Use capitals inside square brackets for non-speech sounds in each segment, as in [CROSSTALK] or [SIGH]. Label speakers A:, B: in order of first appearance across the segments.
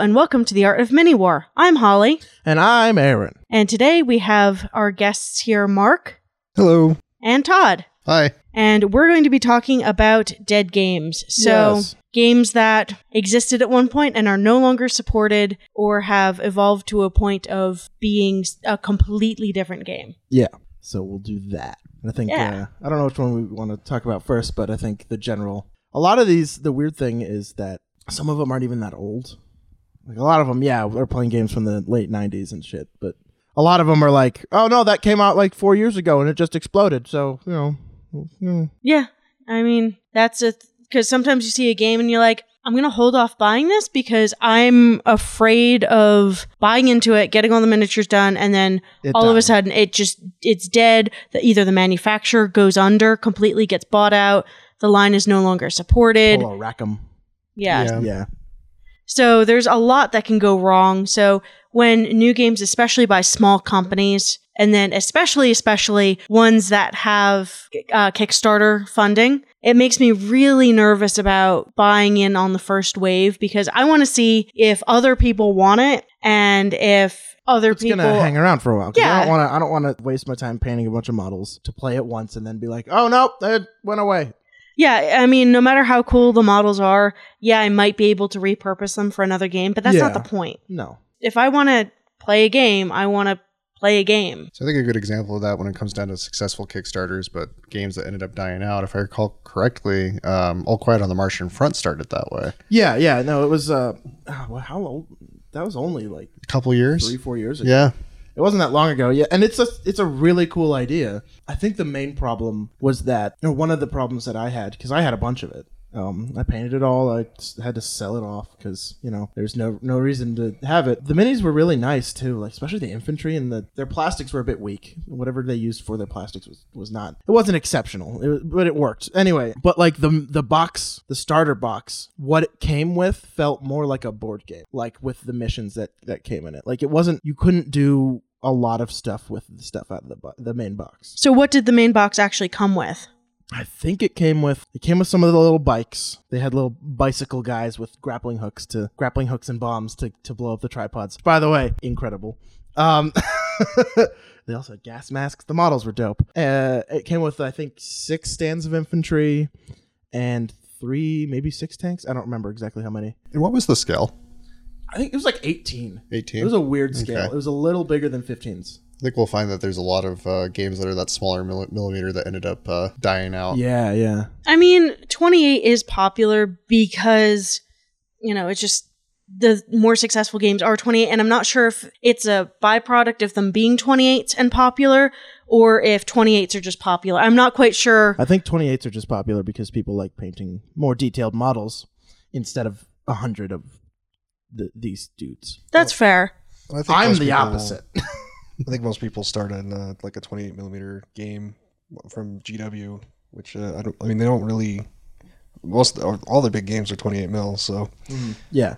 A: and welcome to the Art of Mini War. I'm Holly,
B: And I'm Aaron.
A: and today we have our guests here, Mark
C: Hello.
A: and Todd.
C: Hi.
A: And we're going to be talking about dead games. So,
B: Yes.
A: games that existed at one point and are no longer supported or have evolved to a point of being s- a completely different game.
B: Yeah. So we'll do that. And I think
A: Yeah.
B: uh, I don't know which one we want to talk about first, but I think the general. A lot of these, the weird thing is that some of them aren't even that old. Like a lot of them, yeah, are playing games from the late '90s and shit. But a lot of them are like, oh no, that came out like four years ago and it just exploded. So you know, mm,
A: Yeah. I mean, that's it. Because sometimes you see a game and you're like, I'm going to hold off buying this because I'm afraid of buying into it, getting all the miniatures done, and then
B: It
A: all of a
B: dies.
A: sudden it just, it's dead. The, either the manufacturer goes under, completely gets bought out, the line is no longer supported.
B: oh, I'll rack 'em.
A: Yeah.
C: Yeah.
B: Yeah.
A: So there's a lot that can go wrong. So when new games, especially by small companies, and then especially, especially ones that have uh, Kickstarter funding, it makes me really nervous about buying in on the first wave because I want to see if other people want it and if other
B: It's
A: people.
B: gonna hang around for a while. 'cause I
A: Yeah.
B: don't want to. I don't want to waste my time painting a bunch of models to play it once and then be like, oh no, it went away.
A: yeah, I mean, no matter how cool the models are, yeah, I might be able to repurpose them for another game, but that's not
B: Yeah.
A: the point.
B: No.
A: If I want to play a game, I want to play a game.
C: So I think a good example of that when it comes down to successful Kickstarters, but games that ended up dying out, if I recall correctly, um, All Quiet on the Martian Front started that way.
B: Yeah, yeah, no, it was uh, ah, well, how old? That was only like
C: A couple years.
B: three, four years ago.
C: Yeah.
B: It wasn't that long ago. Yeah, and it's a it's a really cool idea. I think the main problem was that, or one of the problems that I had, because I had a bunch of it. Um, I painted it all. I s- had to sell it off because you know there's no no reason to have it. The minis were really nice too, like especially the infantry and the their plastics were a bit weak. Whatever they used for their plastics was, was not. It wasn't exceptional, it, was- but it worked anyway. But like the the box, the starter box, what it came with felt more like a board game, like with the missions that that came in it. Like it wasn't you couldn't do a lot of stuff with the stuff out of the bo- the main box.
A: So, what did the main box actually come with?
B: I think it came with it came with some of the little bikes. They had little bicycle guys with grappling hooks to grappling hooks and bombs to, to blow up the tripods. By the way, incredible. Um, [LAUGHS] they also had gas masks. The models were dope. Uh, it came with I think six stands of infantry and three, maybe six tanks. I don't remember exactly how many.
C: And what was the scale?
B: I think it was like eighteen.
C: 18?
B: It was a weird scale.
C: Okay.
B: It was a little bigger than 15s.
C: I think we'll find that there's a lot of uh, games that are that smaller milli- millimeter that ended up uh, dying out.
B: Yeah, yeah.
A: I mean, 28 is popular because, you know, it's just the more successful games are 28. And I'm not sure if it's a byproduct of them being 28s and popular or if 28s are just popular. I'm not quite sure.
B: I think 28s are just popular because people like painting more detailed models instead of a 100 of the, these dudes.
A: That's fair.
D: I think
B: I'm
D: most
B: the
D: people-
B: opposite.
D: I think most people start on uh, like a 28 millimeter game from GW, which uh, I don't. I mean, they don't really. Most or all the big games are 28 mil, so
B: [LAUGHS] yeah.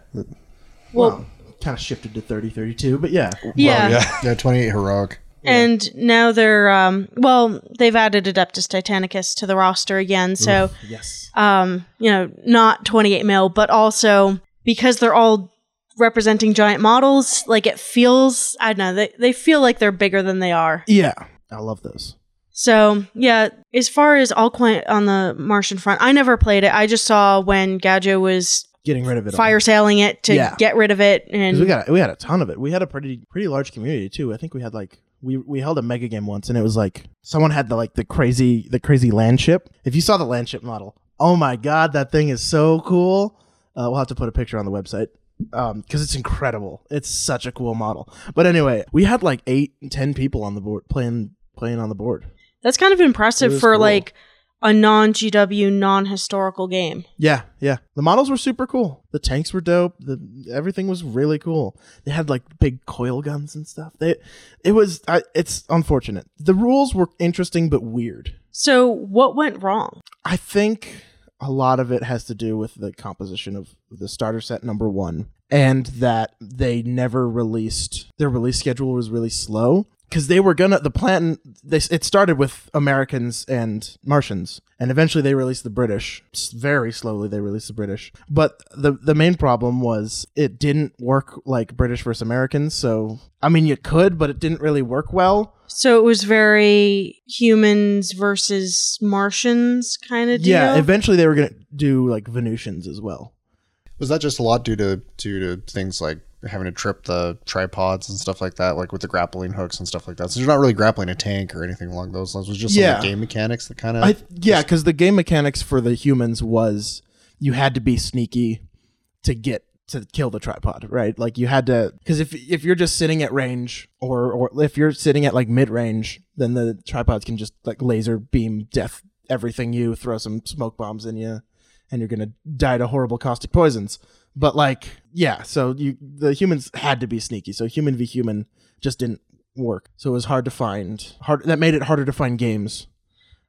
A: Well,
B: kind of shifted to 30, 32, but yeah.
A: yeah.
D: yeah.
C: Yeah, 28 heroic.
A: And now they're, um, well, they've added Adeptus Titanicus to the roster again. So,
B: Yes.
A: um, you know, not 28 mil, but also because they're all representing giant models, like it feels, I don't know, they, they feel like they're bigger than they are.
B: Yeah. I love those.
A: So, yeah, as far as All Quiet on the Martian Front, I never played it. I just saw when Gadjo was
B: Getting rid of it. all.
A: fire sailing it to
B: Yeah.
A: get rid of it.
B: 'Cause
A: And
B: we got we had a ton of it. We had a pretty pretty large community too. I think we had like we we held a mega game once, and it was like someone had the like the crazy the crazy land ship. If you saw the land ship model, oh my god, that thing is so cool. Uh, we'll have to put a picture on the website because it's incredible. It's such a cool model. But anyway, we had like eight ten people on the board playing playing on the board.
A: that's kind of
B: It
A: impressive
B: was
A: for
B: cool.
A: like a non GW, non historical game.
B: Yeah, yeah. The models were super cool. The tanks were dope. The everything was really cool. They had like big coil guns and stuff. They, it was. I, it's unfortunate. The rules were interesting but weird.
A: So, what went wrong?
B: I think a lot of it has to do with the composition of the starter set number one, and that they never released their release schedule was really slow, because they were gonna the plan. They, it started with Americans and Martians, and eventually they released the British. S- Very slowly they released the British, but the the main problem was it didn't work like British versus Americans. So I mean, you could, but it didn't really work well.
A: So it was very humans versus Martians kind of deal.
B: Yeah, eventually they were gonna do like Venusians as well.
C: Was that just a lot due to due to things like having to trip the tripods and stuff like that, like with the grappling hooks and stuff like that? So you're not really grappling a tank or anything along those lines. It was just some of
B: Yeah.
C: the game mechanics that kind of
B: I yeah, because the game mechanics for the humans was you had to be sneaky to get to kill the tripod, right? Like you had to because if if you're just sitting at range or or if you're sitting at like mid range, then the tripods can just like laser beam death everything you throw some smoke bombs in you, and you're gonna die to horrible caustic poisons. But like yeah, so you the humans had to be sneaky. So human v human just didn't work. So it was hard to find hard that made it harder to find games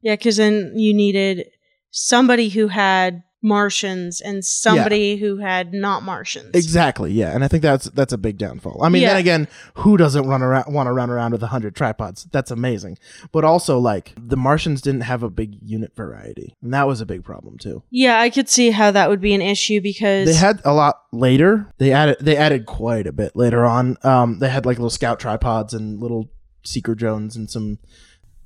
A: Yeah, because then you needed somebody who had Martians and somebody who had not Martians.
B: Exactly. Yeah, and I think that's that's a big downfall. I mean,
A: Yeah.
B: then again, who doesn't run around want to run around with a hundred tripods? That's amazing. But also, like the Martians didn't have a big unit variety, and that was a big problem too.
A: Yeah, I could see how that would be an issue because
B: They had a lot later. They added they added quite a bit later on. Um, they had like little scout tripods and little seeker drones and some.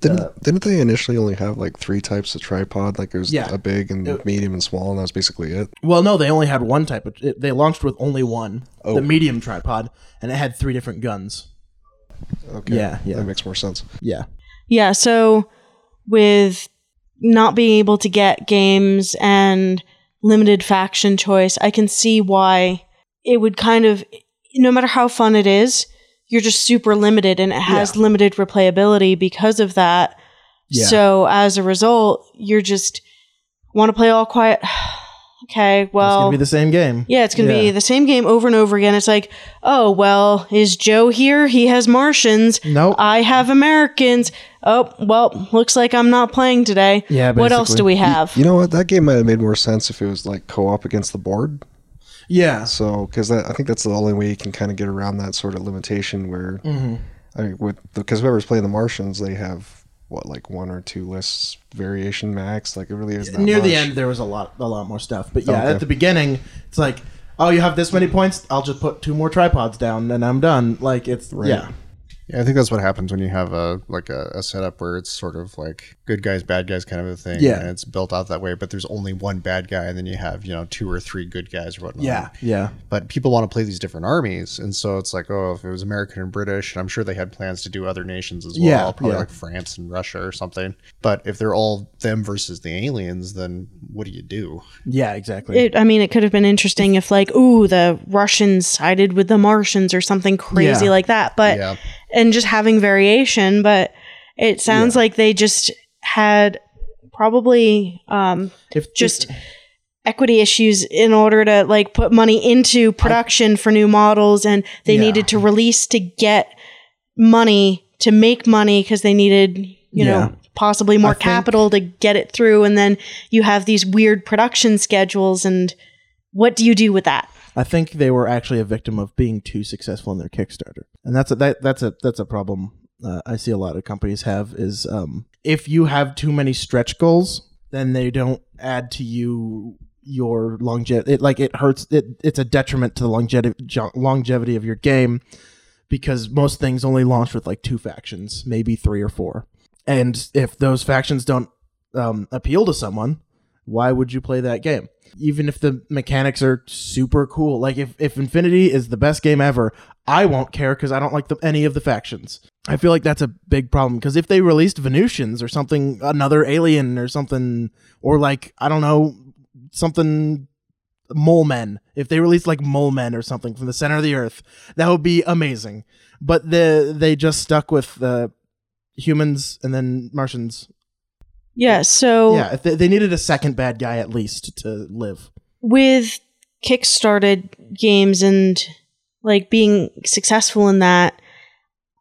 D: [LAUGHS] Didn't, didn't they initially only have like three types of tripod? Like it was
B: Yeah.
D: a big and medium and small, and that was basically it.
B: Well, no, they only had one type. Of, it, they launched with only one,
D: Oh.
B: the medium tripod, and it had three different guns.
D: Okay.
B: Yeah, yeah.
D: That makes more sense.
B: Yeah.
A: Yeah, so with not being able to get games and limited faction choice, I can see why it would kind of no matter how fun it is, you're just super limited and it has limited replayability because of that.
B: Yeah.
A: So as a result, you're just want to play all quiet. [SIGHS] okay,
B: it's
A: well
B: gonna be the same game.
A: yeah, it's going to be
B: Yeah.
A: the same game over and over again. It's like, oh, well, is Joe here? He has Martians.
B: Nope.
A: I have Americans. Oh, well, looks like I'm not playing today.
B: Yeah,
A: What else
B: basically.
A: do we have?
D: You know what? That game might have made more sense if it was like co-op against the board.
B: Yeah.
D: So, because I think that's the only way you can kind of get around that sort of limitation where,
B: Mm-hmm.
D: I mean, with because whoever's playing the Martians, they have what like one or two less variation max. Like it really is that
B: near the
D: much.
B: end there was a lot a lot more stuff but yeah
D: Okay.
B: at the beginning it's like oh you have this many points i'll just put two more tripods down and i'm done like it's yeah
C: Yeah, I think that's what happens when you have a like a, a setup where it's sort of like good guys, bad guys kind of a thing.
B: Yeah.
C: And it's built out that way, but there's only one bad guy and then you have, you know, two or three good guys or whatnot.
B: yeah yeah
C: But people want to play these different armies. And so it's like, oh, if it was American and British, and I'm sure they had plans to do other nations as well,
B: Yeah,
C: probably
B: yeah.
C: like France and Russia or something. But if they're all them versus the aliens, then what do you do?
B: yeah exactly
A: It, I mean, it could have been interesting if, like, ooh, the Russians sided with the Martians or something crazy
B: Yeah.
A: like that. But,
C: Yeah.
A: and just having variation. But it sounds like they just had probably um,
B: if
A: just equity issues in order to like put money into production for new models and they
B: Yeah.
A: needed to release to get money to make money because they needed you
B: Yeah.
A: know possibly more capital to get it through and then you have these weird production schedules and what do you do with that
B: i think they were actually a victim of being too successful in their kickstarter and that's a that, that's a that's a problem uh, i see a lot of companies have is um if you have too many stretch goals then they don't add to you your longevity it like it hurts it it's a detriment to the longevity longevity of your game because most things only launch with like two factions, maybe three or four. And if those factions don't um, appeal to someone, why would you play that game? Even if the mechanics are super cool, like if, if Infinity is the best game ever, I won't care because I don't like the, any of the factions. I feel like that's a big problem because if they released Venusians or something, another alien or something, or like, I don't know, something mole men if they released like mole men or something from the center of the earth that would be amazing but the they just stuck with the humans and then martians
A: yeah so
B: yeah if they, they needed a second bad guy at least to live
A: with kickstarted games and like being successful in that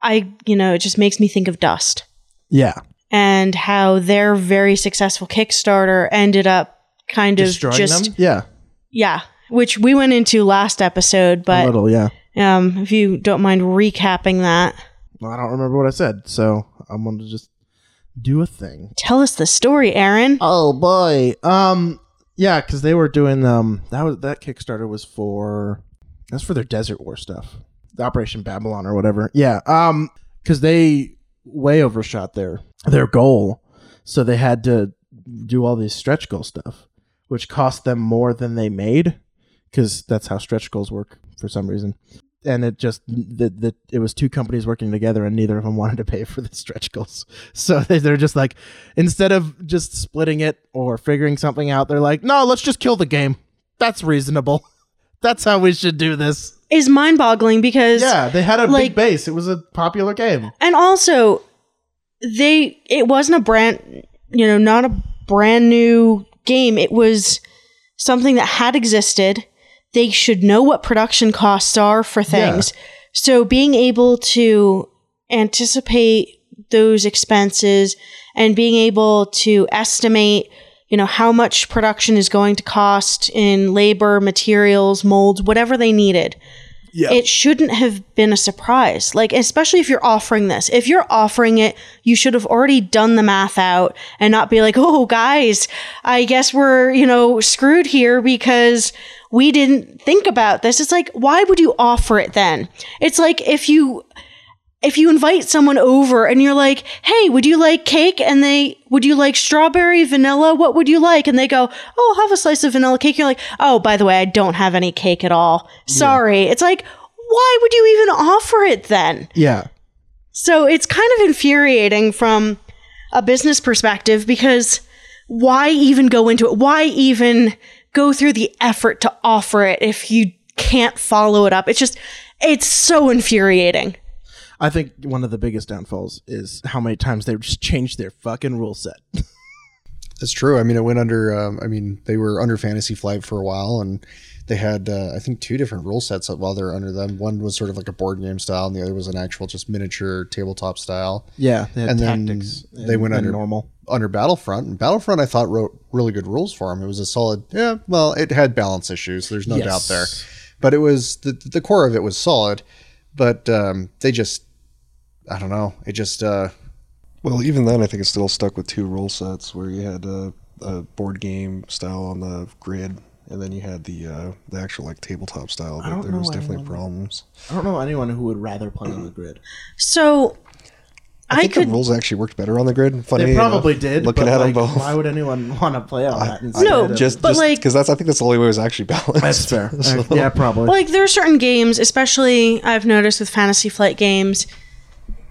A: i you know it just makes me think of dust
B: yeah
A: and how their very successful Kickstarter ended up kind
B: destroying
A: of just
B: them yeah
A: yeah, which we went into last episode,
B: a
A: but
B: little yeah
A: um, if you don't mind recapping that.
B: Well, I don't remember what I said, so I'm gonna just do a thing.
A: Tell us the story, Aaron.
B: Oh boy. Um. Yeah, because they were doing um that was that Kickstarter was for that's for their Desert War stuff, the Operation Babylon or whatever. Yeah. Um. Because they way overshot their their goal, so they had to do all these stretch goal stuff, which cost them more than they made, because that's how stretch goals work for some reason. And it just the, the it was two companies working together, and neither of them wanted to pay for the stretch goals. [LAUGHS] So they, they're just like, instead of just splitting it or figuring something out, they're like, no, let's just kill the game. That's reasonable. [LAUGHS] That's how we should do this.
A: Is mind boggling because
B: Yeah, they had a
A: like-
B: big base. It was a popular game.
A: And also, they it wasn't a brand, you know, not a brand new game. It was something that had existed. They should know what production costs are for things. So being able to anticipate those expenses and being able to estimate you know how much production is going to cost in labor materials molds whatever they needed
B: Yeah.
A: it shouldn't have been a surprise. Like, especially if you're offering this. If you're offering it, you should have already done the math out and not be like, [LAUGHS] oh, guys, I guess we're, you know, screwed here because we didn't think about this. It's like, why would you offer it then? It's like if you. If you invite someone over and you're like, "Hey, would you like cake?" and they, "Would you like strawberry, vanilla? What would you like?" and they go, "Oh, I'll have a slice of vanilla cake." You're like, "Oh, by the way, I don't have any cake at all. Sorry." It's like, why would you even offer it then?
B: Yeah.
A: So it's kind of infuriating from a business perspective because why even go into it? Why even go through the effort to offer it if you can't follow it up? It's just, it's so infuriating.
B: I think one of the biggest downfalls is how many times they just changed their fucking rule set.
C: That's true. I mean, it went under. Um, I mean, they were under Fantasy Flight for a while, and they had uh, I think two different rule sets while they were under them. One was sort of like a board game style, and the other was an actual just miniature tabletop style.
B: Yeah, they had
C: And then
B: tactics.
C: they went
B: and
C: under-
B: normal.
C: Under Battlefront, and Battlefront I thought wrote really good rules for them. It was a solid. Yeah, well, it had balance issues. There's no doubt
B: Yes.
C: there, but it was the the core of it was solid. But um, they just, I don't know. It just. Uh,
D: Well, even then, I think it's still stuck with two rule sets where you had a, a board game style on the grid, and then you had the uh, the actual like tabletop style.
B: don't
D: But there
B: know
D: was
B: why
D: definitely
B: anyone-
D: problems.
B: I don't know anyone who would rather play on the grid.
A: So
D: I
A: I,
D: think
A: could.
D: the rules actually worked better on the grid. Funny,
B: They
D: enough,
B: probably did.
D: Looking
B: but
D: at
B: like,
D: them both, [LAUGHS]
B: why would anyone [LAUGHS] want to play on that? instead
A: No,
B: of-
D: just
A: But,
D: just
A: like-
D: because that's I think that's the only way it was actually [LAUGHS] balanced.
B: that's fair.
D: So-
B: Uh, yeah, probably.
A: Like, there are certain games, especially I've noticed with Fantasy Flight games,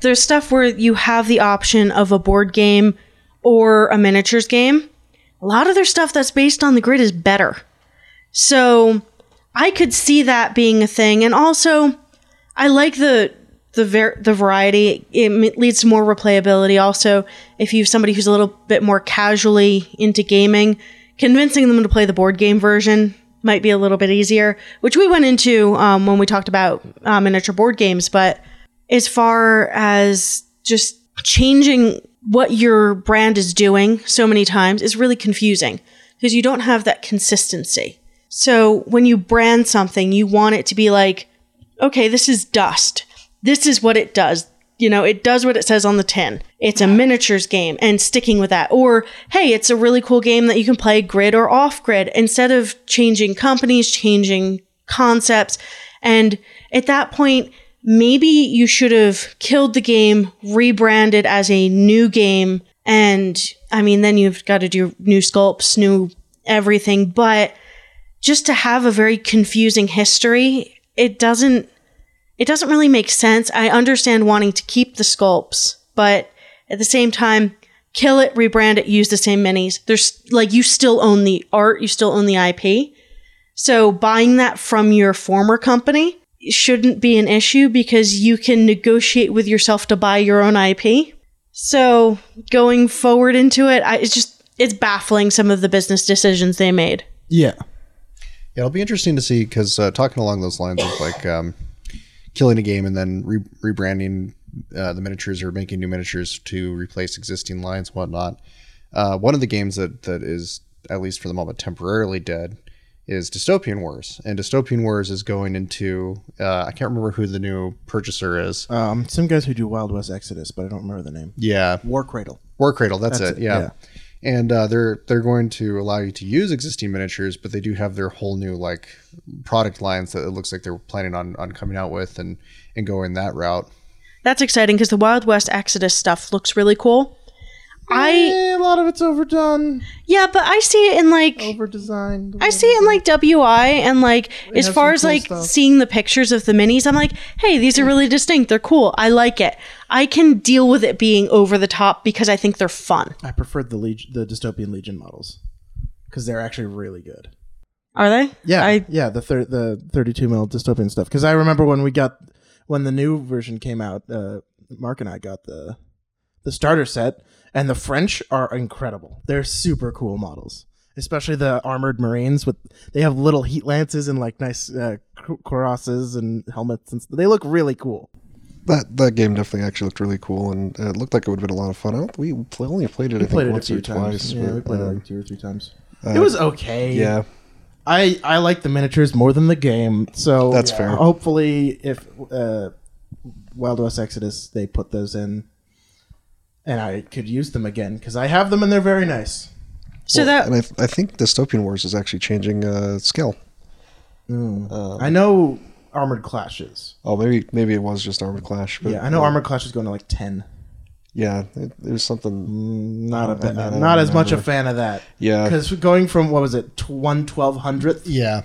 A: there's stuff where you have the option of a board game or a miniatures game. A lot of their stuff that's based on the grid is better. So I could see that being a thing. And also, I like the. The, ver- the variety it m- leads to more replayability also if you have somebody who's a little bit more casually into gaming convincing them to play the board game version might be a little bit easier which we went into um, when we talked about uh, miniature board games but as far as just changing what your brand is doing so many times is really confusing because you don't have that consistency. So when you brand something, you want it to be like, okay, this is dust. This is what it does. You know, it does what it says on the tin. It's a miniatures game and sticking with that. Or, hey, it's a really cool game that you can play grid or off grid instead of changing companies, changing concepts. And at that point, maybe you should have killed the game, rebranded as a new game, and I mean, then you've got to do new sculpts, new everything, but just to have a very confusing history, it doesn't it doesn't really make sense. I understand wanting to keep the sculpts, but at the same time, kill it, rebrand it, use the same minis. There's like you still own the art, you still own the IP. So buying that from your former company shouldn't be an issue because you can negotiate with yourself to buy your own IP. So going forward into it, I, it's just it's baffling some of the business decisions they made.
B: yeah,
C: Yeah, it'll be interesting to see because uh, talking along those lines of like um, killing a game and then re- rebranding uh, the miniatures or making new miniatures to replace existing lines, and whatnot. Uh, one of the games that that is at least for the moment temporarily dead is Dystopian Wars, and Dystopian Wars is going into uh, I can't remember who the new purchaser is.
B: Um, some guys who do Wild West Exodus, but I don't remember the name.
C: Yeah,
B: War Cradle.
C: War Cradle. That's, it. Yeah. And uh, they're they're going to allow you to use existing miniatures, but they do have their whole new like product lines that it looks like they're planning on, on coming out with and and going that route.
A: That's exciting because the Wild West Exodus stuff looks really cool. I
B: Eh, a lot of it's overdone,
A: yeah, but I see it in like
B: overdesigned.
A: I see it in like WI and like as
B: has
A: far
B: some
A: as
B: cool
A: like
B: stuff.
A: seeing the pictures of the minis, I'm like, hey, these are really distinct. They're cool. I like it. I can deal with it being over the top because I think they're fun.
B: I preferred the Leg- the dystopian Legion models because they're actually really good.
A: Are they?
B: Yeah,
A: I
B: yeah, the thir- the 32 mil dystopian stuff. Because I remember when we got when the new version came out, uh, Mark and I got the the starter set, and the French are incredible. They're super cool models, especially the armored marines with they have little heat lances and like nice uh, cr- crosses and helmets, and st- they look really cool.
D: That that game definitely actually looked really cool, and uh, it looked like it would have been a lot of fun. I don't, we pl- only played it I think once or twice.
B: Yeah, we
D: but,
B: played it
D: um,
B: like two or three times.
D: uh,
B: it was okay.
D: yeah.
B: I I like the miniatures more than the game, so
D: That's fair.
B: Hopefully, if uh, Wild West Exodus they put those in, and I could use them again because I have them and they're very nice.
A: so that
D: and I, I think Dystopian Wars is actually changing uh, scale.
B: Hmm. I know Armored Clashes.
D: Oh, maybe maybe it was just Armored Clash. But
B: Yeah, I know Armored Clash is going to like ten.
D: Yeah, it, it was something.
B: Not a bit,
D: Mm, I don't Uh,
B: not as much a
D: remember.
B: fan of that.
D: Yeah.
B: because going from what was it tw- one twelve hundredth
C: Yeah,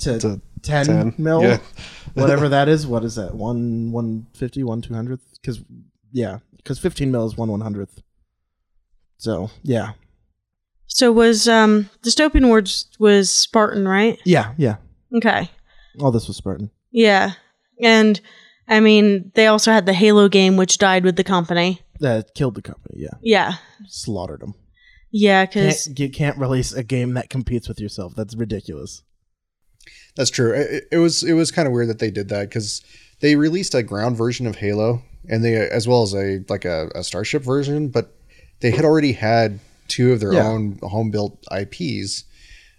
B: to,
D: To
B: ten,
D: 10,
B: mil,
D: yeah.
B: [LAUGHS] whatever
C: [LAUGHS]
B: that is. What is that? One one fifty, one two hundredth? Because yeah, because fifteen mil is one one hundredth. So yeah,
A: so was um dystopian words was Spartan, right?
B: yeah, yeah.
A: Okay.
B: All this was Spartan.
A: Yeah. And I mean, they also had the Halo game which died with the company.
B: That killed the company. Yeah,
A: Yeah.
B: slaughtered them.
A: Yeah, cuz
B: Can't, you can't release a game that competes with yourself. That's ridiculous.
C: that's true. It, it- it was it was kind of weird that they did that because they released a ground version of Halo and they as well as a like a, a Starship version, but they had already had two of their
B: Yeah.
C: own home built IPs,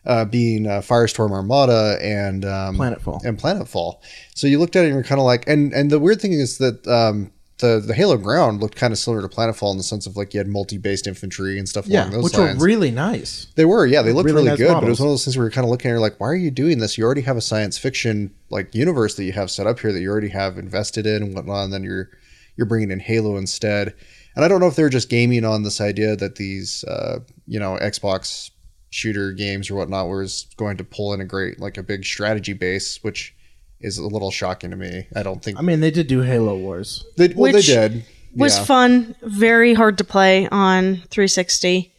C: uh, being uh, Firestorm Armada and um,
B: Planetfall.
C: and Planetfall. So you looked at it and you're kind of like, and and the weird thing is that um, the the Halo ground looked kind of similar to Planetfall in the sense of like you had multi based infantry and stuff
B: Yeah,
C: along those
B: which
C: lines.
B: were really nice.
C: They were, yeah. They looked
B: Really
C: really,
B: nice
C: good, but it
B: models.
C: was one of those things where you're kind of looking at it like, why are you doing this? You already have a science fiction like universe that you have set up here that you already have invested in and whatnot, and then you're you're bringing in Halo instead. And I don't know if they're just gaming on this idea that these uh, you know Xbox shooter games or whatnot was going to pull in a great like a big strategy base, which is a little shocking to me. I don't think
B: I mean, they did do Halo Wars.
C: they, well,
A: Which
C: they did.
A: was
C: yeah.
A: fun, very hard to play on 360.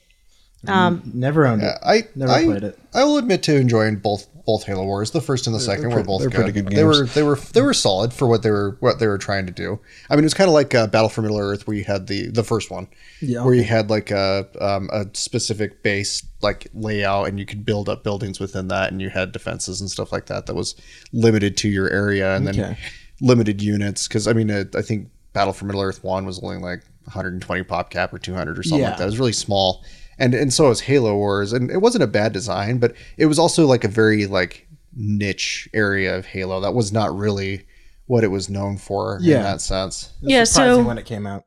A: Um,
B: Never owned
C: Yeah,
B: it.
C: I
B: Never
C: I-
B: played it.
C: I will admit to enjoying both both Halo Wars. The first and the 2nd were
D: pre-
C: both
D: they're
C: good.
D: pretty good
C: They
D: games.
C: were they were they were solid for what they were what they were trying to do. I mean, it was kind of like uh, Battle for Middle Earth, where you had the the first one,
B: Yeah.
C: where you had like a um, a specific base like layout, and you could build up buildings within that, and you had defenses and stuff like that that was limited to your area, and
B: Okay.
C: then limited units. Because I mean, uh, I think Battle for Middle Earth one was only like 120 pop cap or 200 or something
B: Yeah.
C: like that. It was really small, and and so was Halo Wars, and it wasn't a bad design, but it was also like a very like niche area of Halo that was not really what it was known for
B: Yeah.
C: in that sense.
B: It was
A: Yeah,
B: surprising
A: so-
B: when it came out.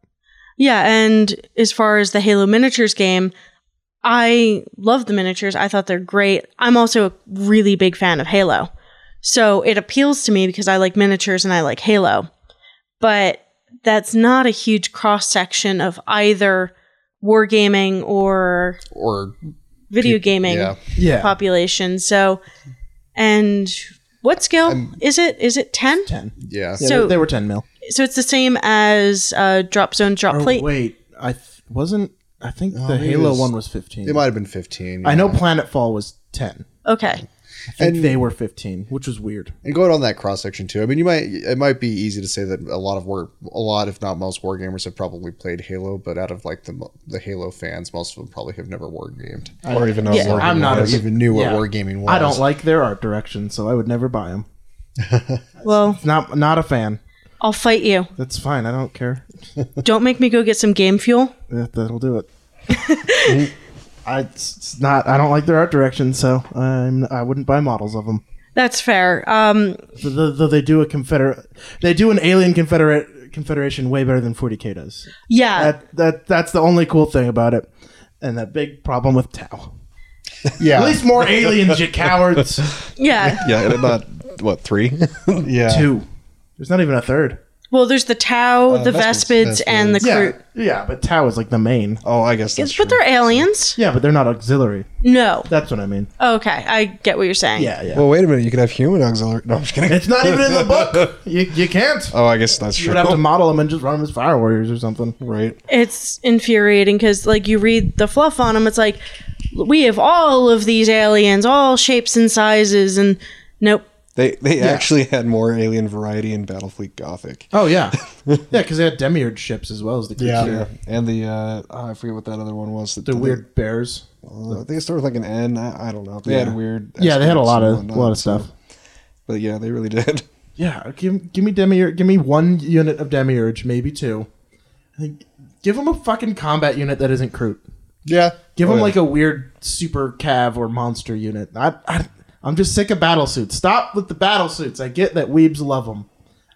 A: yeah, and as far as the Halo miniatures game, I love the miniatures. I thought they're great. I'm also a really big fan of Halo. So it appeals to me because I like miniatures and I like Halo. But that's not a huge cross section of either wargaming or
C: Or
A: video gaming
C: yeah,
B: Yeah,
A: population. So, and what scale is it? Is it 10?
B: ten.
C: yeah.
B: Yeah,
A: So-
B: they, they were ten mil.
A: So it's the same as uh, drop zone, drop
B: Oh,
A: plate.
B: Wait, I th- wasn't. I think the
C: Oh, maybe it
B: Halo
C: was-
B: one was fifteen.
C: It might have been 15.
B: I
C: yeah.
B: know Planetfall was ten.
A: Okay.
B: I think they were fifteen, which was weird.
C: And going on that cross section too. I mean, you might it might be easy to say that a lot of war, a lot if not most war gamers have probably played Halo, but out of like the mo- the Halo fans, most of them probably have never war gamed
D: or even
A: Yeah,
D: War
B: I'm
D: Game
B: not a-
C: or
D: was.
C: even knew what
B: yeah.
C: war gaming was.
B: I don't like their art direction, so I would never buy them.
A: Well,
B: Not not a fan.
A: I'll fight you.
B: That's fine. I don't care.
C: [LAUGHS]
A: Don't make me go get some game fuel.
B: That, that'll do it. I it's it's not. I don't like their art direction, so I'm. I wouldn't buy models of them.
A: That's fair. Um,
B: Though though they do a Confederate, they do an alien Confederate Confederation way better than 40k does.
A: yeah.
B: That that that's the only cool thing about it, and that big problem with Tau.
C: Yeah.
B: At least [LAUGHS] more aliens, you cowards.
A: yeah.
B: [LAUGHS]
D: Yeah, and not
C: [LAUGHS]
D: what three?
C: yeah.
B: Two. There's not even a third.
A: Well, there's the Tau, the Vespids,
C: Vespids,
A: and the
B: Uh, Yeah,
A: Crew.
B: yeah, but Tau is like the main.
D: oh, I guess that's
A: But
D: true.
A: they're aliens.
B: Yeah, but they're not auxiliary.
A: No.
B: That's what I mean.
A: Okay, I get what you're saying.
B: Yeah, yeah.
D: Well, wait a minute. You could have human auxiliary. No, I'm just
B: [LAUGHS]
D: kidding.
B: it's not even in the book. You you can't.
D: Oh, I guess that's
B: You
D: true.
B: would have to model them and just run them as fire warriors or something.
D: Right.
A: It's infuriating because, like, you read the fluff on them, it's like, we have all of these aliens, all shapes and sizes, and nope.
D: They they actually had more alien variety in Battlefleet Gothic.
B: Oh [LAUGHS] yeah, yeah, because they had demiurge ships as well as the
C: Yeah.
B: Crusader.
D: And the uh, oh, I forget what that other one was. that-
B: the
D: they- Uh,
B: weird bears.
D: I think it started with like an N. I, I don't know. They
C: Yeah.
D: had weird.
B: Yeah, they had a
D: aspects
B: lot
D: and
B: of
D: whatnot,
B: lot of
D: so-
B: stuff.
D: But yeah, they
B: [LAUGHS]
D: really did.
B: Yeah, give give me demiurge. Give me one unit of demiurge, maybe two. I think give them a fucking combat unit that isn't Crute.
C: Yeah.
B: Give
D: Oh,
B: them
D: yeah.
B: like a weird super cav or monster unit. I, I I'm just sick of battle suits. Stop with the battle suits. I get that weebs love them.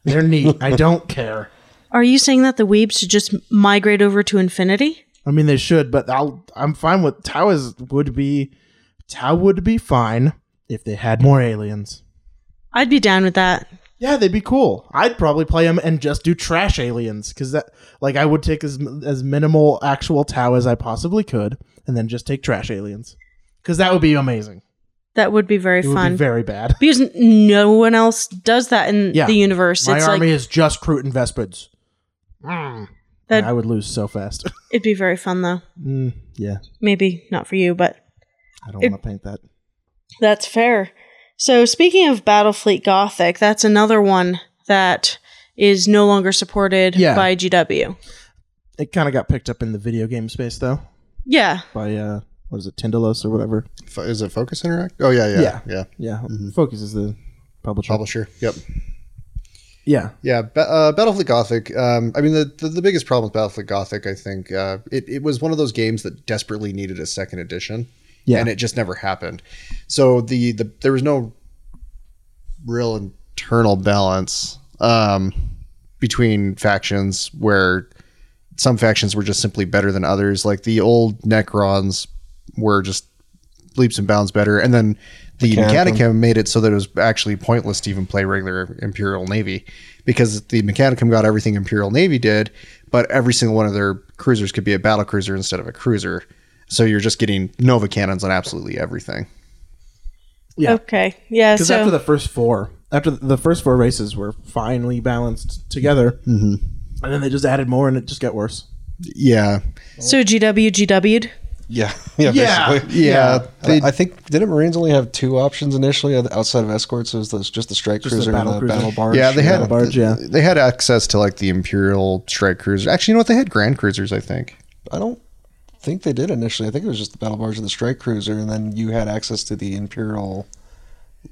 B: They're
D: [LAUGHS]
B: neat. I don't care.
A: Are you saying that the weebs should just migrate over to infinity?
B: I mean, they should, but I'll, I'm fine with Tau. Is would be Tau would be fine if they had more aliens.
A: I'd be down with that.
B: Yeah, they'd be cool. I'd probably play them and just do trash aliens because that, like, I would take as as minimal actual Tau as I possibly could, and then just take trash aliens because that would be amazing.
A: That would be very
B: It would
A: fun.
B: be very bad.
A: because no one else does that in
B: Yeah.
A: the universe.
B: My
A: it's
B: army
A: like
B: is just Crute and Vespids. Mm.
A: That-
B: I would lose so fast. [LAUGHS]
A: it'd be very fun though.
B: Mm, yeah,
A: Maybe not for you, but
B: I don't
A: It-
B: want to paint that.
A: That's fair. So, speaking of Battlefleet Gothic, that's another one that is no longer supported
B: Yeah.
A: by GW.
B: It kind of got picked up in the video game space though
A: Yeah.
B: by uh, what is it, Tindalos or whatever.
C: Fo- Is it Focus Interact? Oh yeah, yeah,
B: Yeah.
C: yeah.
B: Yeah, Focus is the publisher.
C: Publisher. Yep.
B: Yeah,
C: Yeah, ba- uh, Battlefleet Gothic. Um, I mean, the, the the biggest problem with Battlefleet Gothic, I think, uh, it it was one of those games that desperately needed a second edition.
B: Yeah.
C: and it just never happened. So the the there was no real internal balance um, between factions where some factions were just simply better than others. Like the old Necrons were just leaps and bounds better, and then the
D: Mechanicum.
C: Mechanicum. made it so that it was actually pointless to even play regular Imperial Navy because the Mechanicum got everything Imperial Navy did, but every single one of their cruisers could be a battle cruiser instead of a cruiser. So you're just getting Nova cannons on absolutely everything.
B: Yeah.
A: Okay. Yeah.
B: because
A: So,
B: after the first four, after the first four races were finally balanced together, mm-hmm. and then they just added more, and it just got worse.
C: Yeah,
A: so GW GW'd.
D: Yeah. [LAUGHS] Yeah.
B: Yeah.
D: Basically.
C: yeah.
D: I I think didn't Marines only have two options initially uh, outside of escorts? It was those- just the strike
B: the
D: cruiser
B: battle
D: and the
B: cruiser.
D: battle barge.
C: yeah, they had
B: barge, yeah.
C: they had access to like the Imperial strike cruiser. Actually, you know what? They had Grand cruisers, I think.
D: I don't think they did initially. I think it was just the battle barge and the strike cruiser, and then you had access to the Imperial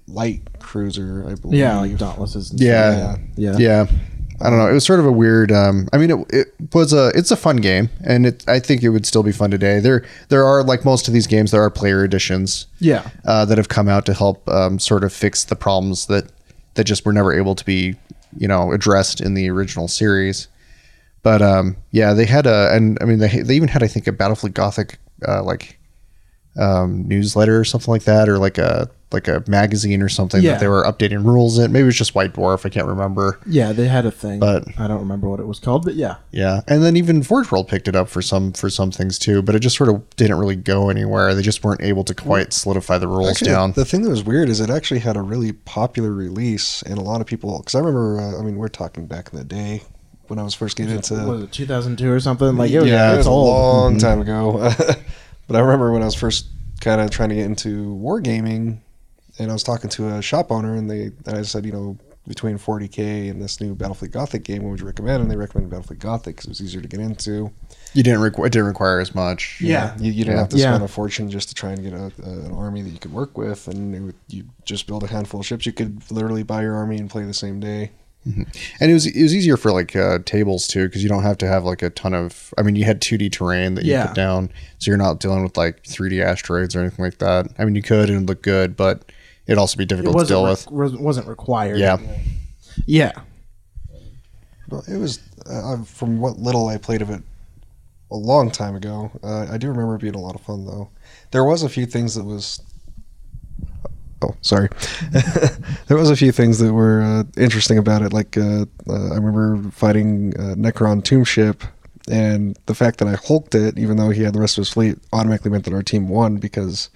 D: light cruiser. I believe.
B: Yeah, like Dauntlesses. And
C: Yeah.
B: stuff. yeah, yeah.
C: Yeah. I don't know. It was sort of a weird. Um, I mean, it, it was a. It's a fun game, and it. I think it would still be fun today. There, there are like most of these games, there are player editions
B: yeah.
C: uh, that have come out to help um, sort of fix the problems that that just were never able to be, you know, addressed in the original series. But um, yeah, they had a, and I mean, they they even had I think a Battlefleet Gothic uh, like um, newsletter or something like that, or like a like a magazine or something
B: Yeah.
C: that they were updating rules in. Maybe it was just White Dwarf. I can't remember.
B: Yeah, they had a thing,
C: But-
B: I don't remember what it was called. But yeah,
C: Yeah, and then even Forge World picked it up for some for some things too, but it just sort of didn't really go anywhere. They just weren't able to quite solidify the rules
D: Actually,
C: down.
D: The thing that was weird is it actually had a really popular release, and a lot of people. Because I remember, uh, I mean, we're talking back in the day when I was first getting into.
B: was it 2002 or something? Like it was,
D: yeah, it
B: it's
D: was a
B: old.
D: long time ago. [LAUGHS] but I remember when I was first kind of trying to get into wargaming, and I was talking to a shop owner, and they and I said, you know, between 40k and this new Battlefleet Gothic game, what would you recommend? And they recommended Battlefleet Gothic because it was easier to get into.
C: you didn't requ- it didn't require as much.
B: Yeah.
D: You, you didn't have to
B: Yeah.
D: spend a fortune just to try and get a, a- an army that you could work with, and it would, you just build a handful of ships. You could literally buy your army and play the same day.
C: And it was it was easier for like uh, tables too because you don't have to have like a ton of. I mean, you had 2D terrain that you
B: Yeah.
C: put down, so you're not dealing with like 3D asteroids or anything like that. I mean, you could and it'd look good, but it'd also be
B: It
C: difficult to
B: wasn't
C: deal
B: re-
C: with.
B: re- wasn't required.
C: Yeah,
B: yeah.
D: Well, it was uh, I've- from what little I played of it a long time ago. Uh, I do remember it being a lot of fun though. There was a few things that was. Oh, sorry. [LAUGHS] there was a few things that were uh, interesting about it. Like uh, uh, I remember fighting uh, Necron Tomb Ship, and the fact that I hulked it, even though he had the rest of his fleet, automatically meant that our team won because,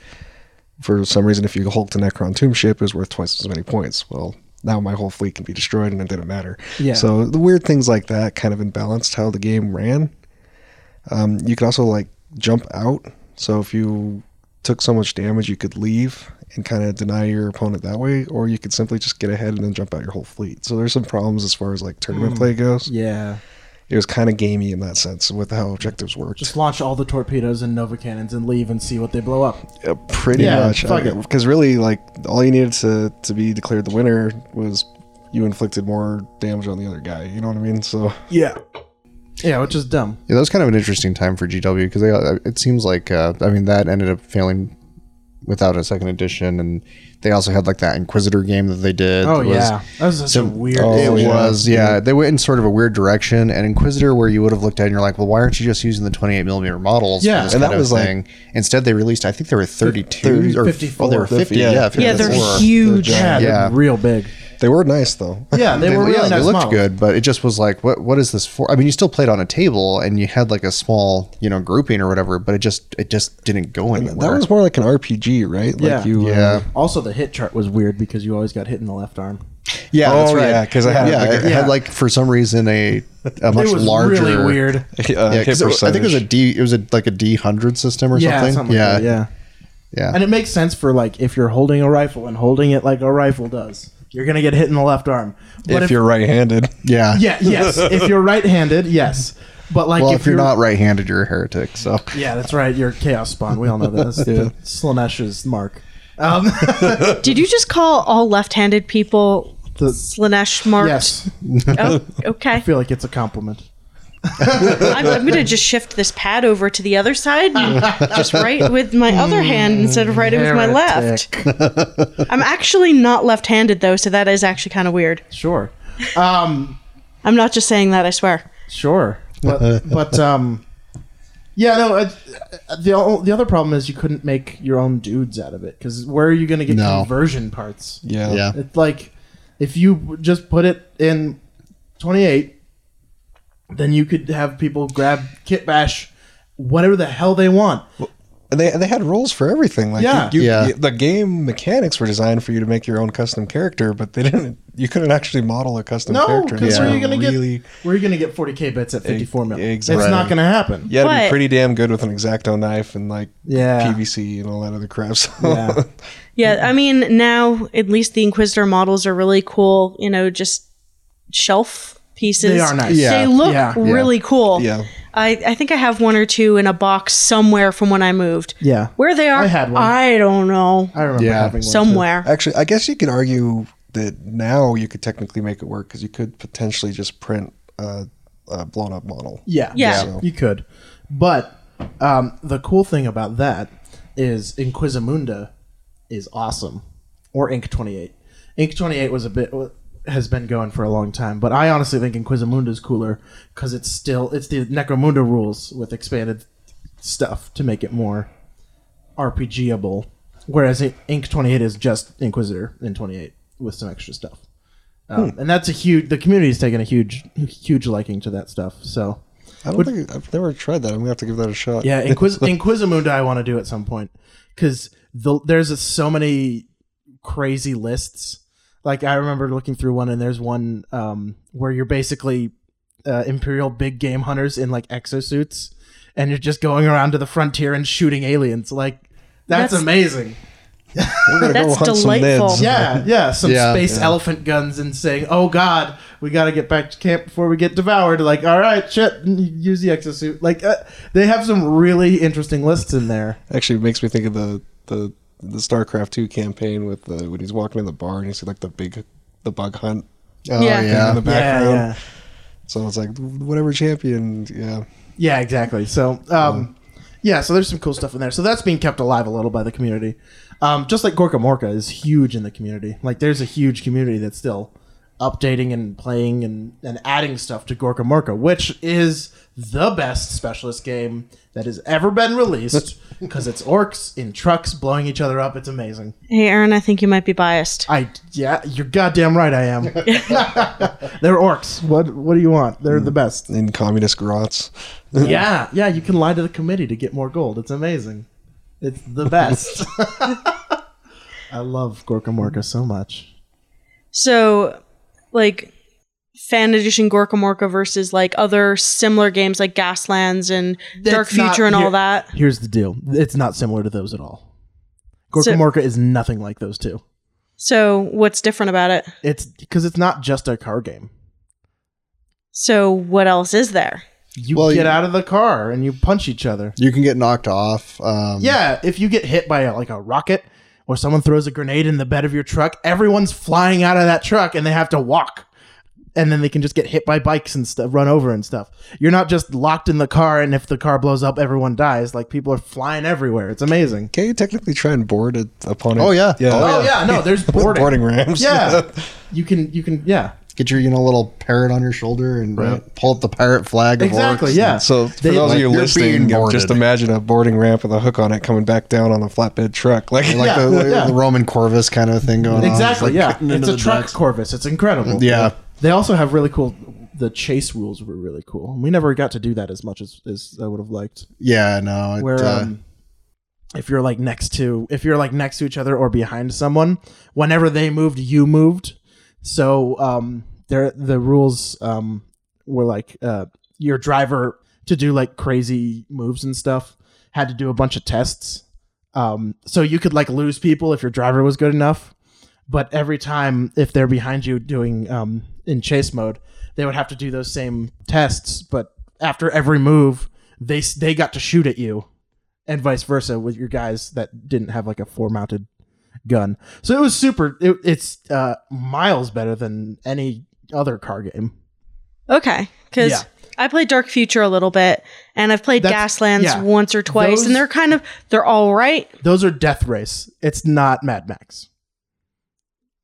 D: for some reason, if you hulked a Necron Tomb Ship, it was worth twice as many points. Well, now my whole fleet can be destroyed, and it didn't matter.
B: Yeah.
D: So the weird things like that kind of imbalanced how the game ran. Um, you could also like jump out. So if you took so much damage, you could leave and kind of deny your opponent that way, or you could simply just get ahead and then jump out your whole fleet. So there's some problems as far as like
C: Hmm.
D: tournament play goes.
B: Yeah.
D: It was kind of gamey in that sense with how objectives worked.
B: Just launch all the torpedoes and Nova cannons and leave and see what they blow up.
D: Uh, pretty
B: Yeah,
D: much.
B: fuck it.
D: Because really, like all you needed to to be declared the winner was you inflicted more damage on the other guy. You know what I mean? So
B: Yeah. Yeah, which is dumb.
C: yeah, that was kind of an interesting time for GW because they. uh, It seems like uh, I mean that ended up failing without a second edition, and they also had like that Inquisitor game that they did.
B: Oh
C: that was-
B: yeah, that was such a weird.
C: it
B: decision.
C: was, yeah. They went in sort of a weird direction. And Inquisitor, where you would have looked at it and you're like, well, why aren't you just using the 28 millimeter models?
B: Yeah,
C: for this
D: and that
C: kind of
D: was like-
C: thing? Instead, they released, I think there were 32
D: Thirty-
C: or
B: 54.
C: Oh, they were 50.
D: Yeah.
C: Yeah,
A: Yeah, they're
C: 54.
A: huge.
B: Yeah, they're
C: Yeah.
B: real big.
D: they were nice though.
B: Yeah, they, were really
C: yeah,
B: nice.
C: they looked
B: models.
C: good, but it just was like, what? What is this for? I mean, you still played on a table, and you had like a small, you know, grouping or whatever, but it just it just didn't go anywhere.
D: [LAUGHS] That was more like an RPG, right? Like
B: Yeah.
D: you, uh, [LAUGHS]
C: yeah,
B: Also, the hit chart was weird because you always got hit in the left arm.
C: yeah,
D: Oh, yeah, 'cause I had a
C: yeah,
D: bigger-
C: it
B: yeah.
C: had like for some reason a a much
B: it was
C: larger
B: really weird.
D: Uh,
C: Yeah,
D: hit
C: 'cause it was- I think it was a
D: percentage.
C: D. It was a like a D hundred system or
B: Yeah,
C: something.
B: something
C: yeah,
B: like that, yeah.
C: yeah.
B: And it makes sense for like if you're holding a rifle and holding it like a rifle does, you're gonna get hit in the left arm. But
D: if, you're right-handed.
C: yeah,
B: [LAUGHS] yeah, yes, if you're right-handed, yes. But like
C: Well, if, you're, not right-handed, you're a heretic. So
B: [LAUGHS] yeah, that's right. You're chaos spawn. We all know
C: [LAUGHS]
B: that. That's the Slanesh's mark. Um,
A: Did you just call all left-handed people
B: [LAUGHS] the-
A: Slanesh marked?
B: yes,
A: Oh, okay.
B: [LAUGHS] I feel like it's a compliment.
A: I'm, I'm going to just shift this pad over to the other side, and just right with my other hand instead of right with my left. I'm actually not left-handed though, so that is actually kind of weird.
B: Sure. Um,
A: I'm not just saying that. I swear.
B: sure.
C: [LAUGHS]
B: But but um, yeah. No. I, the o- the other problem is you couldn't make your own dudes out of it because where are you going to get
C: No.
B: conversion parts?
D: Yeah.
C: yeah,
B: It's like if you just put it in 28, then you could have people grab kit bash whatever the hell they want.
D: And they they had rules for everything. Like
B: Yeah.
D: you, you-
C: Yeah.
D: the game mechanics were designed for you to make your own custom character, but they didn't. You couldn't actually model a custom
B: No,
D: character.
B: because
D: until
B: where are you going to
D: really-
B: get where are you going to get 40k bits at 54 million?
D: exactly.
B: It's not going to happen.
D: You had to
A: But-
D: be pretty damn good with an exacto knife and like
B: Yeah.
D: PVC and all that other crap. [LAUGHS] So
B: Yeah.
A: Yeah, I mean, now at least the Inquisitor models are really cool. You know, just shelf pieces.
B: They are nice.
C: Yeah.
A: They look
B: Yeah. Yeah.
A: really cool.
D: Yeah.
A: I, I think I have one or two in a box somewhere from when I moved.
B: Yeah.
A: Where they are,
B: I had one.
A: I don't know.
B: I remember
C: Yeah.
B: having one too.
A: Somewhere.
D: actually, I guess you could argue that now you could technically make it work because you could potentially just print a, a blown up model.
B: Yeah,
A: Yeah.
B: so you could. But um, the cool thing about that is Inquisimunda is awesome, or Inc. Twenty Eight. Inc. Twenty Eight was a bit has been going for a long time, but I honestly think Inquisimunda is cooler because it's still it's the Necromunda rules with expanded stuff to make it more RPGable, whereas I- Inc. Twenty Eight is just Inquisitor in Twenty Eight with some extra stuff. Um, And that's a huge. The community's taken a huge, huge liking to that stuff. So
D: I don't think I've never tried that. I'm gonna have to give that a
C: [LAUGHS]
D: shot.
B: yeah, Inquis- Inquisimunda I want to do at some point because the, there's a, so many crazy lists. Like I remember looking through one, and there's one um, where you're basically uh, Imperial big game hunters in like exosuits, and you're just going around to the frontier and shooting aliens. Like that's,
A: That's-
B: amazing.
D: We're gonna
A: That's delightful.
B: [LAUGHS]
D: nids.
B: Yeah, yeah, some
C: Yeah.
B: space elephant guns and saying, "Oh God, we got to get back to camp before we get devoured." Like, all right, shit, use the exosuit. Like, uh, they have some really interesting lists in there.
D: Actually, it makes me think of the the the StarCraft two campaign with the, when he's walking in the bar and he's like the big the bug hunt
C: Oh
A: Yeah.
C: yeah.
D: thing in the
B: Yeah,
D: background.
B: yeah,
D: So it's like whatever champion, yeah.
B: yeah, exactly. So, um, yeah, so there's some cool stuff in there. So that's being kept alive a little by the community. Um, just like Gorka Morka is huge in the community. Like, there's a huge community that's still updating and playing and, and adding stuff to Gorka Morka, which is the best specialist game that has ever been [LAUGHS] released because it's orcs in trucks blowing each other up. It's amazing.
A: Hey, Aaron, I think you might be biased.
B: I yeah, you're goddamn right. I [LAUGHS] am. They're orcs. Mm. What what do you want? They're the best.
D: In communist grots.
B: yeah, yeah, you can lie to the committee to get more gold. It's amazing. It's the best. [LAUGHS] I love Gorka Morka so much.
A: So, like, fan edition Gorka Morka versus like other similar games like Gaslands and Dark
B: It's not-
A: Future and
B: here-
A: all that.
B: Here's the deal. It's not similar to those at all. Gorka
A: So-
B: Morka is nothing like those two.
A: So, what's different about it?
B: It's because it's not just a car game.
A: So, what else is there?
B: You
C: Well,
B: get
C: you-
B: out of the car and you punch each other.
C: You can get knocked off. Um,
B: Yeah, if you get hit by like a rocket or someone throws a grenade in the bed of your truck, everyone's flying out of that truck and they have to walk. And then they can just get hit by bikes and stuff, run over and stuff. You're not just locked in the car, and if the car blows up, everyone dies. Like people are flying everywhere. It's amazing.
D: Can you technically try and board an opponent?
C: Oh, yeah.
D: yeah.
C: Oh,
B: Oh yeah, no, there's
D: With
B: boarding.
D: boarding ramps.
B: Yeah, you can, you can, yeah,
C: Get your you know little parrot on your shoulder and uh,
B: Right.
C: pull up the pirrot flag. Of
B: exactly,
C: orcs.
B: yeah.
D: [LAUGHS] So for
B: They-
D: those
C: like,
D: of you
C: you're being
D: listening,
C: boarded.
D: just imagine a boarding ramp with a hook on it coming back down on a flatbed truck. [LAUGHS] Like,
C: Like
B: Yeah,
C: the,
B: yeah.
C: the Roman Corvus kind of thing going on.
B: exactly,
C: like
B: yeah.
C: cutting
B: It's
C: into
B: a
C: the
B: truck
C: decks.
B: Corvus. It's incredible.
C: Yeah.
B: They also have really cool. The chase rules were really cool. We never got to do that as much as, as I would have liked.
C: Yeah, no. It,
B: where
C: uh,
B: um, if you're like next to if you're like next to each other or behind someone, whenever they moved, you moved. So um, there the rules um, were like uh, your driver to do like crazy moves and stuff had to do a bunch of tests. Um, so you could like lose people if your driver was good enough. But every time if they're behind you doing um, in chase mode, they would have to do those same tests. But after every move, they s- they got to shoot at you, and vice versa with your guys that didn't have like a four mounted gun. So it was super. It, it's uh, miles better than any other car game.
A: Okay, because
B: Yeah.
A: I played Dark Future a little bit, and I've played
B: That's-
A: Gaslands
B: yeah.
A: once or twice,
B: Those-
A: and they're kind of they're all right.
B: Those are Death Race. It's not Mad Max.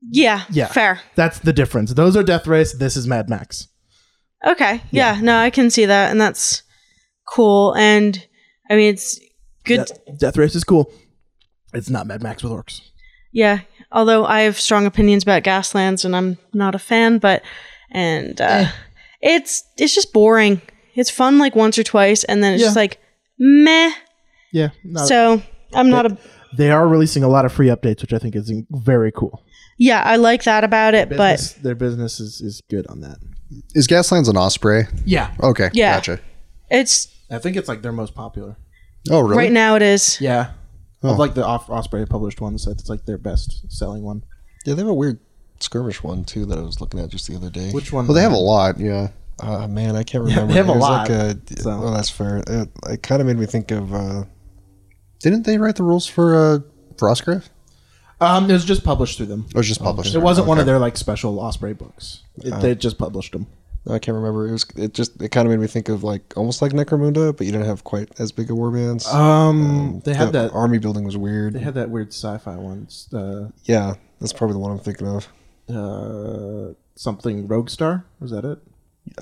A: Yeah,
B: Yeah.
A: fair.
B: That's the difference. Those are Death Race. This is Mad Max.
A: Okay, yeah. no, I can see that, and that's cool. And I mean, it's good.
B: Death, Death Race is cool. It's not Mad Max with orcs.
A: Yeah, although I have strong opinions about Gaslands, and I'm not a fan, but and uh,
B: Eh.
A: it's it's just boring. It's fun like once or twice, and then it's just
B: Yeah.
A: like meh.
B: Yeah. no.
A: so I'm not a
B: they are releasing a lot of free updates, which I think is very cool.
A: yeah. I like that about it, but
B: Business- their business is, is good on that.
C: is Gaslands an osprey?
B: Yeah.
C: Okay.
A: Yeah.
C: Gotcha.
A: it's
B: I think it's like their most popular.
C: Oh, really?
A: right now it is.
B: Yeah.
C: Oh.
B: Of like the off- Osprey published ones, that's like their best selling one.
D: Yeah, they have a weird skirmish one too that I was looking at just the other day.
B: Which one?
C: Well, they have a lot. Yeah.
D: Uh, man,
B: [LAUGHS]
D: I can't remember.
B: have a
D: It was
B: lot,
D: a,
B: so.
D: Well, that's fair. It, it kind of made me think of. Uh,
C: Didn't they write the rules for uh, Frostgrave?
B: Um, it was just published through them.
C: Or was it just published?
B: It wasn't one of their like special Osprey books. It, they just published them.
D: I can't remember. It was. It just. It kind of made me think of like almost like Necromunda, but you didn't have quite as big a warbands.
B: Um, they had
D: the
B: that.
D: army building was weird.
B: They had that weird sci-fi one. Uh,
D: yeah, that's probably the one I'm thinking of.
B: uh, something Rogue Star was that it?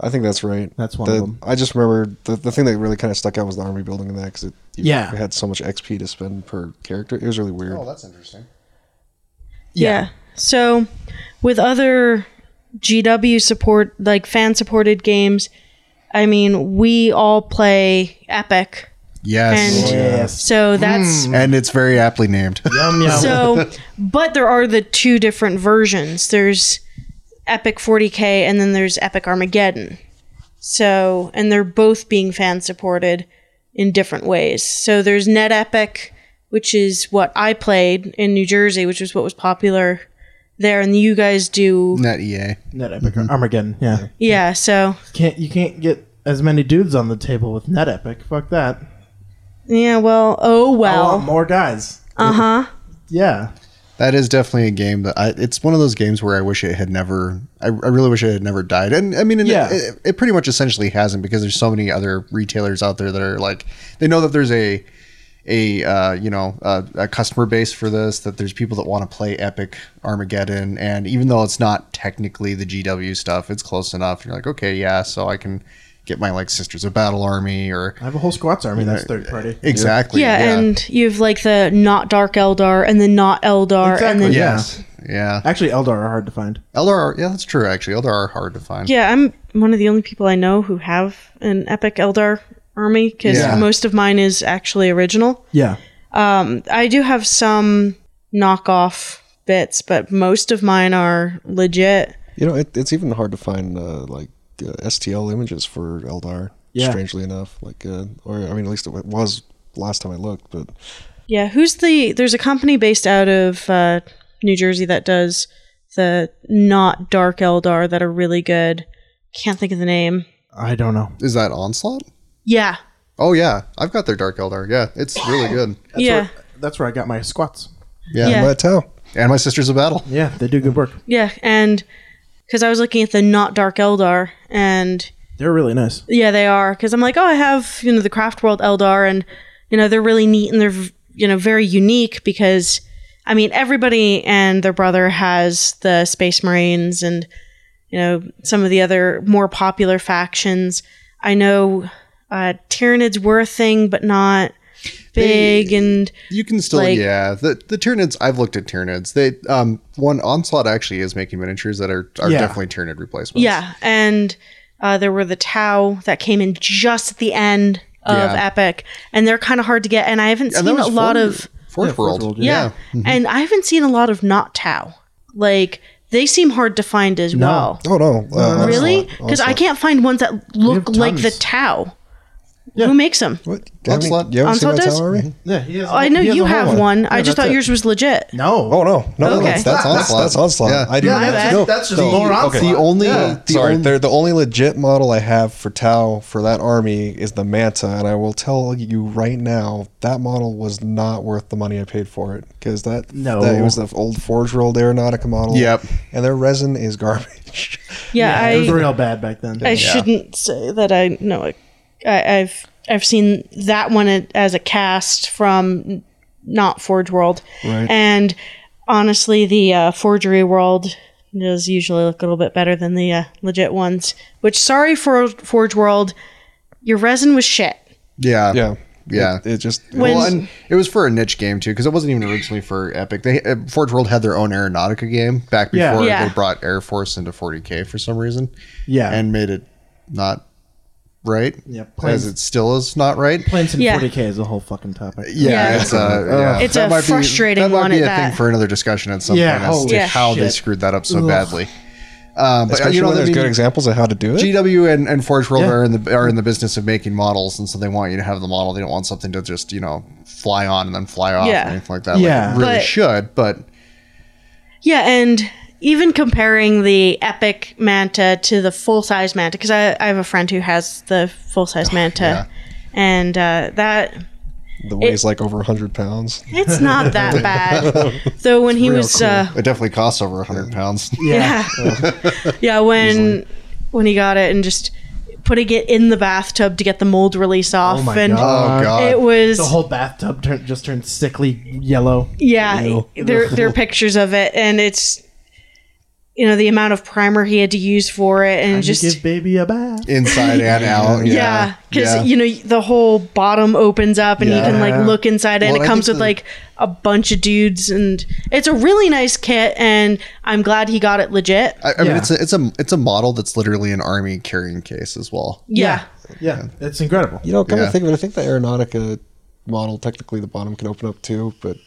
D: I think that's right.
B: That's one
D: The-
B: of them.
D: I just remember the, the thing that really kind of stuck out was the army building in that because it you
B: Yeah.
D: had so much XP to spend per character. It was really weird.
C: Oh, that's interesting.
A: Yeah.
B: Yeah.
A: So with other GW support like fan supported games, I mean, we all play Epic.
C: Yes.
A: And- So that's
C: And it's very aptly named. [LAUGHS]
B: Yum yum.
A: so but there are the two different versions. There's Epic 40K and then there's Epic Armageddon. So, and they're both being fan supported in different ways. So there's Net Epic, which is what I played in New Jersey, which was what was popular there and you guys do
C: Not E EA.
B: Net Epic Armageddon. Yeah.
A: Yeah, so
B: Can't you can't get as many dudes on the table with Net Epic? Fuck that.
A: yeah, well, oh
B: I
A: well.
B: want more guys.
A: Uh huh.
B: Yeah.
C: That is definitely a game that I, it's one of those games where I wish it had never. I, I really wish it had never died. And I mean, and
B: Yeah.
C: it, it pretty much essentially hasn't because there's so many other retailers out there that are like they know that there's a a uh, you know a, a customer base for this that there's people that want to play epic armageddon and even though it's not technically the gw stuff it's close enough you're like okay yeah so i can get my like sisters of battle army or
B: I have a whole squats army that's third party.
C: exactly
A: yeah, and you have like the not dark Eldar and the not Eldar and then
B: Exactly,
A: yeah.
B: yeah.
C: yes yeah
B: Actually, Eldar are hard to find.
C: LR, yeah, that's true. Actually, LR are hard to find.
A: I'm one of the only people I know who have an epic Eldar army because
C: Yeah.
A: most of mine is actually original.
B: Yeah.
A: I do have some knockoff bits, but most of mine are legit.
D: You know, it, it's even hard to find uh, like uh, STL images for Eldar.
B: Yeah.
D: Strangely enough, like, uh, or I mean, at least it was last time I looked. But
A: Yeah, who's the? There's a company based out of uh, New Jersey that does the not dark Eldar that are really good. Can't think of the name.
B: I don't know.
C: Is that Onslaught?
A: Yeah,
C: Oh yeah, I've got their Dark Eldar. Yeah, it's really good.
A: yeah,
B: That's where I got my squats.
C: Yeah,
A: Yeah.
D: but uh, tell
C: and my Sisters of Battle.
B: Yeah, they do good work.
A: yeah. And because I was looking at the not dark Eldar, and
B: They're really nice.
A: yeah, they are. Because I'm like, oh, I have you know the Craft World Eldar, and you know they're really neat and they're v- you know very unique because I mean everybody and their brother has the Space Marines and you know some of the other more popular factions. I know uh, Tyranids were a thing, but not big and
C: You can still
A: Like-
C: yeah. The the Tyranids. I've looked at Tyranids. They um one Onslaught actually is making miniatures that are are
B: Yeah.
C: definitely Tyranid replacements.
A: yeah, and uh, there were the Tau that came in just at the end of
C: Yeah.
A: Epic, and they're kind of hard to get. And I haven't
C: and
A: seen
C: that
A: a
C: was
A: lot
C: Forge-
A: of
B: Yeah, Mm-hmm.
C: Forge
B: Forge
C: World.
B: World,
A: Yeah. And I haven't seen a lot of not Tau. Like, they seem hard to find as well.
D: Oh no! Uh,
A: Really?
D: Onslaught,
A: Because I
D: Onslaught.
A: can't find ones that look
B: have
A: like the
B: tons.
A: Tau.
B: Yeah.
A: Who makes them?
D: What? You haven't-
C: Onslaught-
D: You haven't
A: Onslaught
D: seen that
A: does?
D: tower already?
B: Yeah, he has.
A: Oh, I know
B: he has
A: you
B: a whole
A: have one. I
B: Yeah,
A: just
B: that's
A: thought
B: it.
A: yours was legit.
B: No.
D: Oh no! No, no,
A: Okay.
D: that's, that's onslaught. That's, onslaught.
C: Yeah.
D: I did
B: Yeah,
D: not
A: that's-
D: know.
B: that's just
D: No,
B: more Onslaught.
D: The only
B: Yeah.
D: the
C: Sorry.
D: sorry, they're- the only legit model I have for Tau for that army is the Manta, and I will tell you right now that model was not worth the money I paid for it because that
B: No.
D: that it was the old Forge World Aeronautica model.
C: Yep.
D: and their resin is garbage. [LAUGHS]
A: Yeah,
B: it was
A: I,
B: real bad back then.
A: I shouldn't say that I know it. I, I've I've seen that one a- as a cast from not Forge World,
D: Right.
A: and honestly, the uh, Forgery World does usually look a little bit better than the uh, legit ones. Which, sorry for Forge World, your resin was shit.
C: Yeah.
D: yeah,
C: Yeah.
D: It, it just
A: When-
C: Well, and it was for a niche game too, because it wasn't even originally for Epic. They uh, Forge World had their own Aeronautica game back
B: Yeah.
C: before
A: Yeah.
C: they brought Air Force into 40k for some reason.
B: Yeah.
C: and made it not right.
B: Yeah,
C: as
B: planes-
C: it still is not right.
B: Planes in
A: Yeah.
B: 40k is a whole fucking topic.
C: Yeah,
A: Yeah.
B: [LAUGHS]
C: it's a
B: Oh.
C: yeah.
A: It's
C: That
A: a
C: might be-
A: frustrating
C: that might
A: one
C: Be
A: at
C: a thing
A: that.
C: for another discussion at some
B: Yeah,
C: point as
B: holy
C: to how they
B: shit.
C: screwed that up so
B: Ugh.
C: badly. Um, but
D: especially
C: you know,
D: when
C: I
D: there's
C: mean,
D: good examples of how to do it.
C: GW and, and Forge World
B: Yeah.
C: are in the are in the business of making models, and so they want you to have the model. They don't want something to just you know fly on and then fly off
A: Yeah.
C: or anything like that. Like,
B: Yeah.
C: it really
A: But-
C: should, but
A: Yeah, and even comparing the epic manta to the full size manta, because I, I have a friend who has the full size manta, and uh, that
D: the weighs like over hundred pounds.
A: it's not that bad. Though when he was uh,
C: it definitely costs over hundred pounds.
A: yeah [LAUGHS] yeah when when he got it and just putting it in the bathtub to get the mold release off
B: my
A: and
B: God.
C: [LAUGHS] Oh god,
A: it was
B: The whole bathtub turn, just turned sickly yellow.
A: yeah
B: Ew.
A: there there are pictures of it and it's you know the amount of primer he had to use for it and
B: Just
A: just
B: give baby a bath.
C: inside and
A: [LAUGHS]
C: out.
A: yeah
C: Yeah,
A: because
C: yeah.
A: you know the whole bottom opens up and you can
B: Yeah.
A: like look inside it
C: Well,
A: and it
C: I
A: comes
C: think
A: with
C: the-
A: like a bunch of dudes and it's a really nice kit and i'm glad he got it legit
C: I, I mean,
B: Yeah.
C: it's a it's a it's a model that's literally an army carrying case as well.
A: yeah.
B: Yeah, it's incredible.
D: You know, come
C: Yeah.
D: to think of it, I think the Aeronautica model technically the bottom can open up too, but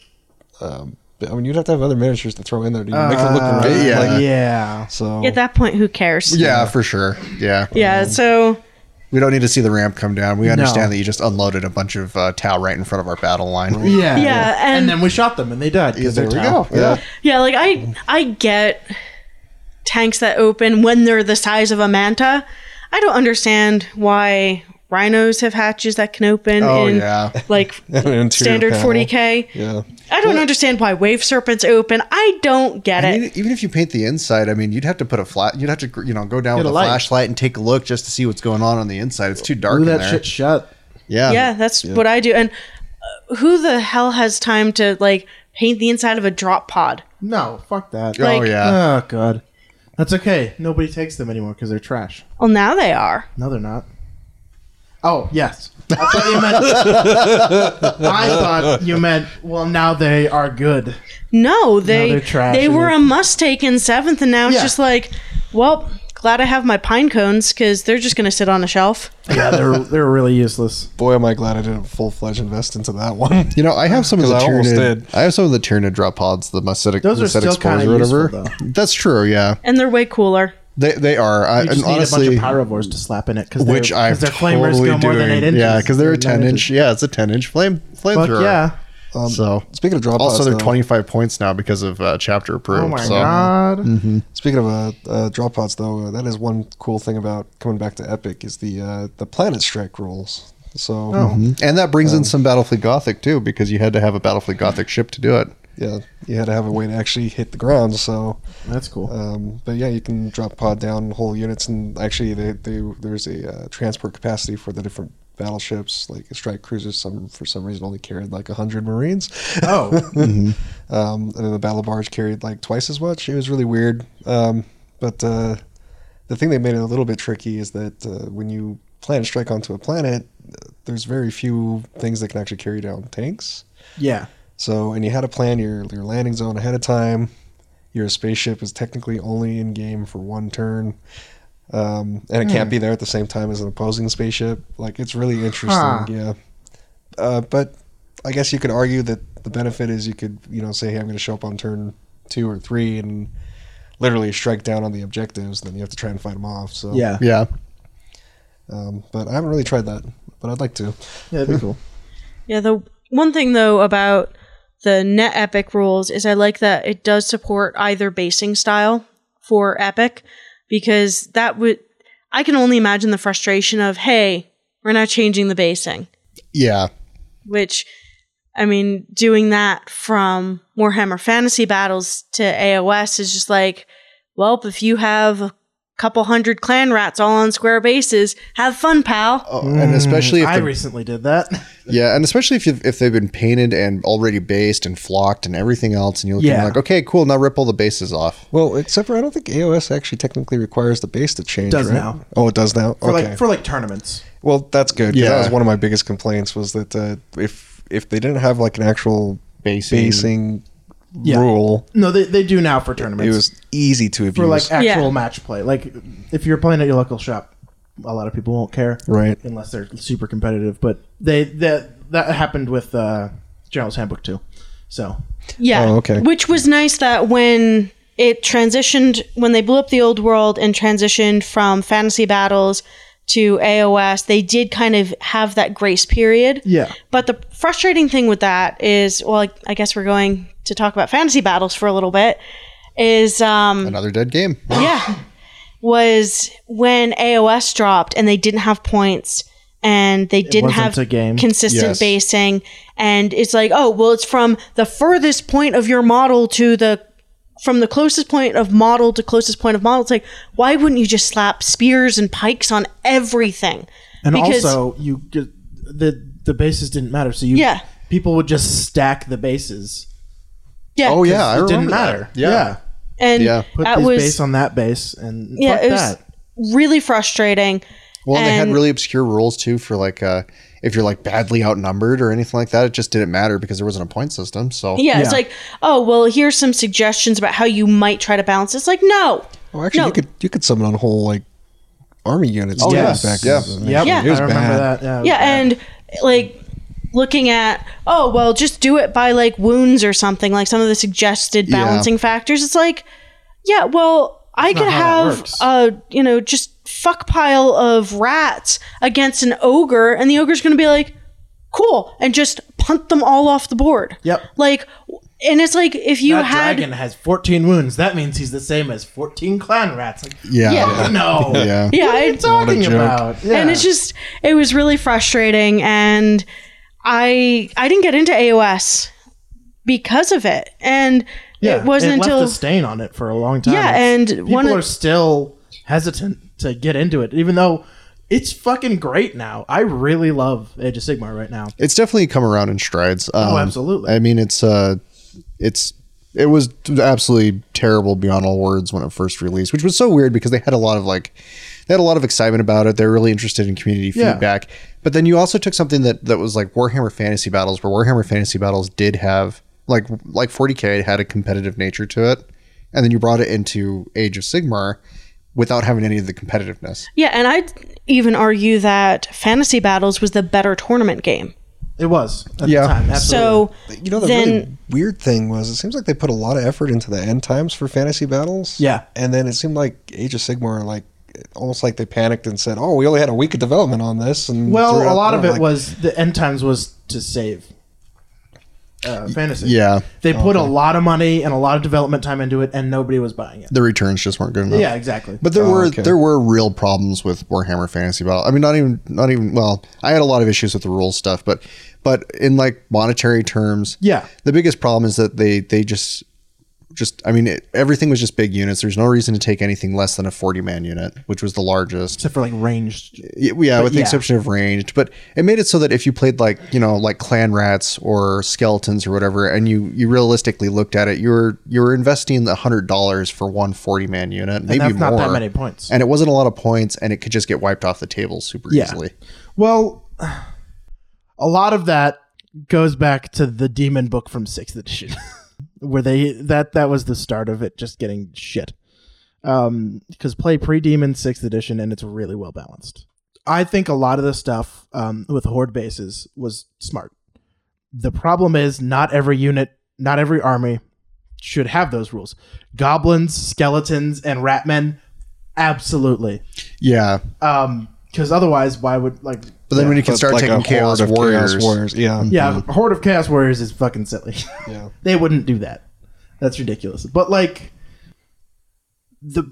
D: um, I mean you'd have to have other miniatures to throw in there to even make it look right.
C: Uh, yeah.
D: Like,
B: yeah.
D: so [LAUGHS]
A: at that point who cares
C: Yeah, for sure. Oh. Yeah.
A: yeah so
C: We don't need to see the ramp come down. We understand
B: No.
C: that you just unloaded a bunch of uh, towel right in front of our battle line.
B: Yeah.
A: Yeah, and-
B: then we shot them and they died. 'cause
C: Yeah, there
B: they're
C: we go.
B: tau.
C: Yeah.
A: Yeah, like I I get tanks that open when they're the size of a manta. I don't understand why rhinos have hatches that can open
C: Oh
A: in
C: yeah, [LAUGHS]
A: like
D: [LAUGHS] An interior
A: standard
D: panel.
A: 40k.
D: Yeah.
A: I don't understand why wave serpents open. I don't get
C: I
A: it.
C: mean, even if you paint the inside, I mean, you'd have to put a flat. You'd have to, you know, go down
B: Get
C: with
B: a
C: a
B: light.
C: flashlight and take a look just to see what's going on on the inside. It's too dark
B: Glue
C: in
B: that
C: there.
B: shit shut.
C: Yeah,
A: yeah, that's what I do. And uh, who the hell has time to like paint the inside of a drop pod?
B: No, fuck that.
C: Oh
A: Like- uh,
C: yeah.
B: Oh god, that's okay. Nobody takes them anymore because they're trash.
A: Well, now they are.
B: No, they're not. Oh yes, I thought you [LAUGHS] meant. I thought you meant. Well, now they are good.
A: No, they
B: they're trash
A: they
B: and
A: were
B: they-
A: a must take in seventh, and now it's
B: Yeah.
A: just like, well, glad I have my pine cones because they're just gonna sit on a shelf.
B: Yeah, they're they're really useless.
D: Boy, am I glad I did a full fledged invest into
C: [LAUGHS]
D: that one.
C: You know, I have some of the
D: 'Cause I almost did.
C: Tyranid. I have some of the Tyranid drop pods, the Mycetic,
B: Those are
C: Mycetic
B: still
C: spores
B: kinda
C: or whatever.
B: useful,
C: That's true. Yeah,
A: And they're way cooler.
C: they they are. I,
B: You just
C: and
B: need
C: honestly,
B: a bunch of pyrovores to slap in it because
C: which I
B: their
C: totally
B: flamers go
C: doing.
B: more than eight inches.
C: Yeah, because they're a
B: nine
C: ten inch.
B: inches.
C: Yeah, it's a ten inch flame
B: Fuck
C: flamethrower.
B: yeah!
D: Um,
C: So
D: Speaking of drop
C: also
D: pods,
C: they're
D: though-
C: twenty five points now because of uh, chapter approved.
B: Oh my
C: so.
B: god!
D: Speaking of uh, uh, drop pods, though, uh, that is one cool thing about coming back to Epic is the uh, the planet strike rules. So
C: Mhm. And that brings in some Battlefleet Gothic too, because you had to have a Battlefleet Gothic ship to do it.
D: yeah, you had to have a way to actually hit the ground. So,
B: That's cool.
D: um, but yeah, you can drop pod down whole units, and actually, they, they, there's a uh, transport capacity for the different battleships, like strike cruisers. Some for some reason only carried like hundred Marines.
B: oh,
D: um, and then the battle barge carried like twice as much. It was really weird. Um, but uh, the thing that made it a little bit tricky is that uh, when you plan a strike onto a planet, uh, there's very few things that can actually carry down tanks.
B: yeah.
D: So, and you had to plan your your landing zone ahead of time. Your spaceship is technically only in game for one turn. Um, and it
B: Hmm.
D: can't be there at the same time as an opposing spaceship. Like it's really interesting,
B: Huh.
D: yeah. Uh, but I guess you could argue that the benefit is you could, you know, say, "Hey, I'm going to show up on turn two or three and literally strike down on the objectives." Then you have to try and fight them off.
B: [LAUGHS]
D: So
B: Yeah.
C: Yeah,
D: Um, but I haven't really tried that, but I'd like to.
B: Yeah, that'd be cool.
A: Yeah, the one thing though about the net epic rules is I like that it does support either basing style for epic because that would I can only imagine the frustration of hey, we're not changing the basing,
C: yeah,
A: which I mean, doing that from Warhammer Fantasy Battles to AOS is just like, well, if you have a couple hundred clan rats all on square bases, have fun, pal.
C: Oh, and especially if
B: Mm, I
C: the,
B: recently did that. [LAUGHS]
C: yeah, and especially if you've, if they've been painted and already based and flocked and everything else, and you're looking
B: Yeah.
C: like, okay, cool, now rip all the bases off.
D: Well, except for I don't think AOS actually technically requires the base to change.
B: does
D: right?
B: now.
D: Oh, it does now.
B: For
D: okay.
B: like for like tournaments.
D: Well, that's good. 'cause that
C: Yeah.
D: was one of my biggest complaints was that uh, if if they didn't have like an actual
C: Basing.
D: basing
B: Yeah.
D: rule,
B: No, they, they do now for
D: it
B: tournaments.
D: was easy to
B: for like
D: abuse.
B: actual
A: Yeah.
B: match play. Like if you're playing at your local shop, a lot of people won't care,
D: Right.
B: Unless they're super competitive. But they that that happened with uh, General's Handbook too. So
A: Yeah.
D: Oh, okay.
A: Which was nice that when it transitioned, when they blew up the old world and transitioned from fantasy battles to AOS, they did kind of have that grace period.
B: yeah,
A: But the frustrating thing with that is, well, I- I guess we're going to talk about fantasy battles for a little bit, is um,
C: Another dead game.
A: yeah, was when AOS dropped and they didn't have points and they didn't
B: wasn't
A: have
B: a game.
A: consistent
C: Yes.
A: basing. And it's like, oh, well, it's from the furthest point of your model to the from the closest point of model to closest point of model. It's like, why wouldn't you just slap spears and pikes on everything?
B: and also you ju- the the bases didn't matter. So you
A: Yeah.
B: people would just stack the bases.
A: yeah,
C: Oh yeah, I
B: it didn't
C: remember that.
B: matter.
C: Yeah.
A: and
C: yeah.
B: Put
A: that
B: this
A: was
B: base on that base, and
A: Yeah,
B: fuck
A: it was-
B: that.
A: really frustrating.
C: Well, and they had
A: And-
C: really obscure rules too for like uh, if you're like badly outnumbered or anything like that, it just didn't matter because there wasn't a point system. So
A: Yeah, it's
B: Yeah.
A: like, oh, well, here's some suggestions about how you might try to balance. It's like, no,
D: oh, actually,
A: No.
D: you could you could summon on whole like army units.
C: Oh,
D: too
C: yes.
D: back
C: Yeah.
D: then.
B: Yep,
A: Yeah.
D: it was
B: I remember
D: bad.
B: that. Yeah, it was
A: yeah
B: bad.
A: and like looking at oh well just do it by like wounds or something like some of the suggested
C: Yeah.
A: balancing factors it's like yeah well i could
B: not how that
A: have
B: works.
A: a you know just fuck pile of rats against an ogre and the ogre's gonna be like cool and just punt them all off the board
B: Yep.
A: like w- And it's like if you
B: that
A: had
B: dragon has 14 wounds. That means he's the same as 14 clan rats. Like,
C: Yeah.
B: yeah, [LAUGHS] no.
C: Yeah.
A: yeah,
B: What are you
A: it-
B: talking
D: joke.
B: about? Yeah.
A: and it's just it was really frustrating and I I didn't get into AOS because of it. And it wasn't
B: left
A: until
B: a stain on it for a long time.
A: Yeah,
B: It's-
A: and
B: people
A: one of-
B: are still hesitant to get into it, even though it's fucking great now. I really love Age of Sigmar right now.
C: It's definitely come around in strides. Um,
B: Oh, absolutely.
C: I mean, it's uh, it's it was absolutely terrible beyond all words when it first released, which was so weird because they had a lot of like they had a lot of excitement about it. They're really interested in community
B: Yeah.
C: feedback. But then you also took something that that was like Warhammer Fantasy Battles, where Warhammer Fantasy Battles did have like like 40k had a competitive nature to it, and then you brought it into Age of Sigmar without having any of the competitiveness.
A: yeah, and I'd even argue that Fantasy Battles was the better tournament game.
B: It was at
C: Yeah.
B: the time. Absolutely.
A: So
D: You know, the really
A: Then-
D: weird thing was it seems like they put a lot of effort into the end times for fantasy battles.
B: Yeah.
D: And then it seemed like Age of Sigmar, like, almost like they panicked and said, oh, we only had a week of development on this. And threw
B: well, a
D: out-
B: lot of it
D: like,
B: was the end times was to save uh, fantasy.
C: Yeah,
B: They put a lot of money and a lot of development time into it, and nobody was buying it.
C: the returns just weren't good enough.
B: Yeah, exactly.
C: But there
D: Oh,
C: were
D: okay.
C: there were real problems with Warhammer Fantasy Battle. I mean, not even not even well. I had a lot of issues with the rules stuff, but but in like monetary terms,
B: Yeah.
C: The biggest problem is that they they just just I mean it, everything was just big units. There's no reason to take anything less than a 40 man unit, which was the largest.
B: except for like ranged.
C: Y- Yeah, with the
B: yeah.
C: exception of ranged, but it made it so that if you played like you know like clan rats or skeletons or whatever, and you you realistically looked at it, you were you were investing the hundred dollars for one 40 man unit, maybe
B: And that's
C: more
B: not that many points.
C: and it wasn't a lot of points, and it could just get wiped off the table super
B: Yeah.
C: easily.
B: Well, a lot of that goes back to the demon book from sixth edition, [LAUGHS] where they that that was the start of it just getting shit. Um, because play pre demon sixth edition and it's really well balanced. I think a lot of the stuff um, with horde bases was smart. The problem is not every unit, not every army should have those rules. Goblins, skeletons, and ratmen, absolutely.
C: Yeah,
B: Um, because otherwise, why would like
C: but then when you can
D: but
C: start
D: like a
C: taking chaos
D: horde of
C: warriors,
D: warriors. Yeah.
B: Yeah, Horde of Chaos Warriors is fucking silly. [LAUGHS]
D: Yeah.
B: they wouldn't do that. That's ridiculous. But like the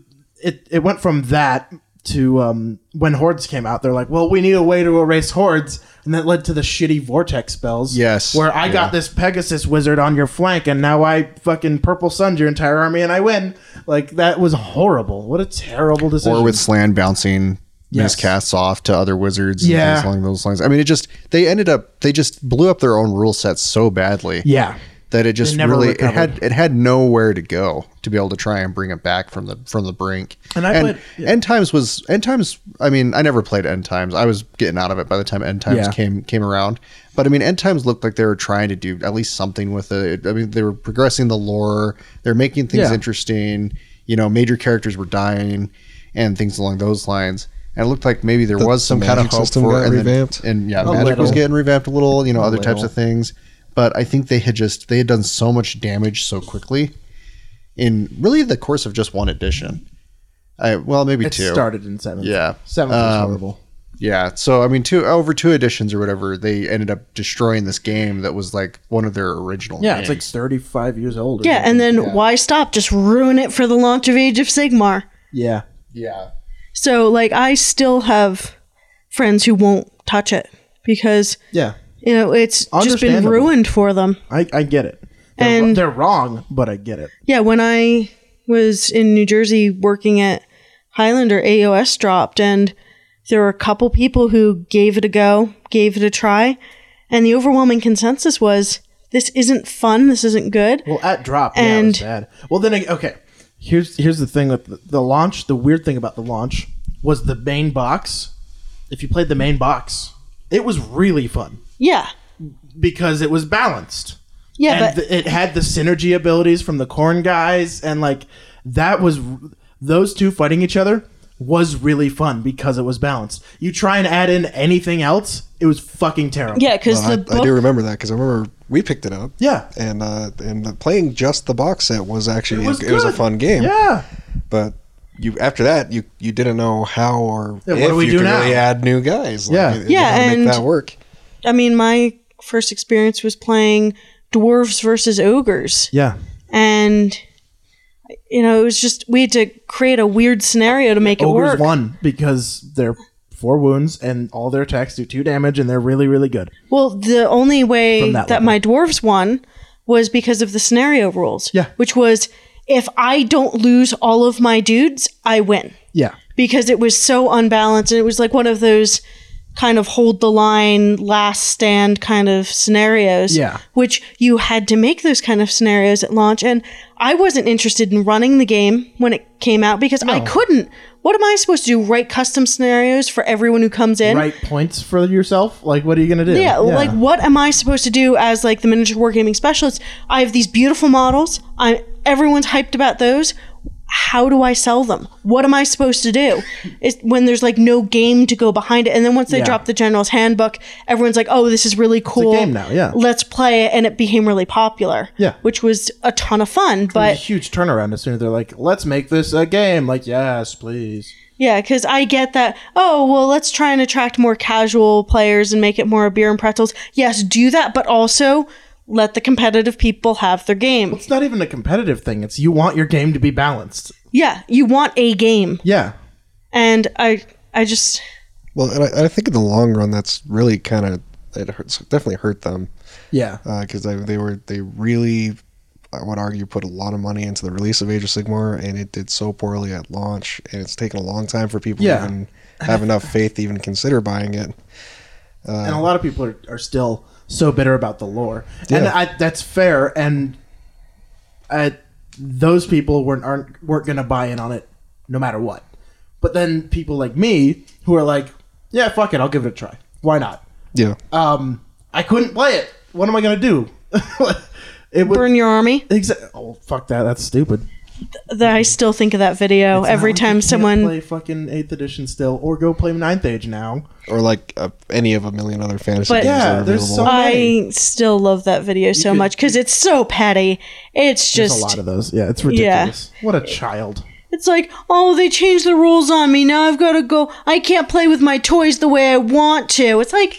B: it it went from that to um when hordes came out, they're like, well, we need a way to erase hordes, and that led to the shitty vortex spells.
C: Yes.
B: where I got this Pegasus wizard on your flank, and now I fucking purple sunned your entire army, and I win. Like that was horrible. What a terrible decision.
C: or with slan bouncing
B: Yes.
C: miscasts off to other wizards, and
B: Yeah.
C: things along those lines. I mean, it just they ended up they just blew up their own rule sets so badly
B: yeah,
C: that it just
B: They never
C: really
B: recovered.
C: it had it had nowhere to go to be able to try and bring it back from the from the brink.
B: And I played- yeah.
C: End Times was End Times. I mean, I never played End Times. I was getting out of it by the time End Times
B: Yeah.
C: came came around. But I mean, End Times looked like they were trying to do at least something with it. I mean, they were progressing the lore. They're making things
B: Yeah.
C: interesting. You know, major characters were dying and things along those lines. And it looked like maybe there was some kind of
D: magic
C: hope
D: system
C: for
D: got
C: it. And, then,
D: revamped?
C: and yeah, magic was
B: little.
C: getting revamped a little. You know, other types
D: little.
C: of things. But I think they had just they had done so much damage so quickly in really the course of just one edition. I, well, maybe
B: it
C: two.
B: started in seventh.
C: Yeah.
B: seventh was
C: Um,
B: horrible.
C: Yeah. So I mean, two over two editions or whatever, they ended up destroying this game that was like one of their original.
B: Yeah, it's like
C: games.
B: thirty five years old. or
A: yeah,
B: something.
A: and then why stop? Just ruin it for the launch of Age of Sigmar.
B: yeah.
C: yeah,
A: So like I still have friends who won't touch it because
B: Yeah,
A: you know it's just been
B: Understandable.
A: ruined for them.
B: I, I get it. They're,
A: And-
B: they're wrong, but I get it.
A: Yeah, when I was in New Jersey working at Highlander, AOS dropped, and there were a couple people who gave it a go, gave it a try, and the overwhelming consensus was this isn't fun, this isn't good.
B: Well, at drop,
A: And-
B: yeah, it was bad. Well, then ag- okay. Here's here's the thing with the, the launch. The weird thing about the launch was the main box. If you played the main box, it was really fun
A: Yeah,
B: because it was balanced.
A: yeah,
B: and
A: but
B: th- it had the synergy abilities from the corn guys, and like that was those two fighting each other was really fun because it was balanced. You try and add in anything else, it was fucking terrible.
A: yeah, because
D: Well, I,
A: the
D: I
A: book,
D: do remember that because I remember we picked it up.
B: Yeah.
D: And uh, and the, playing just the box set was actually it was, a
B: good.
D: fun game.
B: Yeah.
D: But you after that you you didn't know how or
B: Yeah, what
D: if
B: do we
D: you
B: do
D: could
B: now?
D: really add new guys.
B: Yeah.
D: you- you
A: Yeah,
D: gotta
A: and-
D: make that work.
A: I mean, my first experience was playing dwarves versus ogres.
B: Yeah.
A: And, you know, it was just, we had to create a weird scenario to make it
B: Ogres
A: work.
B: won because they're four wounds and all their attacks do two damage and they're really, really good.
A: Well, the only way
B: From
A: that,
B: that
A: my dwarves won was because of the scenario rules.
B: Yeah.
A: Which was if I don't lose all of my dudes, I win.
B: Yeah.
A: Because it was so unbalanced and it was like one of those kind of hold the line, last stand kind of scenarios.
B: Yeah.
A: Which you had to make those kind of scenarios at launch. And I wasn't interested in running the game when it came out because I couldn't. What am I supposed to do? Write custom scenarios for everyone who comes in?
B: Write points for yourself? Like, what are you going to do?
A: yeah, like what am I supposed to do as like the miniature wargaming specialist? I have these beautiful models. I everyone's hyped about those. How do I sell them? What am I supposed to do? It's when there's like no game to go behind it. And then once they
B: Yeah.
A: drop the general's handbook, everyone's like, "Oh, this is really cool."
B: game now, yeah.
A: Let's play it, and it became really popular.
B: Yeah.
A: which was a ton of fun.
B: There's
A: But
B: a huge turnaround as soon as they're like, let's make this a game. Like, yes, please.
A: Yeah, because I get that. Oh, well, let's try and attract more casual players and make it more beer and pretzels. Yes, do that, but also let the competitive people have their game.
B: It's not even a competitive thing. It's you want your game to be balanced.
A: Yeah, you want a game,
B: Yeah.
A: and I, I just
D: Well, and I, I think in the long run, that's really kind of it hurts, definitely hurt them
B: Yeah.
D: because they, they were they really, I would argue, put a lot of money into the release of Age of Sigmar, and it did so poorly at launch, and it's taken a long time for people
B: Yeah.
D: to even
B: [LAUGHS]
D: have enough faith to even consider buying it.
B: and a lot of people are, are still so bitter about the lore and
D: Yeah.
B: I, that's fair and I, those people weren't aren't, weren't going to buy in on it no matter what but then people like me who are like yeah fuck it i'll give it a try why not
D: Yeah,
B: um, i couldn't play it what am i going to do [LAUGHS] it would
A: burn your army.
B: exa- oh fuck that that's stupid
A: That I still think of that video every
B: Now you
A: time
B: can't
A: someone.
B: play fucking 8th edition still or go play 9th age now
D: or like uh, any of a million other fantasy
A: But-
D: games
B: Yeah,
D: that are
B: there's
D: available.
B: so-
A: I still love that video so
B: could-
A: much because it's so petty. It's
B: there's
A: just
B: a lot of those yeah it's ridiculous what a child
A: It's like, oh, they changed the rules on me. Now I've got to go. I can't play with my toys the way I want to. It's like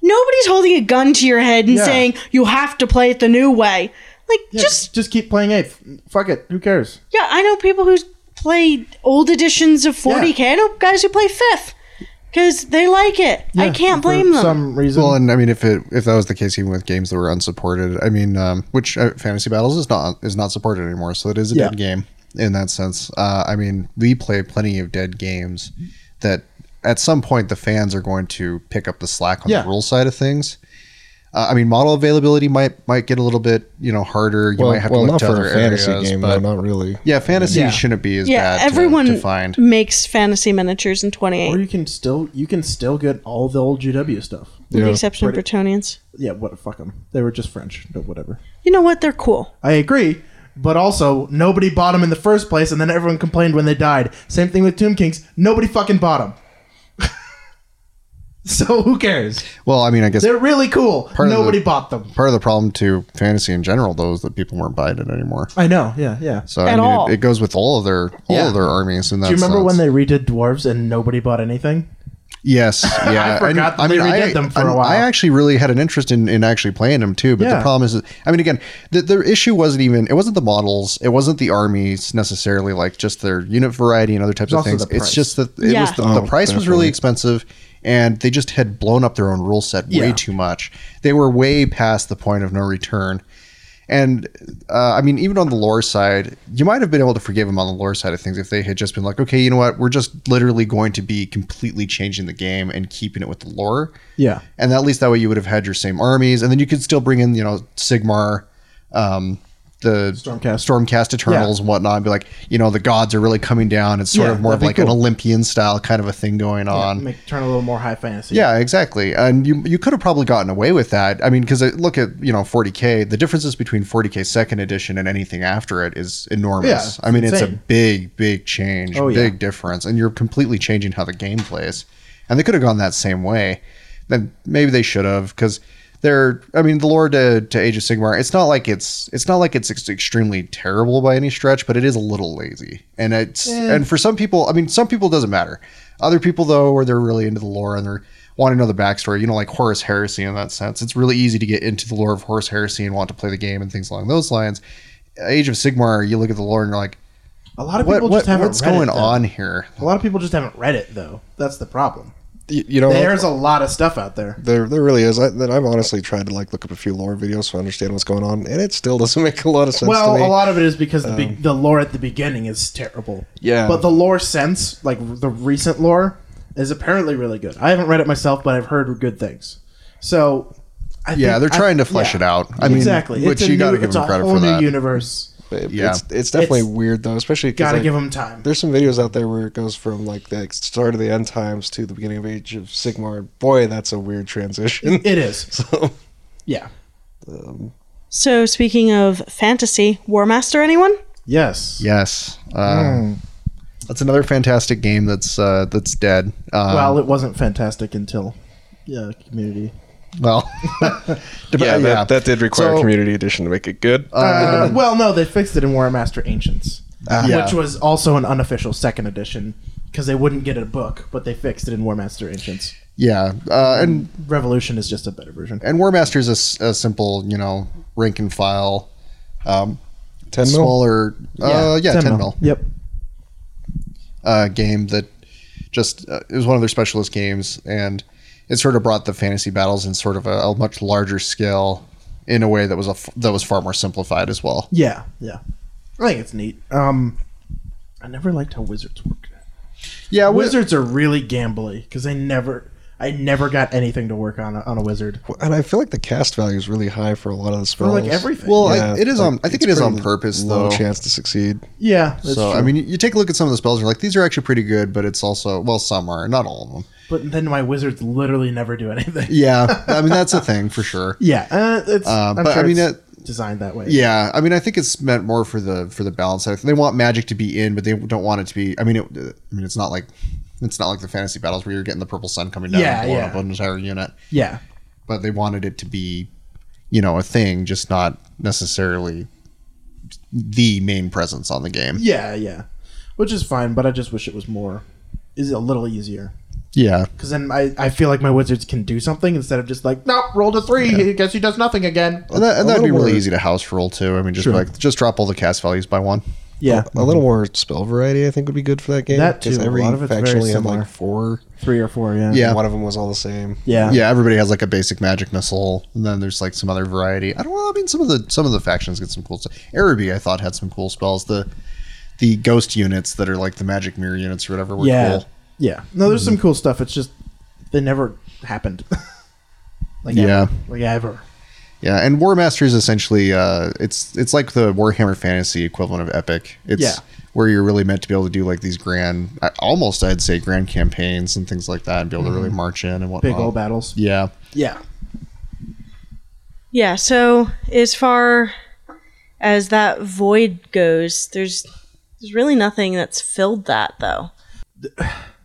A: nobody's holding a gun to your head and
B: Yeah.
A: saying you have to play it the new way. Like,
B: Yeah,
A: just
B: just keep playing 8th fuck it who cares
A: yeah, I know people who play old editions of 40k. I know guys who play fifth because they like it. I can't blame
B: for
A: them.
B: Some reason.
C: Well, and I mean, if it if that was the case, even with games that were unsupported, I mean, um, which uh, Fantasy Battles is not is not supported anymore, so it is a
B: Yeah.
C: dead game in that sense. Uh, I mean, we play plenty of dead games that at some point the fans are going to pick up the slack on
B: Yeah.
C: the rule side of things. Uh, I mean, model availability might might get a little bit you know harder. You might have to look to other areas, but
D: not really.
C: yeah, fantasy
B: Yeah.
C: shouldn't be as
A: yeah,
C: bad. to-
A: everyone
C: to, find.
A: makes fantasy miniatures in 28,
B: or you can still you can still get all the old GW stuff.
A: with
D: Yeah.
A: the exception of
B: Pretty-
A: Bretonians.
B: Yeah, what fuck them. They were just French, but whatever.
A: You know what? They're cool.
B: I agree, but also nobody bought them in the first place, and then everyone complained when they died. Same thing with Tomb Kings. Nobody fucking bought them. [LAUGHS] so who cares?
C: Well, I mean, I guess
B: They're really cool.
C: Part of
B: nobody
C: the-
B: bought them.
C: part of the problem to fantasy in general though is that people weren't buying it anymore.
B: I know. Yeah, yeah.
C: So
A: At
C: I mean,
A: all.
C: It, it goes with all of their all
B: Yeah.
C: of their armies. And
B: Do you remember when they redid dwarves and nobody bought anything? [LAUGHS]
C: Yes, yeah.
B: forgot
C: And,
B: that they redid them for a
C: I- I
B: while.
C: actually really had an interest in, in actually playing them too. But
B: Yeah.
C: the problem is, that- I mean, again, the, the issue wasn't even it wasn't the models, it wasn't the armies necessarily, like just their unit variety and other types of
B: also
C: things.
B: the
C: It's
B: price.
C: just that it
A: Yeah.
C: was the,
D: Oh,
C: the price was
D: definitely.
C: really expensive, and they just had blown up their own rule set way
B: Yeah.
C: too much. They were way past the point of no return. And uh, I mean, even on the lore side, you might have been able to forgive them on the lore side of things if they had just been like, okay, you know what, we're just literally going to be completely changing the game and keeping it with the lore.
B: Yeah.
C: And at least that way you would have had your same armies, and then you could still bring in, you know, Sigmar, um, the
B: Stormcast.
C: Stormcast Eternals and whatnot, and be like, you know, the gods are really coming down. It's sort
B: Yeah,
C: of more of
B: that'd be
C: like an
B: cool.
C: Olympian style kind of a thing going on.
B: Make turn a little more high fantasy.
C: Yeah, exactly. And you you could have probably gotten away with that. I mean, because look at you know 40k. The differences between 40k second edition and anything after it is
B: Yeah,
C: enormous.
B: it's
C: I mean, it's a
B: insane.
C: big, big change,
B: Oh, yeah.
C: big difference, and you're completely changing how the game plays. And they could have gone that same way. Then maybe they should have because. They're, I mean, the lore to, to Age of Sigmar. It's not like it's, it's not like it's ex- extremely terrible by any stretch, but it is a little lazy, and it's, and for some people, I mean, some people it doesn't matter. Other people though, where they're really into the lore and they're want to know the backstory, you know, like Horus Heresy in that sense. It's really easy to get into the lore of Horus Heresy and want to play the game and things along those lines. Age of Sigmar, you look at the lore and you're like,
B: A lot of
C: what,
B: people
C: what-
B: just haven't
C: what's
B: read it,
C: going
B: though.
C: on here?
B: A lot of people just haven't read it though. That's the problem.
D: You, you know,
B: There's a lot of stuff out there.
D: there there really is. I, that I've honestly tried to like look up a few lore videos to understand what's going on, and it still doesn't [LAUGHS] make a lot of sense
B: Well,
D: to me.
B: a lot of it is because the,
C: Um,
B: be- the lore at the beginning is terrible.
D: Yeah.
B: But the lore sense, like the recent lore, is apparently really good. I haven't read it myself, but I've heard good things. So, I
C: Yeah,
B: think-
C: they're
B: I-
C: trying to flesh
B: yeah.
C: it out. I mean,
B: exactly.
C: which
B: it's a
C: you got to
B: new,
C: give
B: it's
C: them
B: a
C: credit
B: whole
C: for
B: new
C: that.
B: universe.
D: But
C: Yeah.
D: it's, it's definitely weird though, especially because
B: Got to
D: like,
B: give them time.
D: there's some videos out there where it goes from like the start of the end times to the beginning of Age of Sigmar. Boy, that's a weird transition.
B: It is.
D: [LAUGHS] so um,
B: Yeah.
A: So speaking of fantasy, War Master, anyone?
B: Yes.
C: Yes, uh,
B: Hmm.
C: that's another fantastic game that's uh, that's dead. Um,
B: Well, it wasn't fantastic until yeah, community. [LAUGHS]
C: well, [LAUGHS] Dep-
D: yeah, that,
C: yeah.
D: that did require
C: So-
D: a community edition to make it good.
B: Uh, well, no, they fixed it in War Master Ancients,
C: Uh, yeah.
B: which was also an unofficial second edition because they wouldn't get a book, but they fixed it in War Master Ancients.
C: yeah, uh, and
B: Revolution is just a better version.
C: and War Master is a s- a, simple, you know, rank and file, um,
D: Ten mil?
C: smaller, uh, yeah, ten, mil.
B: Yep.
C: uh, game that just uh, it was one of their specialist games, and it sort of brought the fantasy battles in sort of a, a much larger scale in a way that was a f- that was far more simplified as well.
B: Yeah. Yeah. I think it's neat. Um, I never liked how wizards worked.
C: Yeah,
B: Wizards are really gambly because they never. I never got anything to work on a, on a wizard.
D: and I feel like the cast value is really high for a lot of
B: For
D: the spells.
B: like everything.
C: Well, I-
D: Yeah,
C: it is
D: like,
C: on. I think
D: it's
C: it is on
D: pretty
C: purpose
D: low
C: though.
D: chance to succeed.
B: yeah. That's
C: so
B: true.
C: I mean, you- you take a look at some of the spells. You're like, these are actually pretty good, but it's also well, some are not all of them.
B: but then my wizards literally never do anything.
C: Yeah, [LAUGHS] I mean that's a thing for sure.
B: Yeah, uh, it's.
C: Uh,
B: I'm
C: but,
B: sure
C: I mean,
B: it's designed that way.
C: Yeah, I mean, I think it's meant more for the for the balance. I think they want magic to be in, but they don't want it to be. I mean, it, I mean, it's not like it's not like the fantasy battles where you're getting the purple sun coming down
B: Yeah,
C: and blowing
B: yeah.
C: up an entire unit.
B: yeah,
C: But they wanted it to be, you know, a thing, just not necessarily the main presence on the game.
B: yeah, yeah. Which is fine, but I just wish it was more. Is a little easier
C: Yeah,
B: because then I, I feel like my wizards can do something instead of just like nope rolled a three. I [LAUGHS] guess he does nothing again.
C: and, that, and that'd be
D: little
C: really
D: more-
C: easy to house roll too. I mean, just like just drop all the cast values by one.
B: Yeah,
C: Mm-hmm.
D: A little more spell variety, I think, would be good for that game.
B: That
D: 'cause
B: too. A
D: Every
B: lot of it's
D: faction
B: very
D: only had
B: similar.
D: like four.
B: three or four. Yeah,
C: Yeah.
D: One of them was all the same.
B: yeah,
C: yeah, everybody has like a basic magic missile, and then there's like some other variety. I don't know. I mean, some of the some of the factions get some cool stuff. Araby, I thought, had some cool spells. The the ghost units that are like the magic mirror units or whatever were
B: yeah.
C: cool.
B: Yeah. Mm-hmm. No, there's some cool stuff. It's just they never happened. [LAUGHS] like
C: Yeah.
B: ever. like ever.
C: Yeah, and War Master is essentially uh, it's it's like the Warhammer Fantasy equivalent of Epic. It's
B: Yeah.
C: where you're really meant to be able to do like these grand, I- almost I'd say grand campaigns and things like that, and be able to really march in and whatnot.
B: Mm-hmm. Big old battles.
C: Yeah,
B: Yeah,
A: Yeah, so as far as that void goes, there's there's really nothing that's filled that though.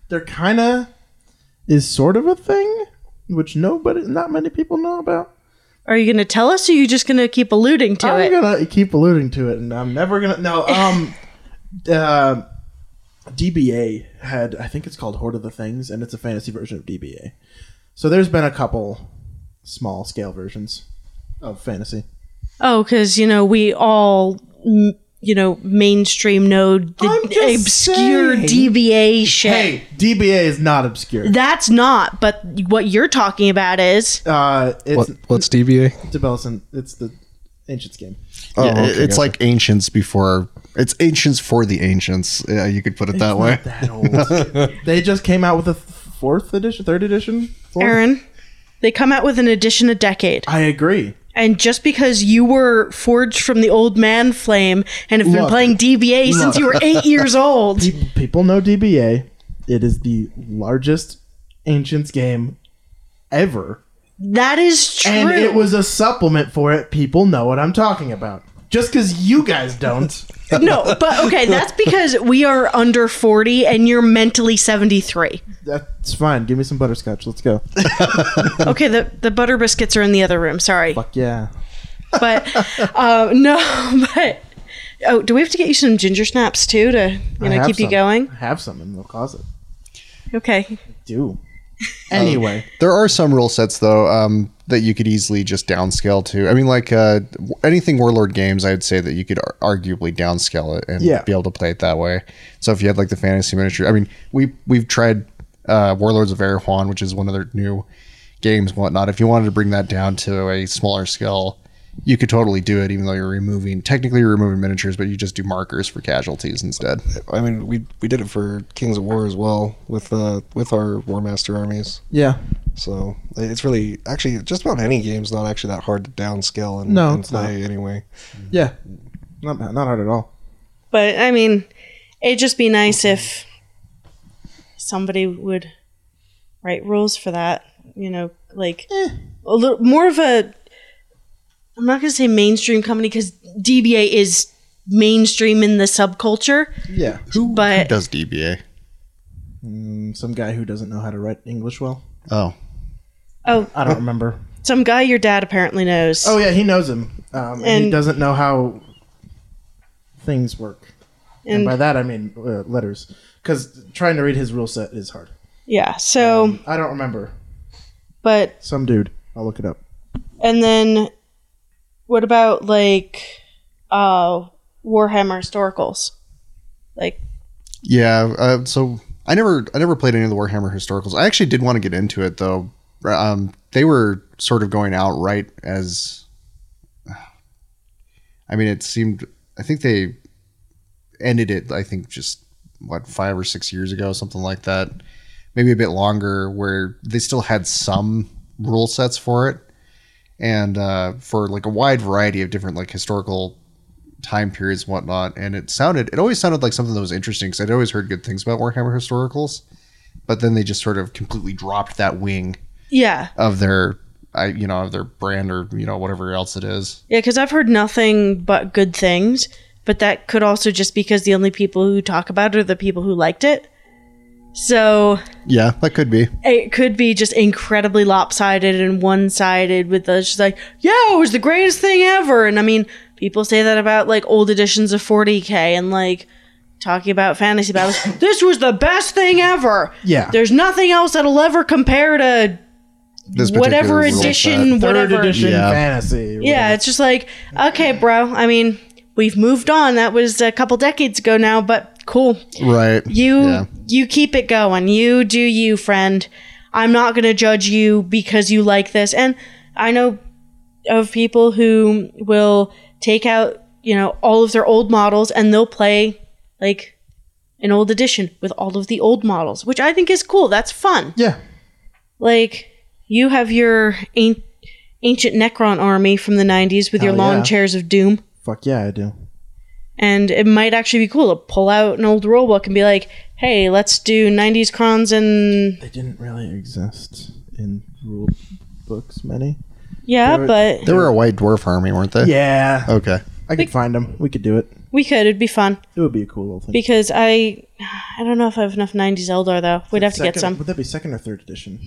B: there kind of is sort of a thing which nobody, not many people know about.
A: Are you going to tell us or are you just going to keep alluding to
B: I'm
A: it?
B: gonna keep alluding to it, and I'm never gonna.
A: [LAUGHS]
B: No, um, uh, DBA had I think it's called Horde of the Things, and it's a fantasy version of DBA. So there's been a couple small scale versions of fantasy.
A: Oh, cuz you know, we all mm, you know, mainstream know the
B: I'm just
A: obscure
B: saying.
A: DBA shit.
B: Hey, DBA is
A: [LAUGHS]
B: not obscure.
A: That's not, but what you're talking about is
B: Uh, it's
D: What, what's DBA?
B: Debellison. It's the ancients game.
D: Oh,
C: Yeah, it-
D: okay,
C: it's
D: gotcha.
C: like ancients before it's ancients for the ancients. Yeah, you could put it that way.
B: Not that old. [LAUGHS] they just came out with a th- fourth edition, third edition. Fourth?
A: Aaron. They come out with an edition a decade.
B: I agree.
A: And just because you were forged from the old man flame and have been
B: Look.
A: playing DBA since you were
B: [LAUGHS]
A: eight years old.
B: Pe- People know DBA. It is the largest ancients game ever,
A: That is true.
B: and it was a supplement for it. People know what I'm talking about. Just because you guys don't.
A: no, but okay, that's because we are under 40 and you're mentally
B: [LAUGHS]
A: 73.
B: [LAUGHS] That's fine. Give me some butterscotch. Let's [LAUGHS] go.
A: Okay, the, the butter biscuits are in the other room. Sorry.
B: Fuck yeah.
A: But uh, [LAUGHS] no, but oh, do we have to get you some ginger snaps too to you
B: I
A: know
B: have
A: keep you
B: some.
A: going?
B: I have some in the closet.
A: Okay.
B: Do. [LAUGHS] Anyway,
C: There are some rule sets though um, that you could easily just downscale to. I mean, like uh, w- anything Warlord games, I'd say that you could ar- arguably downscale it and
B: Yeah.
C: be able to play it that way. So if you had like the fantasy miniature, I mean, we we've tried uh, Warlords of Erewhon, which is one of their new games and whatnot. If you wanted to bring that down to a smaller scale, you could totally do it, even though you're removing technically you're removing miniatures, but you just do markers for casualties instead.
D: I mean, we we did it for Kings of War as well with uh with our War Master armies.
B: yeah,
D: So it's really actually just about any game's not actually that hard to downscale and,
B: No,
D: and
B: it's not.
D: play anyway.
B: yeah, not not hard at all.
A: But I mean, it'd just be nice if somebody would write rules for that. You know, like a little more of a. I'm not gonna say mainstream company because DBA is mainstream in the subculture,
B: Yeah,
A: but
C: Does DBA?
B: Mm, some guy who doesn't know how to write English well.
C: Oh,
A: oh,
B: I don't remember.
A: some guy your dad apparently knows.
B: [LAUGHS] Oh yeah, he knows him, um, and, he
A: And-
B: doesn't know how things work. And,
A: And-
B: by that I mean uh, letters, because trying to read his rule set is hard. Um,
A: yeah. So,
B: I don't remember.
A: but
B: Some dude. I'll look it up.
A: And then what about like uh Warhammer historicals? Like
C: Yeah, uh, so I never I never played any of the Warhammer historicals. I actually did want to get into it though. Um, they were sort of going out right as I mean it seemed I think they ended it I think just what 5 or 6 years ago something like that. Maybe a bit longer where they still had some rule sets for it and uh, for like a wide variety of different like historical time periods and whatnot. And it sounded, it always sounded like something that was interesting because I'd always heard good things about Warhammer historicals, but then they just sort of completely dropped that wing
A: yeah.
C: of their, I you know, of their brand or you know whatever else it is.
A: Yeah, cuz I've heard nothing but good things, but that could also just because the only people who talk about it are the people who liked it. So,
C: Yeah, that could be.
A: it could be just incredibly lopsided and one-sided with us just like, "Yeah, it was the greatest thing ever." And I mean, people say that about like old editions of 40K and like talking about fantasy
B: [LAUGHS]
A: battles. this was the best thing ever.
B: Yeah.
A: There's nothing else that'll ever compare to
C: This particular
A: whatever
C: rule
A: edition,
C: set.
B: Third
A: whatever.
B: edition
C: Yeah.
B: fantasy.
A: Yeah, it's just like, okay, bro. I mean, we've moved on. That was a couple decades ago now, but cool.
C: right?
A: You
C: Yeah.
A: you keep it going. You do you, friend. I'm not going to judge you because you like this. And I know of people who will take out, you know, all of their old models and they'll play like an old edition with all of the old models, which I think is cool. That's fun
B: Yeah.
A: like you have your an- ancient Necron army from the 90s with your
B: Hell
A: lawn
B: yeah.
A: chairs of doom
B: Fuck yeah, I do.
A: and it might actually be cool to pull out an old rulebook and be like hey let's do 90s crons and
B: They didn't really exist in rule books many.
A: yeah
B: There-
A: but
C: They were a white dwarf army, weren't they?
B: Yeah.
C: Okay.
B: I could find them. We could do it.
A: we could it'd be fun
B: It would be a cool little thing.
A: because i i don't know if i have enough 90s eldar though we'd have to get
B: Second-
A: some
B: Would that be second or third edition?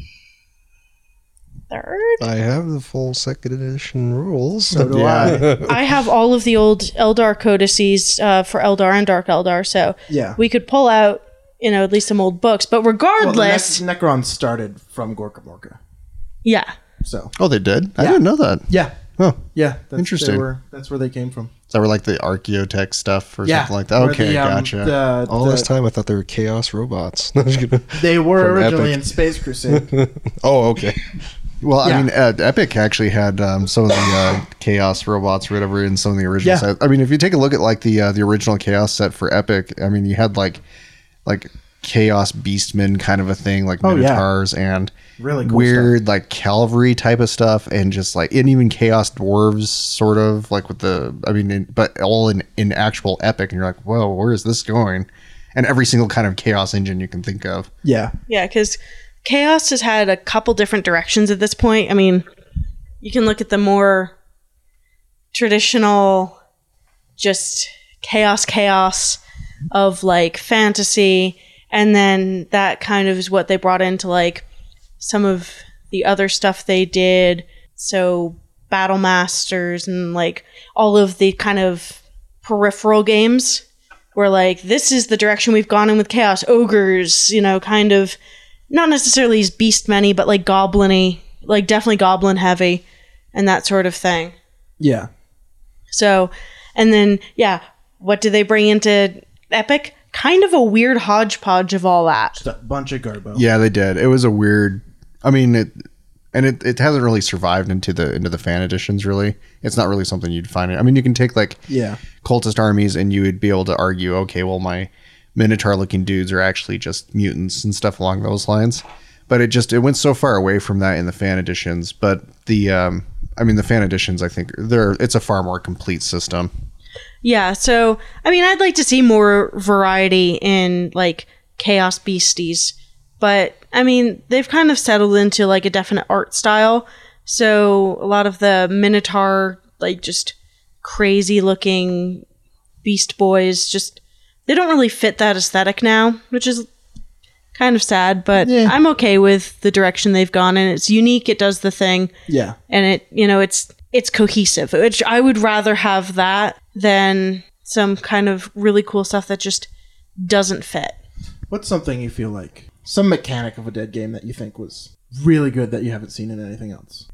A: third
D: I have the full second edition rules.
B: So do [LAUGHS] I.
A: i have all of the old eldar codices uh, for eldar and dark eldar so
B: Yeah.
A: we could pull out you know at least some old books but
B: Well,
A: regardless
B: Nec- Necron started from Gorka Morka.
A: yeah
B: So
C: Oh, they did. I didn't know that.
B: yeah,
C: Oh,
B: yeah, that's,
C: Interesting.
B: They were, that's where they came from.
C: so we're like the Archaeotech stuff or something like that.
B: where
C: Okay,
B: the, um,
C: gotcha.
B: the-
D: [LAUGHS] All
B: the-
D: this time, I thought they were chaos robots. [LAUGHS] No, I'm just kidding.
B: they were
D: from
B: originally
D: Epic.
B: in Space Crusade.
D: oh, okay.
C: [LAUGHS] Well,
B: Yeah.
C: I mean, uh, Epic actually had um, some of the uh, Chaos robots or whatever in some of the original
B: Yeah.
C: sets. I mean, if you take a look at like the uh, the original Chaos set for Epic, I mean, you had like like Chaos Beastmen kind of a thing, like
B: Oh, yeah.
C: Minotaurs and
B: Really cool
C: weird like cavalry type of stuff, and just like and even Chaos Dwarves sort of like with the I mean, in, but all in in actual Epic, and you're like, whoa, where is this going? And every single kind of Chaos engine you can think of.
B: yeah,
A: Yeah, because Chaos has had a couple different directions at this point. I mean, you can look at the more traditional, just chaos, chaos of like fantasy, and then that kind of is what they brought into like some of the other stuff they did. So, Battle Masters and like all of the kind of peripheral games where like this is the direction we've gone in with chaos ogres you know kind of not necessarily as beast many, but like goblin-y, like definitely goblin heavy and that sort of thing.
B: Yeah.
A: So, and then yeah, what do they bring into Epic? Kind of a weird hodgepodge of all that.
B: Just a bunch of garbo.
C: Yeah, they did. It was a weird. I mean, it and it, it hasn't really survived into the into the fan editions. Really, it's not really something you'd find. It. I mean, you can take like
B: Yeah.
C: cultist armies, and you would be able to argue, okay, well, my minotaur looking dudes are actually just mutants and stuff along those lines. But it just it went so far away from that in the fan editions. But the um, I mean, the fan editions, I think they're it's a far more complete system.
A: Yeah, so I mean, I'd like to see more variety in like chaos beasties, but I mean, they've kind of settled into like a definite art style. So a lot of the minotaur, like just crazy looking beast boys, just they don't really fit that aesthetic now, which is kind of sad. But I'm okay with the direction they've gone in. It's unique. It does the thing
B: Yeah.
A: and it you know it's it's cohesive which i would rather have that than some kind of really cool stuff that just doesn't fit
B: What's something you feel like some mechanic of a dead game that you think was really good that you haven't seen in anything else?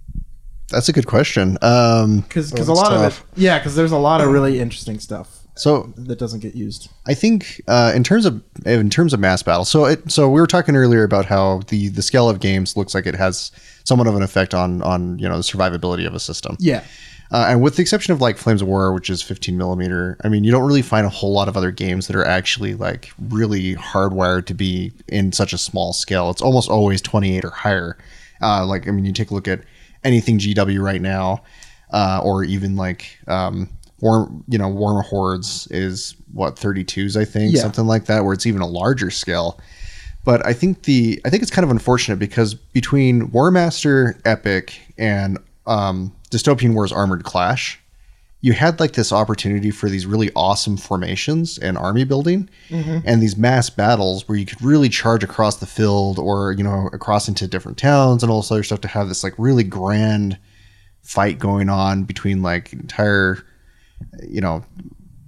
C: That's a good question. Um,
B: Because
D: Oh,
B: a
D: that's
B: lot
D: tough.
B: of it, yeah, because there's a lot of really interesting stuff
C: so
B: that doesn't get used.
C: I think uh, in terms of in terms of mass battle. So it, so we were talking earlier about how the the scale of games looks like it has somewhat of an effect on on you know the survivability of a system.
B: Yeah,
C: Uh, and with the exception of like Flames of War, which is 15 millimeter, I mean, you don't really find a whole lot of other games that are actually like really hardwired to be in such a small scale. It's almost always 28 or higher. Uh, like, I mean, you take a look at anything GW right now, uh, or even like um, Warm, you know, Warmer Hordes is what 32s, I think,
B: Yeah.
C: something like that, where it's even a larger scale. But I think the I think it's kind of unfortunate because between War Master Epic and um, Dystopian Wars Armored Clash, you had like this opportunity for these really awesome formations and army building, and these mass battles where you could really charge across the field or you know across into different towns and all this other stuff to have this like really grand fight going on between like entire you know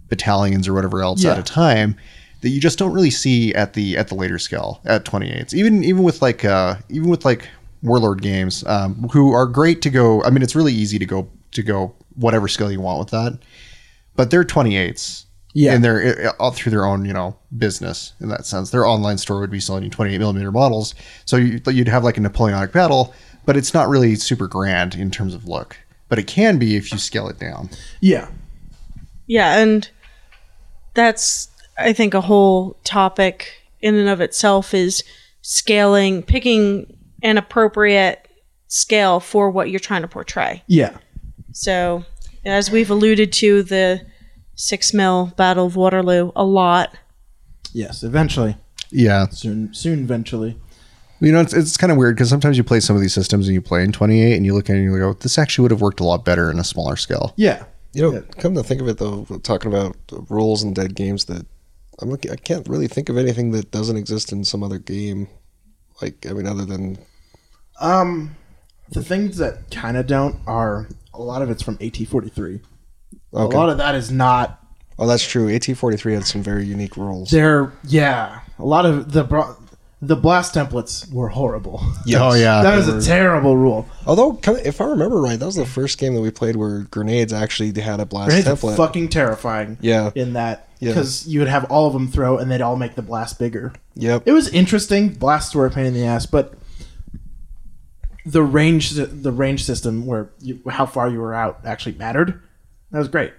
C: battalions or whatever else at
B: Yeah.
C: a time that you just don't really see at the at the later scale at 28s even even with like uh even with like warlord games um who are great to go i mean it's really easy to go to go whatever skill you want with that but they're 28s
B: Yeah.
C: and they're uh, all through their own you know business in that sense their online store would be selling you 28 millimeter models so you, you'd have like a napoleonic battle but it's not really super grand in terms of look but it can be if you scale it down
B: yeah,
A: yeah and that's i think a whole topic in and of itself is scaling picking an appropriate scale for what you're trying to portray
B: yeah,
A: so as we've alluded to the six mil battle of waterloo a lot
B: yes. Eventually,
C: yeah
B: soon, soon, eventually.
C: You know, it's, it's kind of weird because sometimes you play some of these systems and you play in 28 and you look at it and you go, this actually would have worked a lot better in a smaller scale.
B: Yeah,
D: You know,
B: Yeah.
D: come to think of it, though, we're talking about rules and dead games that I'm looking, I can't really think of anything that doesn't exist in some other game. Like, I mean, other than
B: Um, the things that kind of don't are a lot of it's from AT43.
D: okay.
B: A lot of that is not.
D: oh, that's true. AT43 had some very unique rules.
B: They're yeah. A lot of the bro- the blast templates were horrible.
C: Oh, yeah.
B: that was a terrible rule.
D: Although, kind of- if I remember right, that was the first game that we played where grenades actually had a blast
B: It's
D: template.
B: fucking terrifying.
D: Yeah.
B: in that
D: Yeah.
B: because you would have all of them throw and they'd all make the blast bigger.
D: Yep.
B: It was interesting. Blasts were a pain in the ass, but the range the range system where you, how far you were out actually mattered. That was great.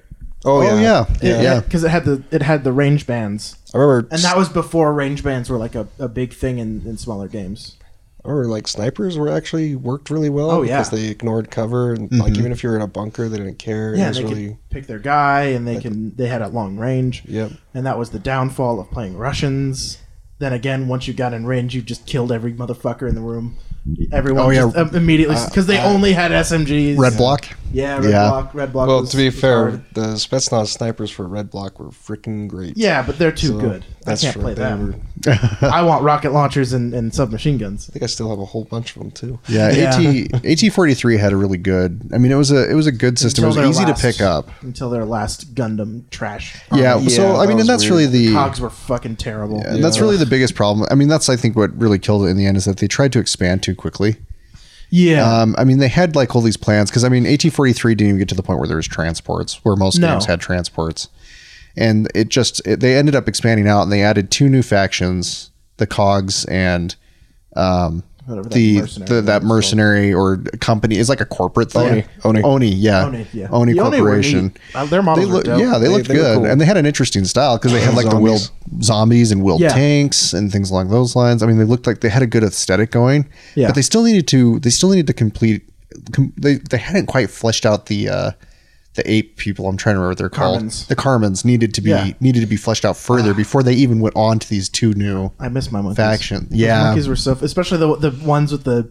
C: Oh,
D: Oh,
C: yeah.
D: yeah.
C: Yeah.
B: because it had the it had the range bands,
D: I remember.
B: and that was before range bands were like a, a big thing in, in smaller games.
D: or like snipers were actually worked really well
B: Oh, yeah. Mm-hmm.
D: because they ignored cover and like even if you were in a bunker they didn't care it
B: Yeah,
D: was
B: they
D: really
B: could pick their guy, and they can they had a long range.
D: Yep.
B: and that was the downfall of playing Russians. Then again, once you got in range, you just killed every motherfucker in the room. Everyone
C: Oh, yeah. uh,
B: just, um, immediately because they only had SMGs.
C: Red block?
B: Yeah, Red
C: Yeah.
B: Block. Red Block.
D: well,
B: was-
D: to be
B: was
D: fair,
B: hard.
D: the Spetsnaz snipers for Red Block were freaking great.
B: Yeah, but they're too
D: So,
B: good.
D: That's
B: I can't
D: true.
B: play
D: They
B: them.
D: were-
B: I want rocket launchers and, and submachine guns.
D: I think I still have a whole bunch of them too.
C: Yeah,
B: Yeah.
C: AT AT forty three had a really good. I mean, it was a it was a good system.
B: Until
C: [LAUGHS] it
B: their
C: was easy
B: last-
C: to pick up.
B: Until their last Gundam trash.
C: Yeah.
D: Yeah,
C: so I
D: that
C: mean,
D: was
C: and that's
D: weird.
C: really the
B: Cogs were fucking terrible.
C: and that's really the biggest problem. I mean, that's I think what really killed it in the end is that they tried to expand too quickly.
B: Yeah.
C: Um, I mean, they had like all these plans because I mean, AT forty three didn't even get to the point where there was transports, where most
B: No.
C: games had transports, and it just it, they ended up expanding out and they added two new factions, the Cogs and um,
B: Whatever that
C: the,
B: mercenary
C: the that
B: thing is called.
C: mercenary or company is like a corporate thing.
D: Oni. Oni.
C: Oni, yeah,
B: Oni, yeah.
C: Oni
B: The Oni were
C: Corporation.
B: neat. Uh, their models
C: they
B: were
C: look,
B: dope.
C: yeah, they,
D: They-
C: looked
D: they were
C: good,
D: cool.
C: and they had an interesting style because they had like
D: Zombies.
C: the wheel zombies and wheel
B: Yeah.
C: tanks and things along those lines. I mean, they looked like they had a good aesthetic going,
B: Yeah.
C: but they still needed to they still needed to complete. Com- they they hadn't quite fleshed out the. uh the ape people, I'm trying to remember what they're called.
B: Carmens.
C: The Carmens needed to be
B: Yeah. Ah.
C: needed to be fleshed out further before they even went on to these two new
B: I miss my monkeys.
C: faction.
B: Those
C: Yeah.
B: monkeys were so, especially the the ones with the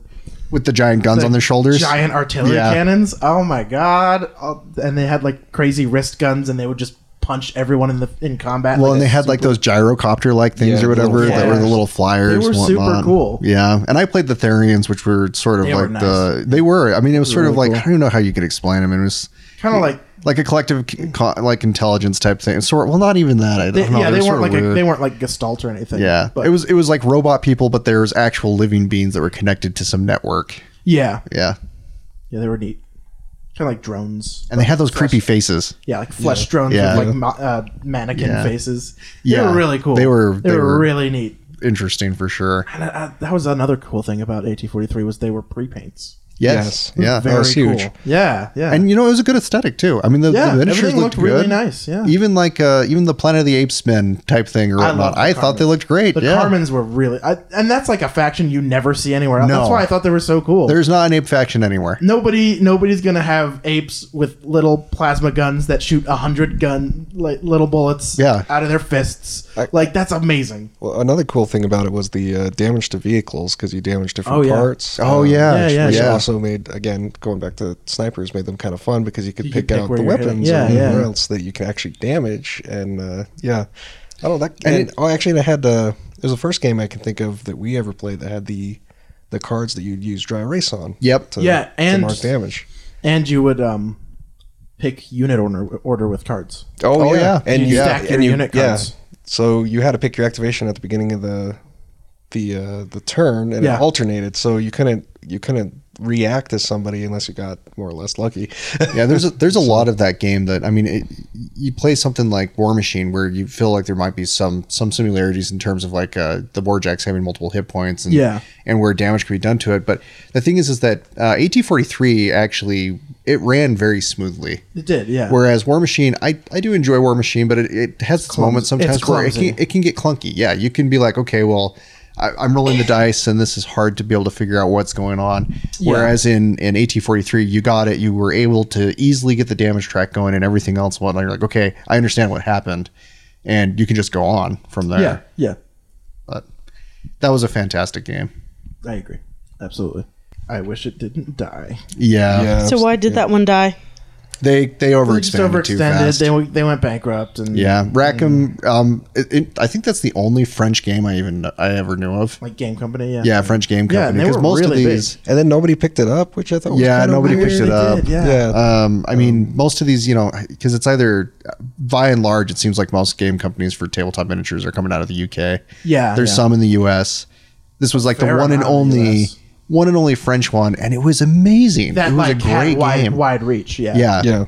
C: with the giant guns
B: the
C: on their shoulders.
B: giant artillery
C: Yeah.
B: cannons. Oh my god! Oh, and they had like crazy wrist guns, and they would just punch everyone in the in combat.
C: Well, and
B: a
C: they had like
B: super-
C: those gyrocopter like things
D: Yeah,
C: or
D: the little
C: whatever that were the
B: flyers.
C: little flyers.
B: They were
C: and
B: super
C: whatnot.
B: cool.
C: Yeah, and I played the Therians, which were sort of
B: They were
C: like the they were. I mean, it was sort of
B: really
C: like I don't even know how you could explain them. It was
B: kind of like
C: like a collective co- like intelligence type thing. Sort well, not even that. I don't
B: they,
C: know.
B: yeah,
C: It
B: they
C: was
B: weren't
C: sort
B: like
C: of
B: a,
C: weird.
B: they weren't like Gestalt or anything.
C: yeah,
B: but
C: it was it was like robot people, but there was actual living beings that were connected to some network.
B: yeah,
C: Yeah,
B: yeah, they were neat. Kind of like drones.
C: and they had those
B: Flesh-
C: creepy faces.
B: Yeah, like flesh drones
C: Yeah.
B: with like ma- uh, mannequin
C: Yeah.
B: faces. they
C: Yeah.
B: were really cool.
C: They were-
B: they,
C: they
B: were,
C: were-
B: really neat.
C: Interesting for sure.
B: And I, I, that was another cool thing about AT43 was they were pre-paints.
C: Yes,
D: Yes.
C: yeah,
B: Very
C: that was huge.
B: cool. Yeah, yeah.
C: And you know, it was a good aesthetic too. I mean, the,
B: yeah,
C: the miniatures
B: everything
C: looked,
B: looked really
C: good.
B: nice. Yeah.
C: even like uh, even the Planet of the Apes men type thing or
B: I
C: whatnot.
B: love the
C: I, thought they
B: Carmens.
C: looked great.
B: The
C: yeah.
B: Carmens were really, I, and that's like a faction you never see anywhere else.
C: No.
B: That's why I thought they were so cool.
C: There's not an ape faction anywhere.
B: nobody, nobody's gonna have apes with little plasma guns that shoot a hundred gun like little bullets
C: Yeah.
B: out of their fists.
D: I-
B: like that's amazing.
D: Well, another cool thing about it was the uh, damage to vehicles because you damage different
B: Oh, yeah.
D: parts. Um,
C: Oh, yeah. Yeah,
D: which-
B: yeah,
D: which
C: yeah.
D: also made again going back to snipers made them kind of fun because you could
B: You could
D: pick
B: pick
D: out
B: where
D: the
B: you're hitting.
D: weapons
B: Yeah,
D: or whatever
B: yeah.
D: else that you can actually damage and uh, yeah, I don't know that.
C: And
D: And,
C: it-
D: oh, actually, I had uh, it was the first game I can think of that we ever played that had the the cards that you'd use dry erase on.
C: Yep.
D: to,
B: Yeah, and-
D: to mark damage.
B: And you would um, pick unit order order with cards.
C: Oh, yeah.
D: and
B: You
D: you,
B: stack
D: yeah,
B: your
D: and you-
B: unit
D: yeah.
B: cards.
D: So you had to pick your activation at the beginning of the the uh, the turn, and
B: Yeah.
D: it alternated. So you couldn't you couldn't react to somebody unless you got more or less lucky. [LAUGHS]
C: Yeah, there's a, there's a lot of that game that I mean, it, you play something like War Machine where you feel like there might be some some similarities in terms of like uh, the Warjacks having multiple hit points and
B: Yeah.
C: and where damage could be done to it. But the thing is, is that uh, AT43 actually it ran very smoothly.
B: It did, yeah.
C: Whereas War Machine, I, I do enjoy War Machine, but it, it has its moments sometimes
B: it's
C: where it
B: clumsy.
C: can, it can get clunky. Yeah, you can be like, okay, well, I, I'm rolling the dice, and this is hard to be able to figure out what's going on.
B: Yeah.
C: Whereas in in AT43, you got it. You were able to easily get the damage track going and everything else. and Whatnot. You're like, okay, I understand what happened, and you can just go on from there.
B: yeah, yeah.
C: But that was a fantastic game.
B: I agree, absolutely. I wish it didn't die.
C: Yeah,
A: So why did that one die?
C: they they
B: They
C: overextended,
B: just
C: too
B: overextended.
C: fast.
B: They, w- they went bankrupt, and
C: yeah, Rackham. Um, it, it, I think that's the only French game I even I ever knew of.
B: like game company, yeah,
C: Yeah, French game
B: Yeah,
C: company.
B: and they
C: Because
B: were
C: most
B: really
C: of
B: big.
C: these,
D: and then nobody picked it up, which I thought was
C: yeah,
D: kinda
C: nobody
D: weird.
C: picked it
B: They
C: up.
B: did, yeah.
D: Yeah.
C: Um, I mean, most of these, you know, because it's either by and large, it seems like most game companies for tabletop miniatures are coming out of the UK.
B: yeah.
C: There's
B: yeah.
C: some in the US. This was like the
B: Fair
C: one and
B: amount in the
C: only,
B: US.
C: one and only French one, and it was amazing.
B: that
C: it was
B: like
C: a great
B: had wide
C: game.
B: wide reach, yeah,
C: Yeah, yeah,
D: yeah.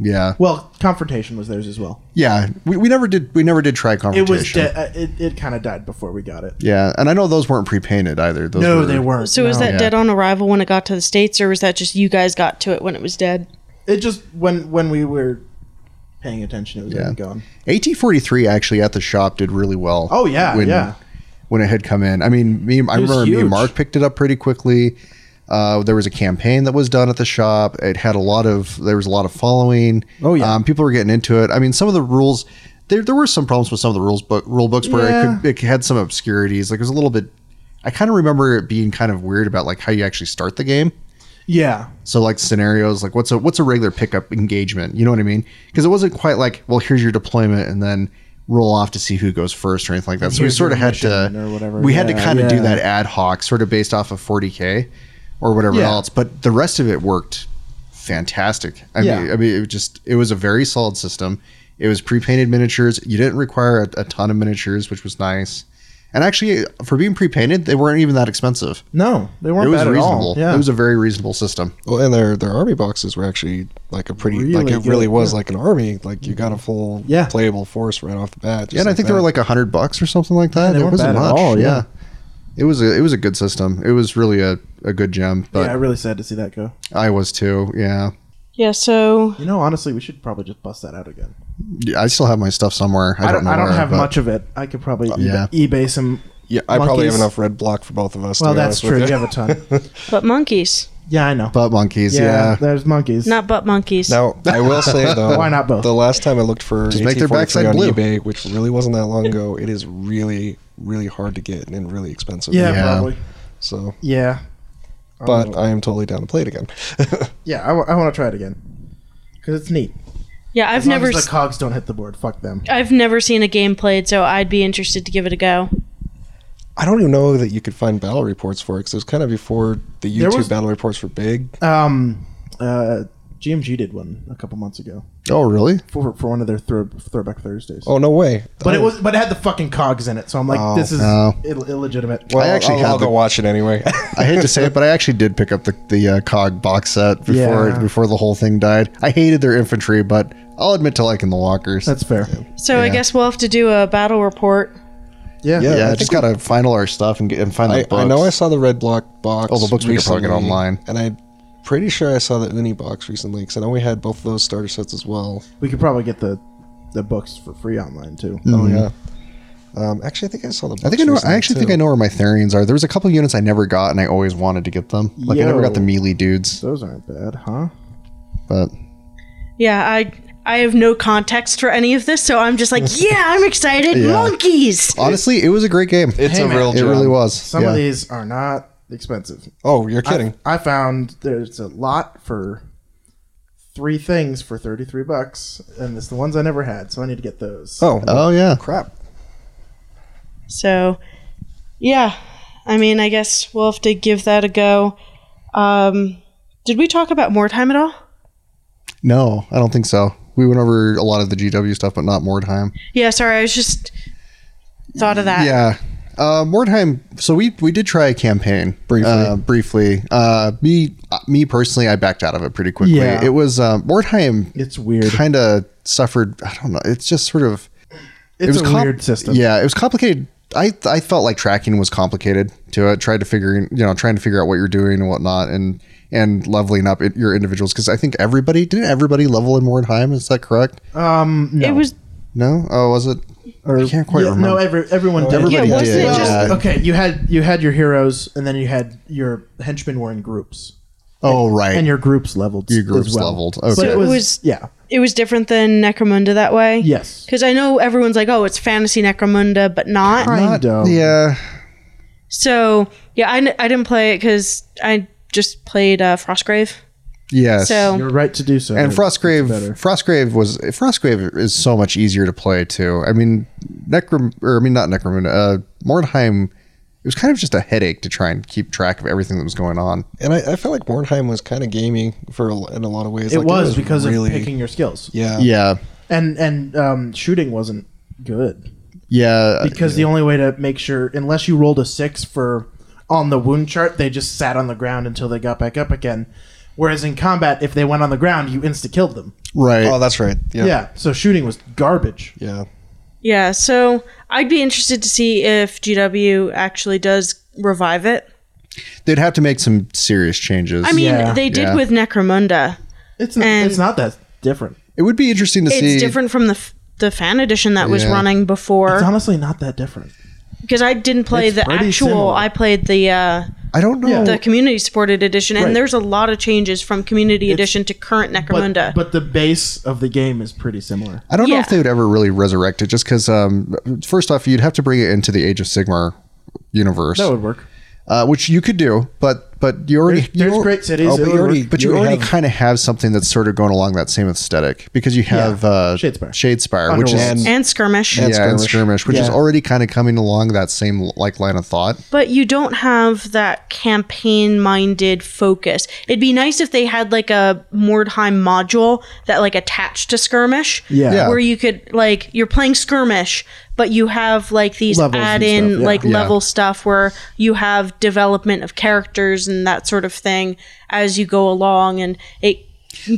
C: yeah,
B: Well, confrontation was theirs as well.
C: We, we never did. We never did try
B: It
C: confrontation.
B: was de- uh, it, it kind of died before we got it.
C: yeah, and I know those weren't pre-painted either. Those
B: No,
C: were,
B: they weren't.
A: So was
B: no.
A: that
C: Yeah.
A: dead on arrival when it got to the states, or was that just you guys got to it when it was dead?
B: it just when when we were paying attention, it was
C: Yeah.
B: already gone.
C: AT43 actually at the shop did really well.
B: Oh, yeah,
C: when,
B: yeah.
C: When it had come in, I mean, me, I
B: It was
C: remember me
B: huge.
C: and Mark picked it up pretty quickly. Uh, there was a campaign that was done at the shop. It had a lot of there was a lot of following.
B: Oh, yeah.
C: um, people were getting into it. I mean, some of the rules. There, there were some problems with some of the rules book rule books where
B: Yeah.
C: it, could, it had some obscurities. Like it was a little bit. I kind of remember it being kind of weird about like how you actually start the game.
B: Yeah.
C: So like scenarios, like what's a what's a regular pickup engagement? You know what I mean? Because it wasn't quite like, well, here's your deployment, and then roll off to see who goes first or anything like that. So we
B: Here's
C: sort of
B: your
C: had to,
B: mission or whatever.
C: we had to
B: Yeah,
C: kind of
B: yeah.
C: do that ad hoc, sort of based off of 40k or whatever
B: Yeah.
C: else. But the rest of it worked fantastic. I mean,
B: Yeah.
C: I mean, it was just it was a very solid system. It was pre-painted miniatures. You didn't require a, a ton of miniatures, which was nice. And actually, for being pre-painted, they weren't even that expensive.
B: No, they
C: It
B: weren't
C: was
B: bad at all.
C: reasonable.
B: Yeah.
C: It was a very reasonable system.
D: Well, and their their army boxes were actually like a pretty like
B: Really
D: it really
B: good,
D: was
B: yeah.
D: like an army. Like you got a full
B: Yeah.
D: playable force right off the bat.
C: Yeah,
D: just
C: and I think they were
D: that.
C: like a hundred bucks or something like that.
B: they
C: it
B: weren't
C: wasn't
B: bad at
C: much.
B: all,
C: yeah.
B: yeah.
C: it was a, it was a good system. It was really a, a good gem, but
B: yeah, I really sad to see that go.
C: I was too. Yeah,
A: Yeah, so
B: You know, honestly, we should probably just bust that out again.
C: Yeah, I still have my stuff somewhere. I,
B: I don't.
C: know
B: I don't
C: where,
B: have
C: but- Oh,
B: much of it. I could probably
C: yeah.
B: eBay, eBay some.
D: yeah. I probably have
B: monkeys.
D: enough red block for both of us. to
B: Well,
D: be
B: that's
D: honest
B: true.
D: with
B: You have a ton.
C: [LAUGHS]
A: butt monkeys,
B: Yeah, I know.
C: Butt monkeys.
B: yeah,
C: Yeah,
B: there's monkeys.
A: not butt monkeys.
D: [LAUGHS] Now I will
B: [LAUGHS]
D: say though,
B: Why not both?
D: The last time I looked for
C: Just make their
D: AT-43
C: backside
D: on
C: blue.
D: eBay, which really wasn't that long ago, it is really really hard to get and really expensive.
B: yeah, Oh.
C: Yeah.
B: probably.
D: So,
B: Yeah,
D: but I am totally down to play it again. [LAUGHS]
B: yeah. I, want to try it again because it's neat.
A: yeah, I've
B: As long
A: never,
B: as
A: s-
B: the cogs don't hit the board. Fuck them.
A: I've never seen a game played, so I'd be interested to give it a go.
D: I don't even know that you could find battle reports for it because it was kind of before the
B: There
D: YouTube
B: was-
D: battle reports were big.
B: Um, uh, GMG did one a couple months ago
C: Oh, really?
B: for for one of their throw, throwback Thursdays.
D: Oh no way!
B: But it was, but it had the fucking cogs in it, so I'm like,
D: Oh.
B: this is
C: Oh.
B: Ill- illegitimate.
D: Well,
C: I actually
D: I'll,
C: had
D: I'll
C: the-
D: go watch it [LAUGHS] anyway.
C: I hate to say it, but I actually did pick up the the uh, cog box set before
B: Yeah.
C: before the whole thing died. I hated their infantry, but I'll admit to liking the walkers.
B: That's fair.
A: So I
C: Yeah.
A: guess we'll have to do a battle report.
B: Yeah,
D: Yeah.
C: yeah,
D: I
C: I
D: think
C: just gotta final our stuff and, get, and find the
D: I,
C: books.
D: I know I saw the red block box.
C: Oh, the books we could probably get online.
D: and I'm pretty sure I saw the uni box recently because I know we had both of those starter sets as well.
B: We could probably get the the books for free online too.
D: Oh yeah. Um, actually, I think I saw the. Books
C: I think I know. I
D: recently,
C: actually think
D: too.
C: I know where my Therians are. There was a couple units I never got, and I always wanted to get them. Like I never got the
B: Yo.
C: melee dudes,
B: Those aren't bad, huh?
C: but
A: Yeah, I I have no context for any of this, so I'm
C: [LAUGHS]
A: just like, yeah, I'm excited.
C: Yeah.
A: Monkeys.
C: honestly, it was a great game.
D: It's
B: Hey,
D: a
B: man.
D: real.
C: it
D: gem.
C: really was.
B: Some
C: yeah.
B: of these are not expensive.
D: Oh, you're kidding!
B: I, I found there's a lot for three things for thirty three bucks, and it's the ones I never had, so I need to get those.
D: oh,
C: Oh yeah.
D: crap!
A: So, yeah, I mean, I guess we'll have to give that a go. Um, did we talk about more time at all?
C: No, I don't think so. We went over a lot of the GW stuff, but not more time.
A: Yeah, sorry, I was just thought of that.
C: Yeah. Uh, Mordheim. So we we did try a campaign
D: Briefly.
C: Uh, briefly. Uh, me uh, me personally, I backed out of it pretty quickly.
B: Yeah.
C: It was uh, Mordheim.
B: It's weird.
C: Kind of suffered. I don't know. It's just sort of.
B: It's a
C: com-
B: weird system.
C: Yeah, it was complicated. I I felt like tracking was complicated to it. Tried to figure you know trying to figure out what you're doing and whatnot and and leveling up it, your individuals because I think everybody didn't everybody level in Mordheim. Is that correct?
B: Um, no.
A: It was
C: No. Oh, was it?
B: Or-
C: I can't quite
B: yeah,
C: remember.
B: No, every, everyone did.
C: Everybody
A: Yeah, wasn't
C: did.
A: it just-
C: yeah.
B: Okay, you had you had your heroes, and then you had your henchmen were in groups,
C: oh right.
B: and your groups leveled.
C: Your
B: as
C: groups
B: well.
C: leveled. Okay.
B: But
A: So
B: it
A: it
B: was,
A: was-
B: yeah,
A: it was different than Necromunda that way.
B: yes.
A: Because I know everyone's like, oh, it's fantasy Necromunda, but not.
B: Kind of.
C: yeah.
A: So, yeah, I, n- I didn't play it because I just played uh, Frostgrave.
C: Yes.
A: So-
B: You're right to do so.
C: and
B: It's
C: Frostgrave,
B: better.
C: Frostgrave was Frostgrave is so much easier to play too. I mean, Necrom, or I mean not Necromunda, uh, Mordheim. It was kind of just a headache to try and keep track of everything that was going on.
D: And I, I felt like Mordheim was kind of gamey for a, in a lot of ways.
B: It
D: Like,
B: was because
D: really,
B: of picking your skills,
D: Yeah,
C: Yeah,
B: and and um, shooting wasn't good
C: Uh, yeah,
B: because the only way to make sure, unless you rolled a six for on the wound chart, they just sat on the ground until they got back up again. Whereas in combat, if they went on the ground, you insta killed them.
C: right.
D: Oh, that's right. Yeah.
B: Yeah. So shooting was garbage.
D: Yeah.
A: Yeah, so I'd be interested to see if GW actually does revive it.
C: They'd have to make some serious changes.
A: I mean,
B: Yeah.
A: they did
C: Yeah.
A: with Necromunda.
B: It's not,
A: And-
B: it's not that different.
C: it would be interesting to see.
A: It's different from the f- the fan edition that was
C: Yeah.
A: running
B: It's
A: before
B: honestly not that different.
A: because I didn't play
B: It's
A: the
B: pretty
A: actual.
B: similar.
A: I played the uh,
C: I don't know.
A: the community supported edition, and
B: Oh. Right.
A: there's a lot of changes from community edition to current
B: But,
A: Necromunda.
B: but the base of the game is pretty similar.
C: I don't know
A: Yeah.
C: if they would ever really resurrect it, just because um, first off, you'd have to bring it into the Age of Sigmar universe.
B: That would work.
C: uh, which you could do, but but you already
B: There's,
C: you
B: there's
C: al-
B: great cities.
D: Oh,
B: that
D: but you
B: would
D: already-
B: work.
C: But you, already
D: have-
C: kind of have something that's sort of going along that same aesthetic because you have
B: Yeah.
C: uh,
B: Shadespire.
C: Shadespire, which is
D: Underworld.
A: and skirmish.
C: yeah,
D: And
C: and
D: Skirmish.
C: skirmish, which is
B: Yeah.
C: already kind of coming along that same like line of thought.
A: But you don't have that campaign minded focus. It'd be nice if they had like a Mordheim module that like attached to skirmish.
B: Yeah. Yeah.
A: Where you could like you're playing skirmish, but you have like these
B: Levels and
A: add in
B: stuff, yeah.
A: like
C: Yeah.
A: level stuff where you have development of characters and that sort of thing as you go along and it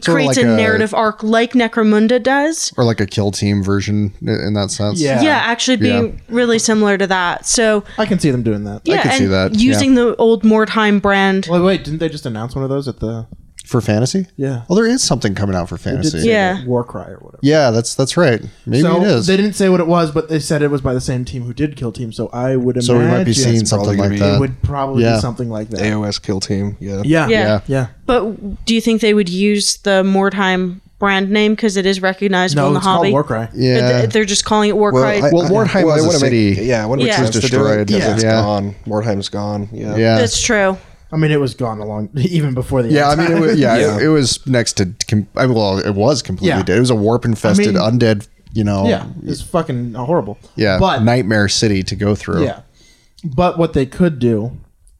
A: creates
C: like
A: a,
C: a-
A: narrative arc like Necromunda does.
C: or like a kill team version i- in that sense.
B: Yeah.
A: Yeah, actually being really similar to that. So
B: I can see them doing that.
A: yeah,
C: could
A: and
C: see that, yeah.
A: using the old Mordheim brand
B: Well, wait, didn't they just announce one of those at the?
C: For fantasy?
B: Yeah.
C: Well, there is something coming out for
B: Did say
C: fantasy.
B: that,
A: Yeah.
B: War Cry or whatever.
C: Yeah, that's that's right. Maybe
B: so
C: it is.
B: they didn't say what it was, but they said it was by the same team who did Kill Team. So I would imagine
C: So we might be seeing
B: it
C: something
D: probably
C: like
D: gonna
C: that.
B: would probably
C: Yeah.
B: be something like that.
D: AOS kill team. Yeah.
A: Yeah.
B: Yeah, yeah, yeah.
A: But do you think they would use the Mordheim brand name because it is recognizable
B: No,
A: in the
B: it's
A: hobby?
B: called War Cry.
A: But
C: yeah.
A: th- they're just calling it War Cry.
C: I- Well, Mordheim
D: I
C: was a
D: wanna
C: city.
D: Make, yeah, I want to
A: Yeah.
D: make
A: It
D: sense
A: was
D: to do
C: destroyed.
D: it because it's
C: Yeah.
D: gone. Mordheim's gone. Yeah.
C: yeah.
A: That's true.
B: I mean, it was gone along [LAUGHS] even before the.
C: Yeah, I
B: end
C: mean, it
B: time. [LAUGHS]
C: was, yeah,
D: Yeah.
C: It, it was next to. Com- I, well, it was completely
B: Yeah.
C: dead. It was a warp infested,
B: I mean-
C: undead. You know,
B: yeah, it's fucking horrible.
C: yeah,
B: but
C: nightmare city to go through.
B: yeah, but what they could do,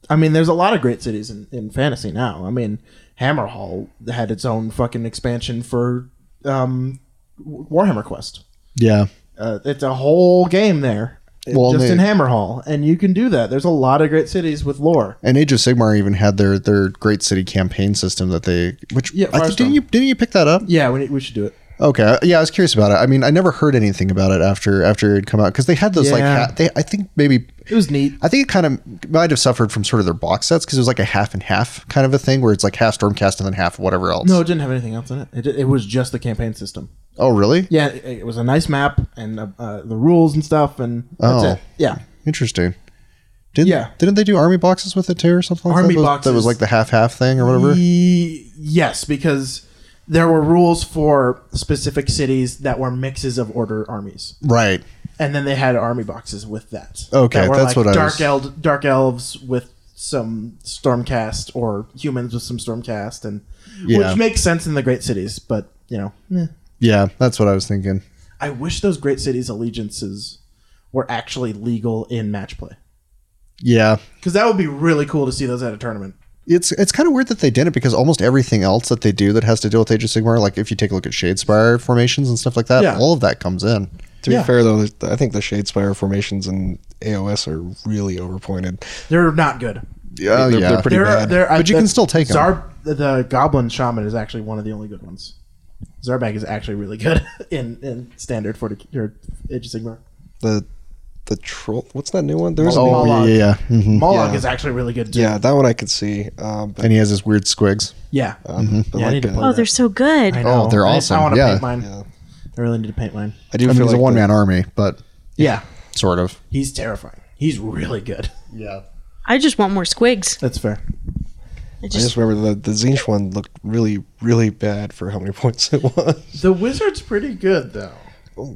B: I mean, there's a lot of great cities in, in fantasy now. I mean, Hammerhall had its own fucking expansion for um, Warhammer Quest.
C: yeah.
B: Uh, it's a whole game there,
C: Well,
B: just
C: they-
B: in Hammerhall, and you can do that. There's a lot of great cities with lore.
C: And Age of Sigmar even had their their great city campaign system that they, which
B: Yeah,
C: I think, didn't
B: Firestorm.
C: you didn't you pick that up?
B: Yeah, we, we should do it.
C: Okay, uh, yeah, I was curious about it. I mean, I never heard anything about it after after it had come out because they had those like
B: Yeah.
C: ha- they. I think maybe
B: It was neat.
C: I think it kind of might have suffered from sort of their box sets because it was like a half and half kind of a thing where it's like half Stormcast and then half whatever else.
B: No, it didn't have anything else in it. It, it was just the campaign system.
C: Oh, really?
B: Yeah, it, it was a nice map and uh, uh, the rules and stuff, and that's
C: Oh.
B: it. Yeah,
C: Interesting. Didn't,
B: Yeah.
C: Didn't they do army boxes with it too or something like
B: Army
C: that? That was- That was
B: boxes.
C: like the half half thing or whatever?
B: Ye- E, yes, because there were rules for specific cities that were mixes of order armies,
C: Right.
B: and then they had army boxes with that.
C: Okay,
B: that were
C: that's
B: like
C: what I
B: dark
C: was-
B: el- dark elves with some stormcast or humans with some stormcast, and
C: Yeah.
B: which makes sense in the great cities, but you know, eh.
C: Yeah, that's what I was thinking.
B: I wish those great cities allegiances were actually legal in match play
C: Yeah.
B: because that would be really cool to see those at a tournament.
C: It's it's kind of weird that they didn't because almost everything else that they do that has to deal with Age of Sigmar, like if you take a look at Shadespire formations and stuff like that,
B: Yeah.
C: all of that comes in.
D: To be
B: Yeah.
D: fair though, I think the Shadespire formations and AOS are really overpointed.
B: They're not good.
C: Yeah,
D: they're,
C: yeah.
D: they're pretty
B: There are,
D: bad.
B: there,
C: But you can still take 'em.
B: Zarb, the Goblin Shaman is actually one of the only good ones. Zarbag is actually really good [LAUGHS] in, in standard for the or Age of Sigmar.
D: the the troll. What's that new one? There was a new
C: oh,
D: one.
B: Moloch.
C: yeah, yeah. mhm.
B: Moloch
D: Yeah.
B: is actually really good too.
D: Yeah, that one I could see. Um, but,
C: And he has his weird squigs.
B: yeah.
D: um,
C: mm-hmm.
D: but
B: Yeah, I
D: like,
B: need to
D: uh,
B: play
A: Oh, they're so good.
B: I
C: Oh, they're
B: I-
C: awesome.
B: I, want to
C: Yeah.
B: paint mine.
D: Yeah.
B: I really need to paint mine.
D: I do
C: I mean,
D: feel
C: he's
D: like
C: a one
D: the-
C: man army, but
B: Yeah,
C: sort of.
B: he's terrifying. He's really good.
C: Yeah.
A: I just want more squigs.
B: [LAUGHS] That's fair.
A: I
D: I
A: just,
D: just remember the the Zinch one looked really really bad for how many [LAUGHS] points it was.
B: The wizard's pretty good though.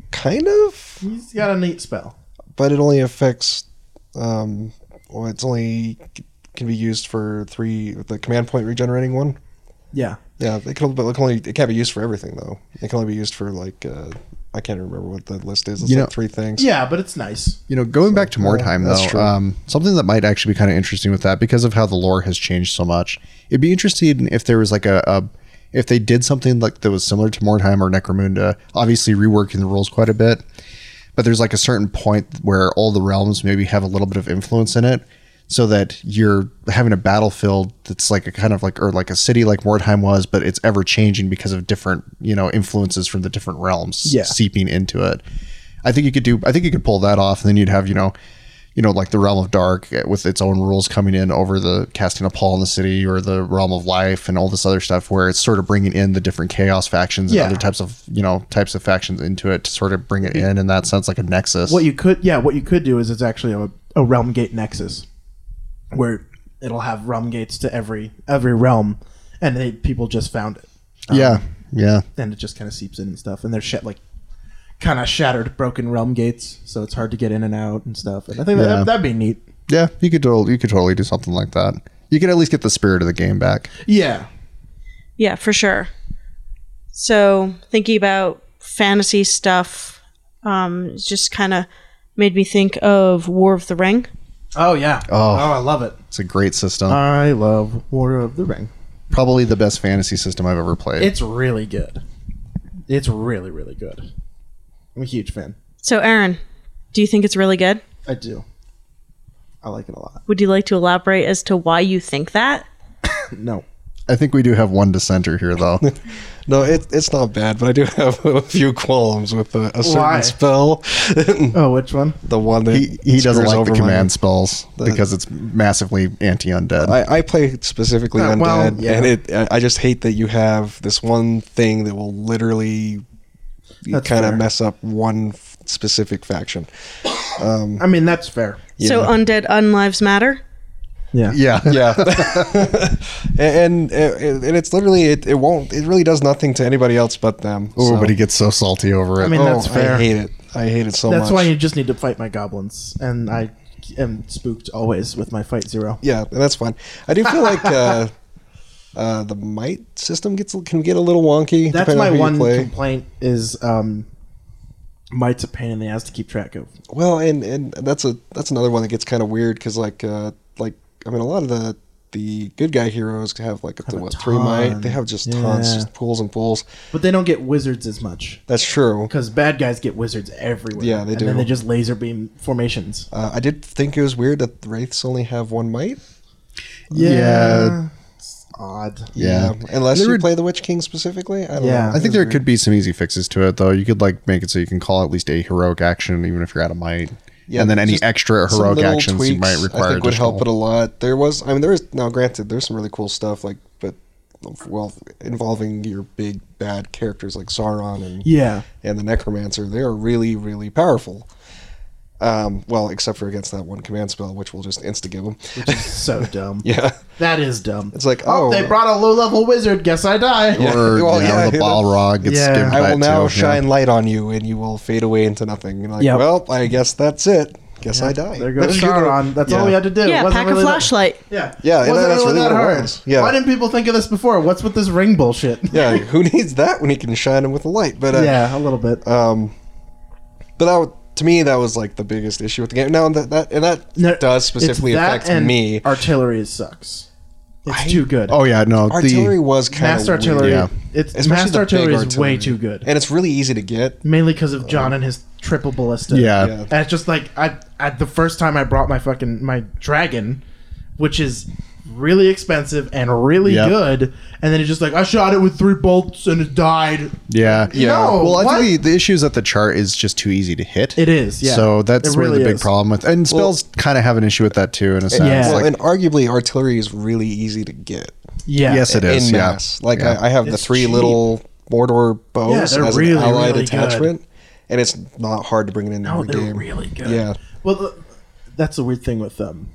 D: kind of,
B: He's got a neat spell.
D: but it only affects. Um, well, it's only can be used for three. The command point regenerating one.
B: Yeah,
D: Yeah, it can, but it can only it can't be used for everything though. It can only be used for like uh, I can't remember what the list is. It's
C: You
D: like
C: know-
D: three things.
B: yeah, but it's nice.
C: You know, going back to Mordheim,
D: that's
C: though,
D: true.
C: um, something that might actually be kind of interesting with that because of how the lore has changed so much. It'd be interesting if there was like a, a if they did something like that was similar to Mordheim or Necromunda, obviously reworking the rules quite a bit. But there's like a certain point where all the realms maybe have a little bit of influence in it, so that you're having a battlefield that's like a kind of like or like a city like Mordheim was, but it's ever changing because of different you know influences from the different realms
B: Yeah.
C: seeping into it. I think you could do. I think you could pull that off, and then you'd have you know, you know, like the realm of dark eh, with its own rules coming in over the casting of Paul in the city or the realm of life and all this other stuff, where it's sort of bringing in the different chaos factions and
B: Yeah.
C: other types of you know types of factions into it to sort of bring it in in that sense, like a nexus.
B: What you could, yeah, what you could do is it's actually a, a realm gate nexus, where it'll have realm gates to every every realm, and they people just found it,
C: yeah, Um, yeah,
B: and it just kind of seeps in and stuff, and they're shit like kind of shattered, broken realm gates, so it's hard to get in and out and stuff. And I think
C: Yeah.
B: that that'd be neat.
C: Yeah, you could totally, you could totally do something like that. You could at least get the spirit of the game back.
B: Yeah.
A: Yeah, for sure. So thinking about fantasy stuff um, it's just kind of made me think of War of the Ring.
B: Oh yeah.
C: Oh.
B: I love it.
C: It's a great system.
B: I love War of the Ring.
C: Probably the best fantasy system I've ever played.
B: It's really good. It's really really good. I'm a huge fan.
A: So, Aaron, do you think it's really good?
B: I do. I like it a lot.
A: Would you like to elaborate as to why you think that?
B: No.
C: I think we do have one dissenter
B: [LAUGHS]
C: here, though.
D: No, it, it's not bad, but I do [LAUGHS] have a few qualms with uh, a, a certain
B: Why?
D: spell. [LAUGHS]
B: Oh, which one?
D: the one that
C: he he doesn't
D: screws
C: like the
D: over my-
C: command spells because it's massively anti undead.
D: I, I play specifically
B: Uh,
D: undead,
B: well, yeah.
D: and it. I I just hate that you have this one thing that will literally
B: That's
D: kind
B: fair.
D: of mess up one f- specific faction.
B: I mean, that's fair.
A: So, um undead unlives matter.
B: Yeah.
C: [LAUGHS] yeah,
D: Yeah, and, and and it's literally it, it won't it really does nothing to anybody else but them.
C: Oh,
D: so-
C: but he gets so salty over it.
B: I mean,
D: Oh,
B: that's fair.
D: I hate it. I hate it so
B: That's
D: much.
B: why you just need to fight my goblins, and I am spooked always with my fight zero.
D: yeah, and that's fine. I do
B: [LAUGHS]
D: feel like uh, uh, the might system gets can get a little wonky.
B: That's
D: depending
B: my
D: on who you
B: one
D: play.
B: complaint is um, might's a pain in the ass to keep track of.
D: Well, and and that's a that's another one that gets kind of weird because like uh like I mean a lot of the the good guy heroes have like up to
B: a
D: what three might
B: ton.
D: they have just tons
B: Yeah.
D: just pools and pools.
B: But they don't get wizards as much
D: That's true.
B: because bad guys get wizards everywhere.
D: Yeah, they
B: and
D: do.
B: then they just laser beam formations.
D: Uh, I did think it was weird that the wraiths only have one might.
C: Yeah.
B: It's odd.
C: Yeah.
D: unless
C: They
D: you
C: were-
D: play the Witch King specifically. I don't
B: Yeah.
D: know.
C: I think there could be some easy fixes to it, though. You could like make it so you can call at least a heroic action, even if you're out of might.
D: Yeah,
C: and then any
D: just
C: extra
D: Some
C: heroic
D: little
C: actions you might require.
D: I think would help it a
C: additional-
D: lot. There was I mean there is now granted there's some really cool stuff like but well involving your big bad characters like Sauron and
B: Yeah.
D: and the necromancer they are really really powerful um, well except for against that one command spell which will just insta give them
B: Which is so dumb.
D: [LAUGHS] yeah
B: That is dumb.
D: It's like, oh.
B: they brought a low level wizard. Guess I die.
D: Yeah. [LAUGHS]
C: Or
D: Well,
C: you know,
D: Oh, yeah,
C: the
D: you know.
C: Balrog gets
B: Yeah.
C: skimmed
D: i
C: by
D: will
C: it,
D: now
C: too. Yeah.
D: shine light on you and you will fade away into nothing You're like
B: Yep.
D: well i guess that's it guess i die
B: There
D: [LAUGHS]
B: goes Sauron. That's all we had to do. Oh, It
A: yeah,
B: wasn't
A: pack a
B: really that-
A: flashlight.
B: Yeah.
D: Yeah,
B: Wasn't
D: that's
B: really
D: really
B: that
D: what it
B: hard.
D: was. Yeah.
B: Why didn't people think of this before? What's with this ring bullshit?
D: [LAUGHS] yeah who needs that when he can shine him with a light but uh,
B: yeah, a little bit.
D: um but that wa- to me that was like the biggest issue with the game now that, that and that
B: No,
D: does
B: it's
D: specifically
B: that
D: affect
B: and
D: me
B: Artillery sucks. It's too good.
C: Oh yeah, no.
D: artillery
C: The,
D: was kind of
B: master artillery.
C: Yeah.
B: It's
D: Especially
B: master
D: the big
B: artillery is way
D: artillery.
B: too good.
D: and it's really easy to get
B: Mainly because of John and his triple ballista.
C: Um, yeah.
D: Yeah.
B: And it's just like I, I the first time I brought my fucking my dragon, which is really expensive and really
C: Yep.
B: good, and then it's just like I shot it with three bolts and it died.
C: Yeah.
D: Yeah.
B: No,
C: Well, I
B: what?
C: think the, the issue is that the chart is just too easy to hit.
B: It is, yeah.
C: So that's
B: It
C: really
B: really
C: the big
B: is.
C: problem with, and spells kind of have an issue with that too, in a sense.
B: Yeah.
D: Well,
C: Like,
D: and arguably, artillery is really easy to get
B: Yeah.
C: yes, it is.
D: in
C: Yeah.
D: mass. Like
C: Yeah.
D: I, I have the
B: It's
D: three
B: cheap.
D: little Mordor
B: Yeah,
D: bows
B: they're
D: as
B: really,
D: an allied
B: really
D: attachment, and it's not hard to bring it into
B: No,
D: the
B: they're
D: game.
B: really good.
D: Yeah,
B: Well, th- that's the weird thing with them.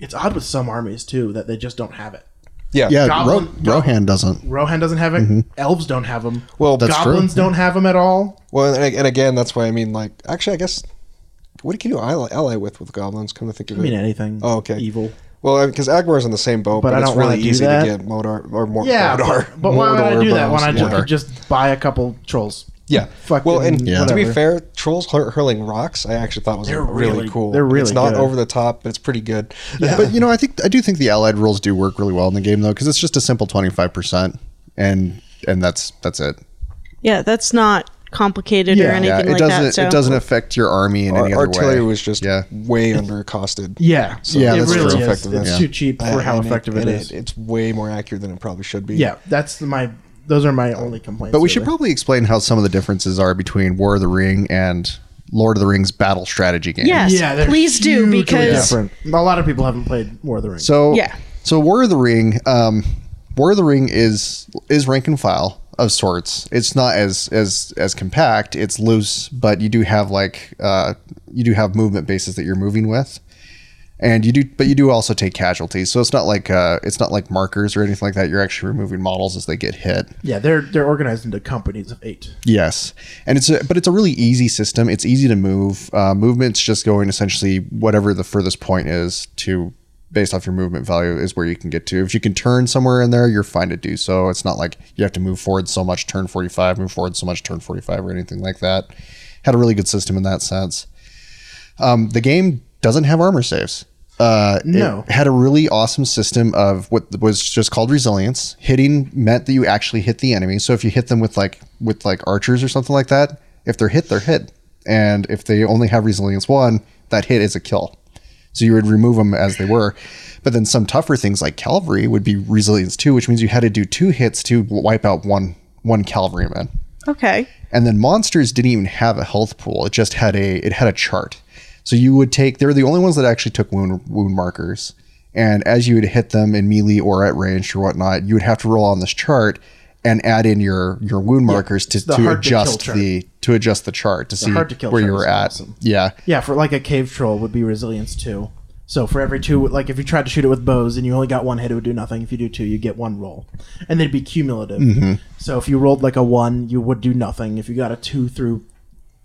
B: It's odd with some armies too that they just don't have it.
D: yeah,
C: yeah.
B: Goblin-
C: Ro- Rohan doesn't.
B: Rohan doesn't have
C: Mm-hmm.
B: it. Elves don't have them.
D: Well, that's
C: true.
B: goblins don't have them at all.
D: Well, and, and again, that's why I mean, like, actually, I guess what can you ally, ally with with goblins? Come to think of
B: I mean
D: it,
B: anything.
D: Oh, okay.
B: Evil.
D: well, because Agmar's on the same boat,
B: But
D: but,
B: I
D: it's
B: don't wanna
D: really
B: do
D: easy
B: that.
D: to get Mordor or Mor-
B: Yeah,
D: Mordor.
B: but, but why would I
D: Mordor
B: do that when
D: bows,
B: I
D: yeah.
B: just could just buy a couple trolls?
D: Yeah.
B: Fucking
D: well, and
B: Yeah.
D: to be
B: whatever.
D: fair, trolls hur- hurling rocks, I actually thought was
B: They're
D: really,
B: really-
D: cool.
B: they're really
D: It's not
B: good.
D: over the top, but it's pretty good.
C: But you know, I think I do think the allied rules do work really well in the game though, because it's just a simple twenty five percent, and and that's that's it.
A: Yeah, that's not complicated or
B: Yeah.
A: anything
C: Yeah, it
A: like
C: doesn't
A: that. So.
C: it doesn't affect your army in
D: Ar-
C: any other
D: artillery
C: way.
D: was just
C: Yeah.
D: way under costed.
B: [LAUGHS] Yeah,
C: Yeah,
B: it
C: that's
B: really
C: true.
B: is.
D: Effective,
B: It's
D: yeah.
B: too cheap for how effective it is.
D: It's way more accurate than it probably should be.
B: yeah, that's my. Those are my only complaints.
C: But we should
B: really.
C: probably explain how some of the differences are between War of the Ring and Lord of the Rings battle strategy games.
A: Yes,
B: they're
A: please do
B: hugely
A: because
B: different. a lot of people haven't played War of the Rings.
C: So
A: Yeah.
C: So War of the Ring, um, War of the Ring is is rank and file of sorts. It's not as as as compact. It's loose, but you do have like uh, you do have movement bases that you're moving with, and you do but you do also take casualties so it's not like uh it's not like markers or anything like that you're actually removing models as they get hit
B: Yeah, they're they're organized into companies of eight.
C: Yes, and it's a, but it's a really easy system. It's easy to move. Uh, movement's just going essentially whatever the furthest point is to based off your movement value is where you can get to. If you can turn somewhere in there, you're fine to do so. It's not like you have to move forward so much, turn 45, move forward so much, turn 45, or anything like that. Had a really good system in that sense. Um, the game doesn't have armor saves. Uh, it
B: No.
C: had a really awesome system of what was just called resilience. Hitting meant that you actually hit the enemy. So if you hit them with like with like archers or something like that, if they're hit, they're hit. And if they only have resilience one, that hit is a kill. So you would remove them as they were. But then some tougher things like cavalry would be resilience two, which means you had to do two hits to wipe out one one cavalryman
A: Okay.
C: and then monsters didn't even have a health pool it just had a it had a chart so you would take they were the only ones that actually took wound wound markers and as you would hit them in melee or at range or whatnot you would have to roll on this chart and add in your your wound markers
B: it's
C: to,
B: the
C: to
B: hard to kill
C: adjust
B: chart.
C: the to adjust the chart to see
B: hard to kill
C: where you
B: chart
C: were
B: is
C: at
B: awesome.
C: yeah
B: Yeah, for like a cave troll would be resilience two. So for every two, like if you tried to shoot it with bows and you only got one hit, it would do nothing. If you do two, you get one roll, and they'd be cumulative. So if you rolled like a one, you would do nothing. If you got a two through,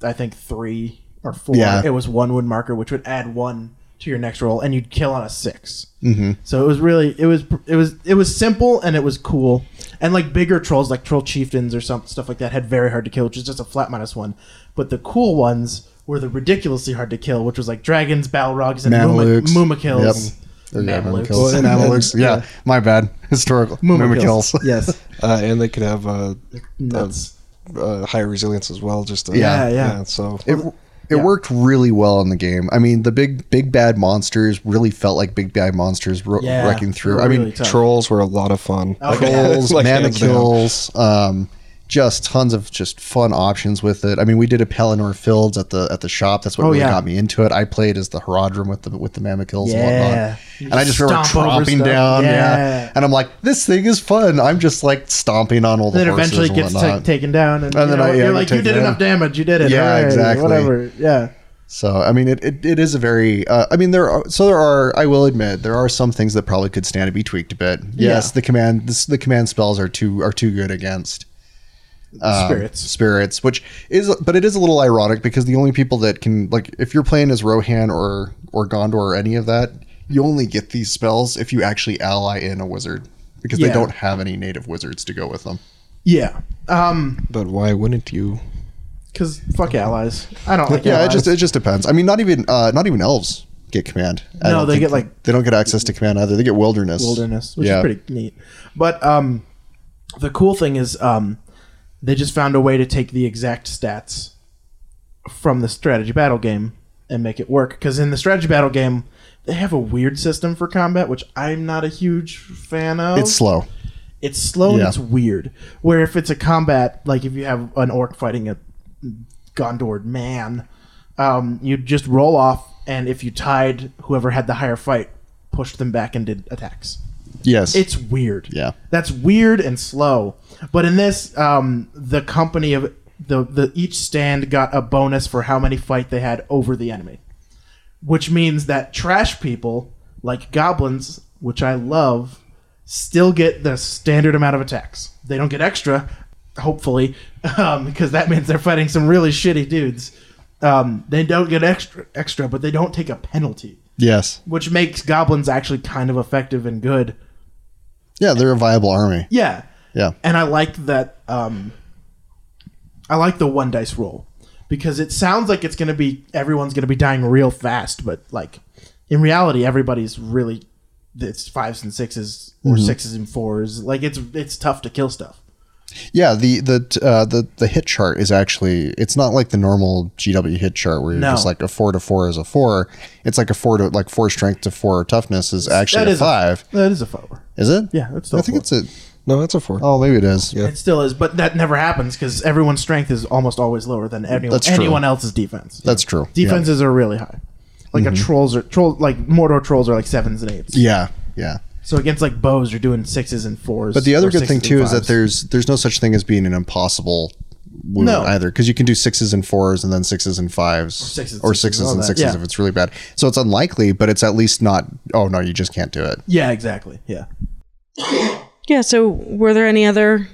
B: I think three or four,
C: Yeah.
B: it was one wood marker, which would add one to your next roll, and you'd kill on a 6 Mm-hmm. So it was really it was it was it was simple and it was cool. And like bigger trolls, like troll chieftains or some stuff like that, had very hard to kill, which is just a flat minus one. But the cool ones were the ridiculously hard to kill, which was like dragons, balrogs, and Muma,
C: Mamelukes.
B: Muma kills.
C: Yep. Or, yeah,
B: Mamelukes.
C: Mamelukes.
B: [LAUGHS]
C: Mamelukes. yeah, my bad. [LAUGHS] Historical. Mamelukes. [LAUGHS]
B: yes,
D: Uh, and they could have uh,
B: nuts.
D: uh, high resilience as well. Just uh,
B: Yeah, yeah.
D: So
C: it it
B: Yeah.
C: worked really well in the game. I mean, the big big bad monsters really felt like big bad monsters ro-
B: Yeah,
C: wrecking through.
B: they were
C: I mean,
B: really [LAUGHS] tough.
D: trolls were a lot of fun.
B: Oh, yeah.
D: [LAUGHS]
C: trolls,
D: hands down.
C: manacles, um, just tons of just fun options with it. I mean, we did a Pelennor Fields at the at the shop. That's what
B: Oh,
C: really
B: yeah.
C: got me into it. I played as the Herodrum with the with the manacles and
B: Yeah.
C: whatnot.
B: You
C: And I just
B: just
C: remember
B: stomp over
C: tromping
B: stuff.
C: down, yeah.
B: Yeah.
C: And I'm like, this thing is fun. I'm just like stomping on all the
B: Then
C: horses
B: eventually
C: and
B: gets
C: whatnot.
B: ta- taken down, and, you
C: And then
B: know,
C: I- yeah,
B: you're
C: I
B: like,
C: get
B: you did
C: taken
B: enough damage, you did it.
C: Yeah,
B: All right,
C: exactly.
B: Whatever. Yeah.
C: So I mean, it, it, it is a very. Uh, I mean, there are so there are. I will admit there are some things that probably could stand to be tweaked a bit. Yes,
B: Yeah.
C: the command this, the command spells are too are too good against um,
B: Spirits.
C: Spirits, which is but it is a little ironic because the only people that can like if you're playing as Rohan or or Gondor or any of that, you only get these spells if you actually ally in a wizard because they
B: Yeah.
C: don't have any native wizards to go with them.
B: Yeah. Um.
D: But why wouldn't you?
B: Because fuck allies. I don't like
C: [LAUGHS] yeah, it
B: allies.
C: just it just depends. I mean, not even uh, not even elves get command. I
B: No,
C: don't
B: they
C: think-
B: get, like-
C: they don't get access to command either. They get wilderness.
B: wilderness, which
C: Yeah.
B: is pretty neat. But um, the cool thing is um, they just found a way to take the exact stats from the strategy battle game and make it work. Because in the strategy battle game, they have a weird system for combat, which I'm not a huge fan of.
C: It's slow.
B: It's slow
C: Yeah.
B: and it's weird. Where if it's a combat, like if you have an orc fighting a Gondor man, um, you just roll off, and if you tied, whoever had the higher fight pushed them back and did attacks.
C: Yes.
B: It's weird.
C: Yeah.
B: that's weird and slow. But in this, um, the company of the the each stand got a bonus for how many fight they had over the enemy which means that trash people like goblins, which I love, still get the standard amount of attacks. They don't get extra, hopefully, [LAUGHS] um, because that means they're fighting some really shitty dudes. Um, they don't get extra, extra, but they don't take a penalty,
C: yes.
B: which makes goblins actually kind of effective and good.
C: Yeah, they're a viable army.
B: Yeah,
C: Yeah.
B: and I like that. Um, I like the one dice roll because it sounds like it's going to be everyone's going to be dying real fast, but like in reality, everybody's really it's fives and sixes or
C: Mm-hmm.
B: sixes and fours. Like it's it's tough to kill stuff.
C: Yeah. The the uh, the the hit chart is actually it's not like the normal GW hit chart where you're
B: No.
C: just like a four to four is a four. It's like a four to like four strength to four toughness is actually
B: That
C: a
B: is
C: five.
B: That is a four.
C: is it?
B: Yeah, it's still
C: I think
B: four.
C: it's a.
D: No, that's a four.
C: Oh, maybe it is.
D: Yeah.
B: It still is, but that never happens because everyone's strength is almost always lower than anyone
C: That's true.
B: anyone else's defense.
C: That's Mm-hmm. true.
B: Defenses are really high. Like a trolls are troll like Mordor trolls are like sevens and eights.
C: Yeah. Yeah.
B: So against like bows, you're doing sixes and fours.
C: But the other
B: or
C: good
B: sixes
C: thing
B: and
C: too is that
B: fives.
C: there's there's no such thing as being an impossible woo
B: No.
C: either because you can do sixes and fours and then sixes and fives or
B: sixes
C: sixes,
B: and sixes, all
C: and
B: that.
C: sixes
B: Yeah.
C: if it's really bad. So it's unlikely, but it's at least not. Oh no, you just can't do it.
B: Yeah, exactly. Yeah.
A: Yeah, so were there any other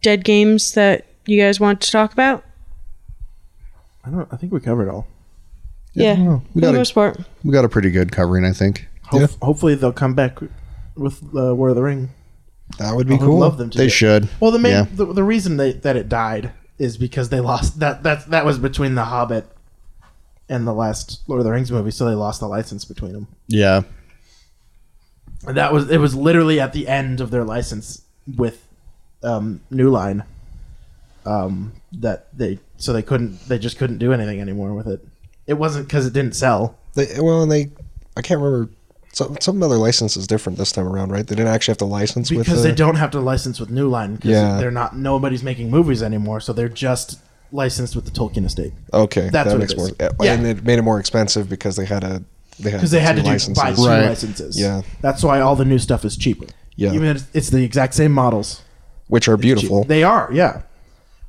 A: dead games that you guys want to talk about?
B: I don't. I think we covered all.
A: Yeah,
C: I don't know.
A: for
C: We
A: the
C: got a,
A: most part.
C: we got a pretty good covering, I think.
B: Hope, Hopefully they'll come back with uh, War of the Ring.
D: That would be
B: I would
D: cool.
B: love them to.
C: They
B: do-
C: should.
B: Well, the main
C: Yeah.
B: the, the reason they, that it died is because they lost that that that was between the Hobbit and the last Lord of the Rings movie, so they lost the license between them.
C: Yeah,
B: And that was it was literally at the end of their license with um, New Line um, that they so they couldn't they just couldn't do anything anymore with it. It wasn't because it didn't sell.
D: They, well, and they, I can't remember. Some, some other license is different this time around, right? They didn't actually have to license with.
B: because
D: uh,
B: they don't have to license with New Line because
D: Yeah.
B: they're not nobody's making movies anymore, so they're just licensed with the Tolkien estate
D: Okay,
B: That's what
D: that
B: it
D: makes
B: is.
D: more. Yeah,
B: Yeah.
D: and it made it more expensive because they had a they had
B: because they had
D: two
B: to do buy two
D: licenses.
C: Right.
B: licenses.
D: Yeah.
B: that's why all the new stuff is cheaper.
D: Yeah.
B: even if it's the exact same models.
D: which are
B: it's cheap.
D: beautiful.
B: They are. Yeah,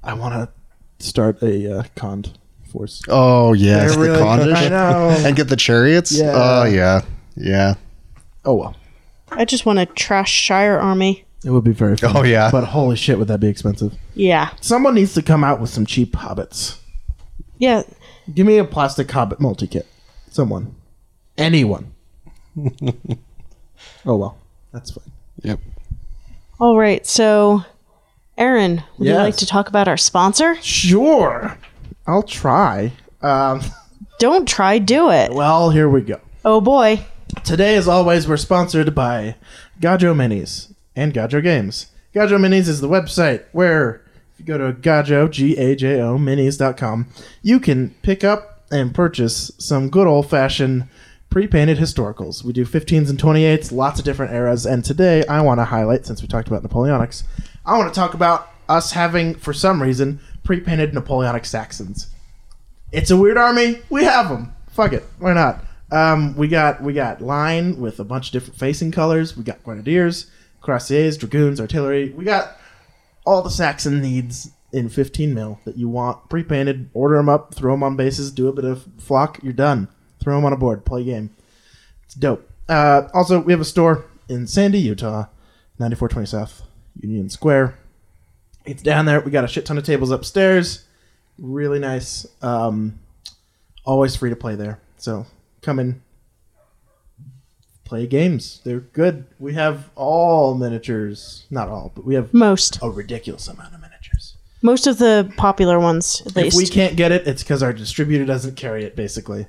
B: I want to start a uh, cond force.
C: Oh yeah,
B: They're
C: it's
B: really-
C: the Oh, Kondish.
B: I
C: [LAUGHS]
B: know.
C: and get the chariots.
B: Yeah.
C: Oh yeah, yeah.
B: Oh well,
A: I just want a trash Shire army.
B: it would be very. Fun.
C: Oh, yeah.
B: but holy shit, would that be expensive?
A: Yeah.
B: Someone needs to come out with some cheap hobbits.
A: Yeah.
B: Give me a plastic hobbit multi kit. Someone,
C: [LAUGHS]
B: anyone. oh well, that's fine.
D: Yep.
A: All right. So, Aaron, would you
B: Yes.
A: like to talk about our sponsor?
B: Sure, I'll try. Um,
A: Don't try, do it.
B: well, here we go.
A: Oh boy.
B: Today, as always, we're sponsored by Gajo Minis and Gajo Games. Gajo Minis is the website where, if you go to Gajo, G A J O, minis.com, you can pick up and purchase some good old fashioned pre painted historicals. We do 15s and 28s, lots of different eras, and today I want to highlight, since we talked about Napoleonics, I want to talk about us having, for some reason, pre painted Napoleonic Saxons it's a weird army. We have them. Fuck it. Why not? Um, we got we got line with a bunch of different facing colors. We got grenadiers, cuirassiers, dragoons, artillery. We got all the Saxon needs in 15 mil that you want pre-painted. Order them up, throw them on bases, do a bit of flock. You're done. Throw them on a board. Play game. It's dope. Uh, also, we have a store in Sandy, Utah, 9420 South Union Square. It's down there. We got a shit ton of tables upstairs really nice. Um, always free to play there. So come in, play games. They're good. We have all miniatures, not all, but we have
A: Most.
B: a ridiculous amount of miniatures.
A: Most of the popular ones, at
B: If
A: least.
B: we can't get it, it's because our distributor doesn't carry it. Basically,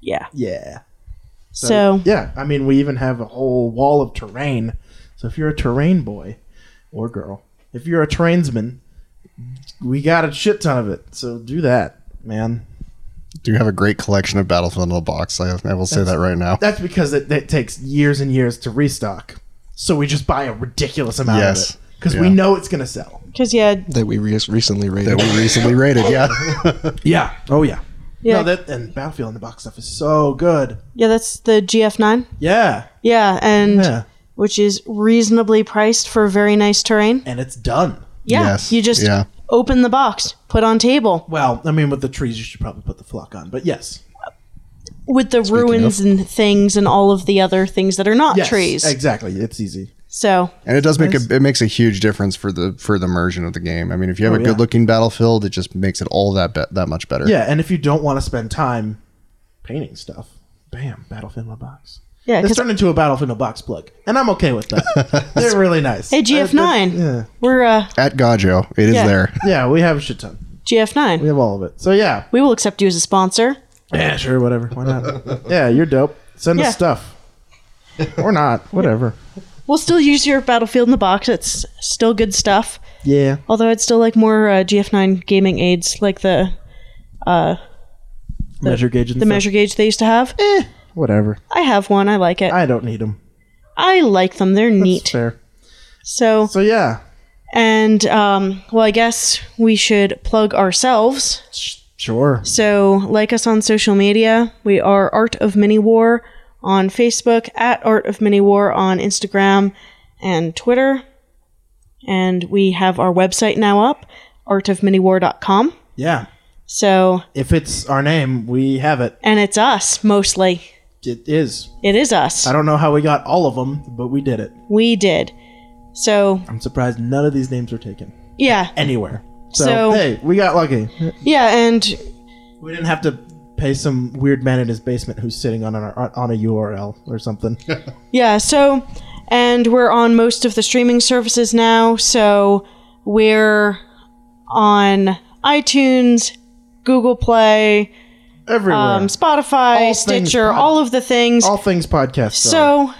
A: yeah.
B: yeah.
A: So,
B: yeah, I mean, we even have a whole wall of terrain. So if you're a terrain boy or girl, if you're a terrainsman, we got a shit ton of it. So do that, man.
C: Do you have a great collection of Battlefield in a box? I, I will say that right now.
B: That's because it, it takes years and years to restock. So we just buy a ridiculous amount
C: Yes.
B: of it because we
C: Yeah.
B: know it's going to sell.
A: because yeah,
D: That we re- recently rated.
C: That we recently rated. Yeah,
B: [LAUGHS] Yeah. Oh yeah.
A: yeah,
B: No, that and Battlefield in the box stuff is so good.
A: yeah, that's the GF9.
B: Yeah.
A: Yeah, and
B: Yeah.
A: which is reasonably priced for very nice terrain.
B: And it's done.
A: Yeah,
C: Yes,
A: you just
C: yeah.
A: open the box, put on table
B: Well, I mean, with the trees, you should probably put the flock on. But yes,
A: with the ruins and things and all of the other things that are not
B: yes,
A: trees.
B: Exactly. It's easy.
A: so
C: and it does make a it makes a huge difference for the for the immersion of the game. I mean, if you have a
B: Oh, yeah.
C: good looking battlefield, it just makes it all that be- that much better.
B: Yeah, and if you don't want to spend time painting stuff, bam, Battlefield in a box.
A: yeah,
B: It's
A: because
B: turned into a Battlefield in a box plug, and I'm okay
A: [LAUGHS]
B: with that. They're really nice. Uh,
A: hey, GF9,
B: Yeah.
A: we're uh,
C: At Gajo, it is
A: Yeah.
C: there.
B: Yeah, we have a shit ton. We
A: GF9.
B: have all of it. So yeah,
A: We will accept you as a sponsor.
B: Yeah, sure, whatever.
A: [LAUGHS]
B: Why not? yeah, you're dope. Send
A: Yeah.
B: us stuff. or not, whatever.
A: We'll still use your Battlefield in the box. It's still good stuff.
B: Yeah.
A: Although I'd still like more uh, GF9 gaming aids, like the
B: measure gauge and
A: the
B: stuff.
A: measure gauge they used to have.
B: Eh, whatever.
A: I have one. I like it. I,
B: I don't need them.
A: like them. They're neat.
B: Fair.
A: So
B: So yeah,
A: And um, well, I guess we should plug ourselves.
B: sure.
A: So like us on social media. We are Art of Mini War on Facebook, at Art of Mini War on Instagram and Twitter. And we have our website now up, artofminiwar.com.
B: Yeah.
A: So,
B: If it's our name, we have it.
A: and it's us mostly.
B: It is.
A: It is us.
B: I don't know how we got all of them, but we did it.
A: We did. So,
B: I'm surprised none of these names were taken
A: yeah.
B: anywhere. So,
A: So-
B: hey, we got lucky.
A: Yeah, and
B: We didn't have to pay some weird man in his basement who's sitting on an, on a URL or something.
A: Yeah, so and we're on most of the streaming services now, so we're on iTunes, Google Play,
B: Everywhere.
A: um, Spotify,
B: All things
A: Stitcher,
B: pod-
A: all of the things.
B: all things podcast. So,
A: so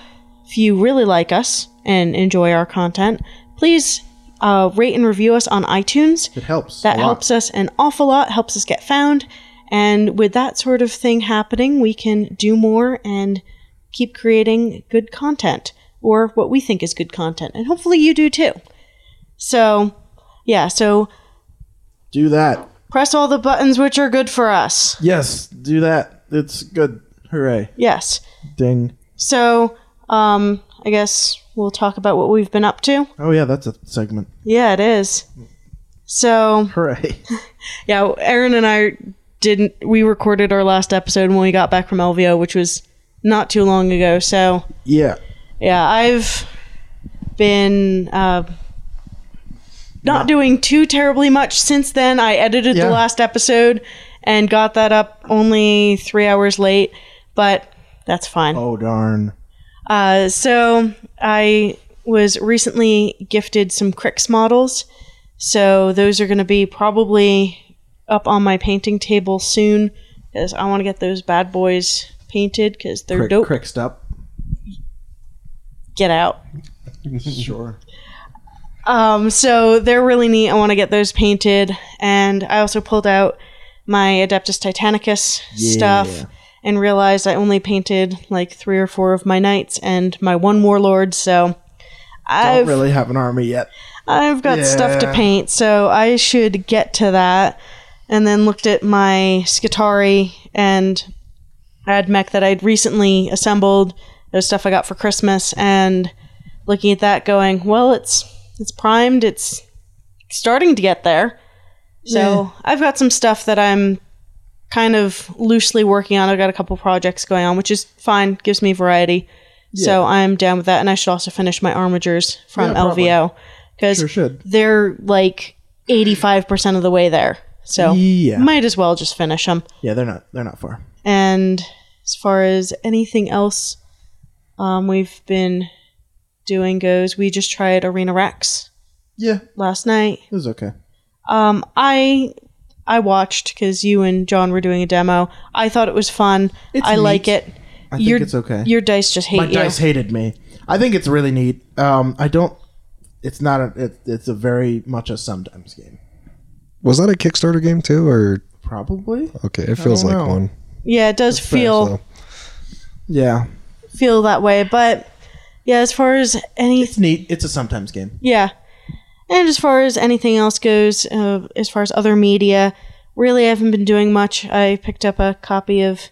A: if you really like us and enjoy our content, please uh, rate and review us on iTunes.
B: it helps.
A: That
B: a lot.
A: helps us an awful lot, helps us get found. And with that sort of thing happening, we can do more and keep creating good content or what we think is good content. And hopefully you do too. So, yeah, so
B: Do that.
A: press all the buttons which are good for us.
B: Yes, do that. It's good. Hooray.
A: Yes.
B: Ding.
A: So, um, I guess we'll talk about what we've been up to.
B: Oh, yeah, that's a segment.
A: Yeah, it is. So,
B: Hooray. [LAUGHS]
A: Yeah, Aaron and I didn't. We recorded our last episode when we got back from LVO, which was not too long ago. So
B: yeah.
A: yeah, I've been uh, not doing too terribly much since then. I edited
B: Yeah.
A: the last episode and got that up only three hours late, but that's fine.
B: Oh, darn.
A: Uh, so I was recently gifted some Crix models. So those are going to be probably up on my painting table soon because I want to get those bad boys painted because they're
B: Crick,
A: dope.
B: Cricked up.
A: Get out.
B: Sure.
A: Um, so they're really neat. I want to get those painted. And I also pulled out my Adeptus Titanicus
B: Yeah.
A: stuff and realized I only painted like three or four of my knights and my one warlord. So
B: Don't
A: I've
B: really have an army yet.
A: I've got stuff to
B: Yeah.
A: paint, so I should get to that. And then looked at my Skitari and ad mech that I'd recently assembled, the stuff I got for Christmas, and looking at that, going, well, it's it's primed, it's starting to get there. So I've got some stuff that I'm kind of loosely working on. I've got a couple projects going on, which is fine, gives me variety. So I'm down with that, and I should also finish my armigers from
B: Yeah, probably.
A: LVO because
B: Sure should.
A: they're like 85% of the way there. So
B: Yeah.
A: might as well just finish them.
B: Yeah, they're not. They're not far.
A: And as far as anything else um, we've been doing goes, we just tried Arena Rex
B: Yeah, it
A: last night.
B: was okay.
A: Um, I I watched because you and John were doing a demo. I thought it was fun.
B: It's
A: I like
B: neat.
A: it.
B: I think
A: Your-
B: it's okay.
A: Your dice just hate
B: My
A: you.
B: dice hated me. I think it's really neat. Um, I don't. It's not a. It, it's a very much a sometimes game.
D: Was that a Kickstarter game too, or
B: Probably.
D: okay? It feels
B: don't
D: like
B: know.
D: one.
A: yeah, it does feel
D: so.
B: Yeah,
A: feel that way. But yeah, as far as any
B: it's neat. It's a sometimes game.
A: Yeah. And as far as anything else goes, uh, as far as other media, really I haven't been doing much. I picked up a copy of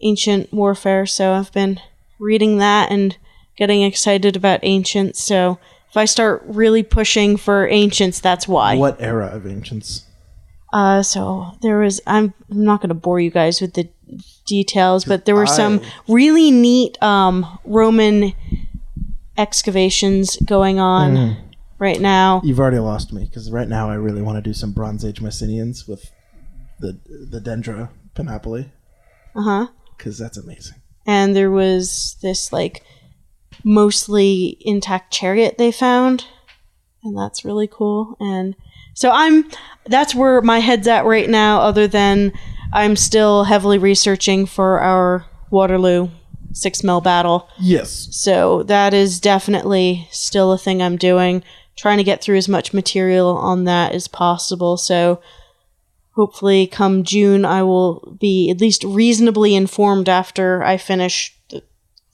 A: Ancient Warfare, so I've been reading that and getting excited about Ancient. So if I start really pushing for Ancients, that's why.
B: What era of ancients?
A: Uh, so there was. I'm, I'm not going to bore you guys with the details, but there were some really neat um, Roman excavations going on right now.
B: You've already lost me because right now I really want to do some Bronze Age Mycenaeans with the the Dendra Panoply
A: Uh huh.
B: because that's amazing.
A: and there was this like mostly intact chariot they found and that's really cool and so i'm that's where my head's at right now other than i'm still heavily researching for our waterloo six mil battle
B: Yes.
A: so that is definitely still a thing I'm doing, trying to get through as much material on that as possible. So hopefully, come June, I will be at least reasonably informed after I finish the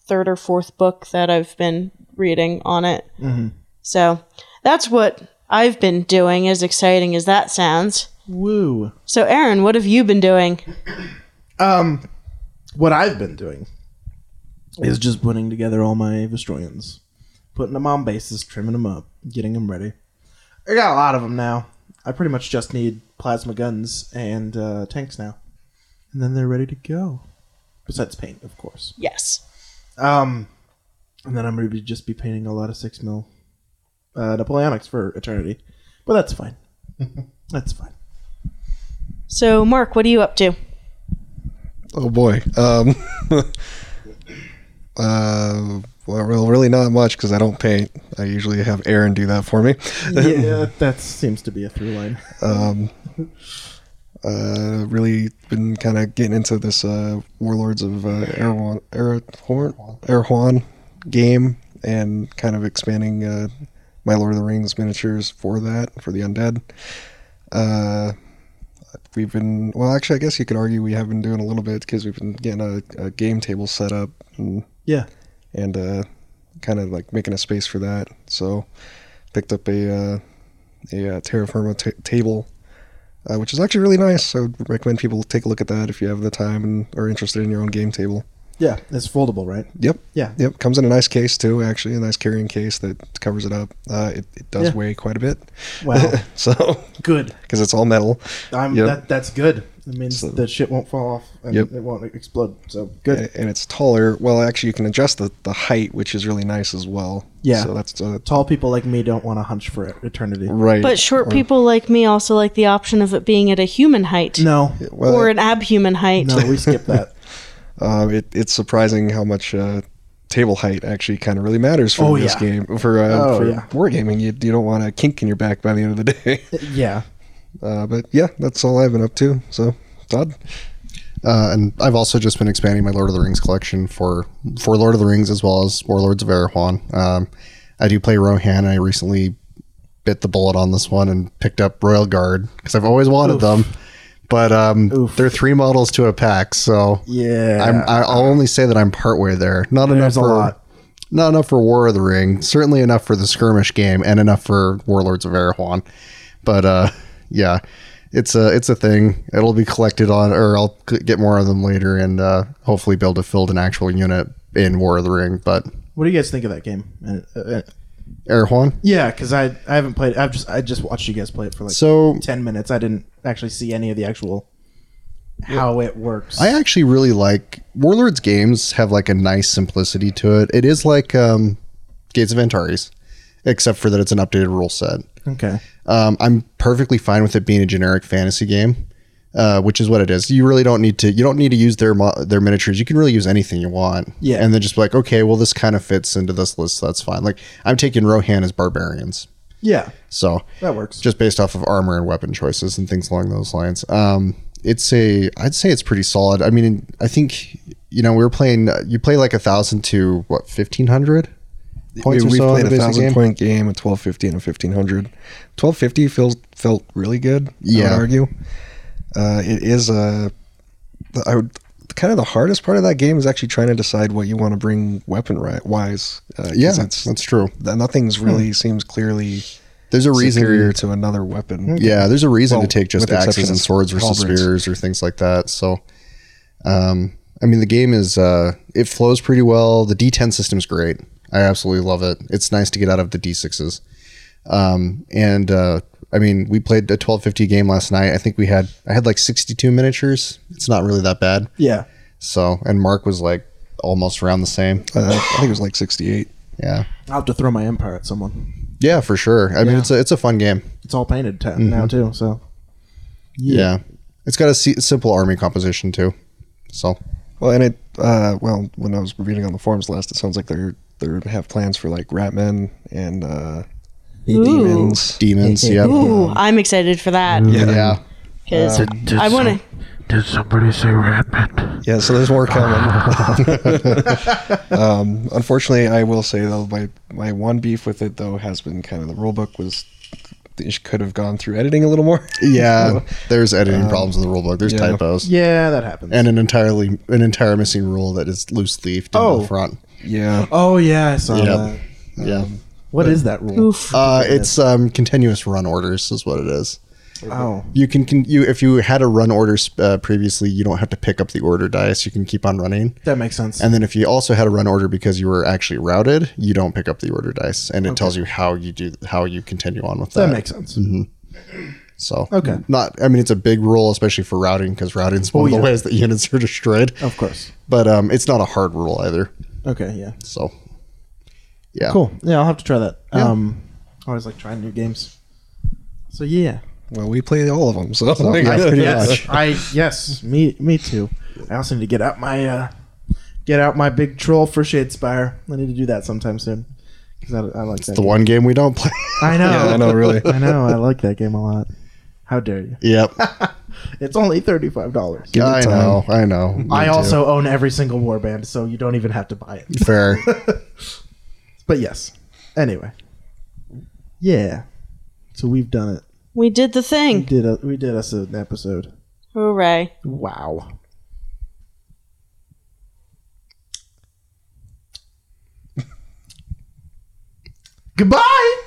A: third or fourth book that I've been reading on it.
B: Mhm.
A: So that's what I've been doing, as exciting as that sounds.
B: Woo.
A: So, Aaron, what have you been doing?
B: Um, what I've been doing is just putting together all my Vestroians, putting them on bases, trimming them up, getting them ready. I got a lot of them now. I pretty much just need plasma guns and uh, tanks now, and then they're ready to go. Besides paint, of course.
A: Yes.
B: Um, and then I'm going to just be painting a lot of six mil uh, Napoleonics for eternity, but that's fine. that's fine.
A: So, Mark, what are you up to?
D: Oh boy. Um, [LAUGHS] uh, well, really not much because I don't paint. I usually have Aaron do that for me.
B: yeah, that seems to be a through line.
D: um, uh, really been kind of getting into this uh, Warlords of uh, Erewhon, Erewhon, Erewhon game and kind of expanding uh, my Lord of the Rings miniatures for that, for the undead. Uh, we've been, well, actually, I guess you could argue we have been doing a little bit because we've been getting a, a game table set up and,
B: Yeah.
D: and uh, kind of like making a space for that. So picked up a, uh, a uh, terra firma ta table, uh, which is actually really nice. I would recommend people take a look at that if you have the time and are interested in your own game table.
B: Yeah, it's foldable, right?
D: Yep.
B: Yeah.
D: Yep. Comes in a nice case too. Actually, a nice carrying case that covers it up. Uh, it, it does
B: Yeah.
D: weigh quite a bit.
B: Wow.
D: [LAUGHS] so
B: good.
D: because it's all metal.
B: I'm,
D: Yep.
B: that, that's good. It means
D: So-
B: the shit won't fall off and
D: Yep.
B: it won't explode. So good.
D: and- and it's taller. Well, actually, you can adjust the, the height, which is really nice as well.
B: Yeah.
D: So that's uh,
B: Tall people like me don't want to hunch for eternity.
D: right.
A: But short
D: Or-
A: people like me also like the option of it being at a human height
B: No,
D: well,
A: or an abhuman height.
B: no, we skip that.
D: Uh, it, it's surprising how much uh, table height actually kind of really matters for
B: Oh,
D: this
B: yeah.
D: game for uh,
B: Oh,
D: for
B: yeah.
D: wargaming. You, you don't want a kink in your back by the end of the [LAUGHS] day.
B: yeah.
D: Uh, but yeah, that's all I've been up to. So Todd,
C: Uh, and I've also just been expanding my Lord of the Rings collection for for Lord of the Rings as well as Warlords of Erewhon. Um, I do play Rohan, and I recently bit the bullet on this one and picked up Royal Guard because I've always wanted
B: Oof.
C: them. But um,
B: Oof.
C: they're three models to a pack, so
B: Yeah.
C: I'm, I- I'll only say that I'm partway there. Not
B: There's a
C: enough for
B: lot.
C: not enough for War of the Ring. Certainly enough for the skirmish game, and enough for Warlords of Erewhon. But uh, yeah, it's a it's a thing. It'll be collected on, or I'll c- get more of them later, and uh, hopefully be able to build an actual unit in War of the Ring. But
B: what do you guys think of that game? Uh, uh, uh,
C: Erewhon,
B: yeah, because I I haven't played. I've just I just watched you guys play it for like
C: so.
B: ten minutes. I didn't actually see any of the actual how it works.
C: I actually really like Warlords games have like a nice simplicity to it. It is like um, Gates of Antares, except for that it's an updated rule set.
B: okay.
C: Um, I'm perfectly fine with it being a generic fantasy game, uh, which is what it is. You really don't need to. You don't need to use their mo- their miniatures. You can really use anything you want.
B: Yeah.
C: And then just be like, okay, well, this kind of fits into this list. So that's fine. Like I'm taking Rohan as barbarians,
B: Yeah,
C: so
B: that works.
C: just based off of armor and weapon choices and things along those lines. Um, it's a. I'd say it's pretty solid. I mean, I think you know we were playing. You play like a thousand to what fifteen hundred.
D: we,
C: or
D: we've
C: so on
D: played
C: the
D: a
C: basic
D: thousand
C: game?
D: point game, a twelve fifty and a fifteen hundred. Twelve fifty feels felt really good. I
C: Yeah.
D: would argue. Uh, it is a. I would kind of the hardest part of that game is actually trying to decide what you want to bring weapon ri- wise. Uh, 'cause
C: Yeah,
D: it's-
C: that's Hmm. true.
D: nothing's really seems clearly
C: There's a reason Hmm.
D: superior to another weapon.
C: Yeah, there's a reason
D: Well,
C: to take just
D: with
C: axes
D: exceptions,
C: and swords versus
D: halberds.
C: spears or things like that. So, um, I mean, the game is uh, it flows pretty well. The D10 system's great. I absolutely love it. It's nice to get out of the D6s. Um, and uh, I mean, we played a 1250 game last night. I think we had I had like 62 miniatures. It's not really that bad.
B: yeah,
C: So, and Mark was like almost around the same.
D: Uh, I think it was like sixty-eight.
C: Yeah,
B: I'll have to throw my empire at someone.
C: yeah, for sure. I mean, it's a it's a fun game.
B: It's all painted t- now too. So
C: Yeah, it's got a si- simple army composition too. So.
D: Well, and it uh, well when I was reading on the forums last, it sounds like they're they are have plans for like ratmen and uh,
A: Ooh.
D: demons.
C: Demons, yeah. [LAUGHS]
A: Ooh, I'm excited for that
C: Yeah.
A: because
E: Did
A: I want to.
E: some- Did somebody say Ratman?
D: Yeah, so there's more coming. [LAUGHS] um, unfortunately, I will say though, my my one beef with it though has been kind of the rulebook was it could have gone through editing a little more.
C: Yeah. There's editing problems in the rulebook. There's
D: yeah.
C: typos.
B: yeah, that happens.
C: And an entirely an entire missing rule that is loose leafed in
B: Oh.
C: the front.
D: yeah,
B: oh yeah, I saw
C: Yep.
B: that.
C: Yeah.
B: What is that rule?
A: Oof.
C: Uh, it's um, continuous run orders is what it is.
B: Oh,
C: You can, can you if you had a run order uh, previously, you don't have to pick up the order dice. You can keep on running.
B: that makes sense.
C: And then if you also had a run order because you were actually routed, you don't pick up the order dice, and it tells you how you do how you continue on with that. Mm-hmm.
B: that makes sense.
C: So
B: Okay.
C: not. I mean, it's a big rule, especially for routing, because routing is one of
B: yeah.
C: the ways that [LAUGHS] units are destroyed.
B: Of course.
C: But um, it's not a hard rule either.
B: Okay, yeah.
C: So yeah,
B: Cool. Yeah, I'll have to try that. Um, I always like trying new games. So yeah,
D: Well, we play all of them, so, [LAUGHS]
C: yeah, pretty much.
B: I yes, me me too. I also need to get out my uh, get out my big troll for Shadespire. I need to do that sometime soon because I, I like that.
C: The
B: game.
C: one game we don't play.
B: I know.
D: Yeah, I know, really.
B: [LAUGHS] I know. I like that game a lot. How dare you?
C: [LAUGHS] yep.
B: It's only thirty five dollars.
D: Give it
C: I
D: time.
C: know. I know. Me
B: I
C: too.
B: also own every single warband, so you don't even have to buy it.
C: fair.
B: But yes. Anyway. Yeah. So we've done it.
A: We did the
B: We
A: thing.
B: did a, we did us an episode.
A: Hooray.
B: Wow. [LAUGHS] Goodbye.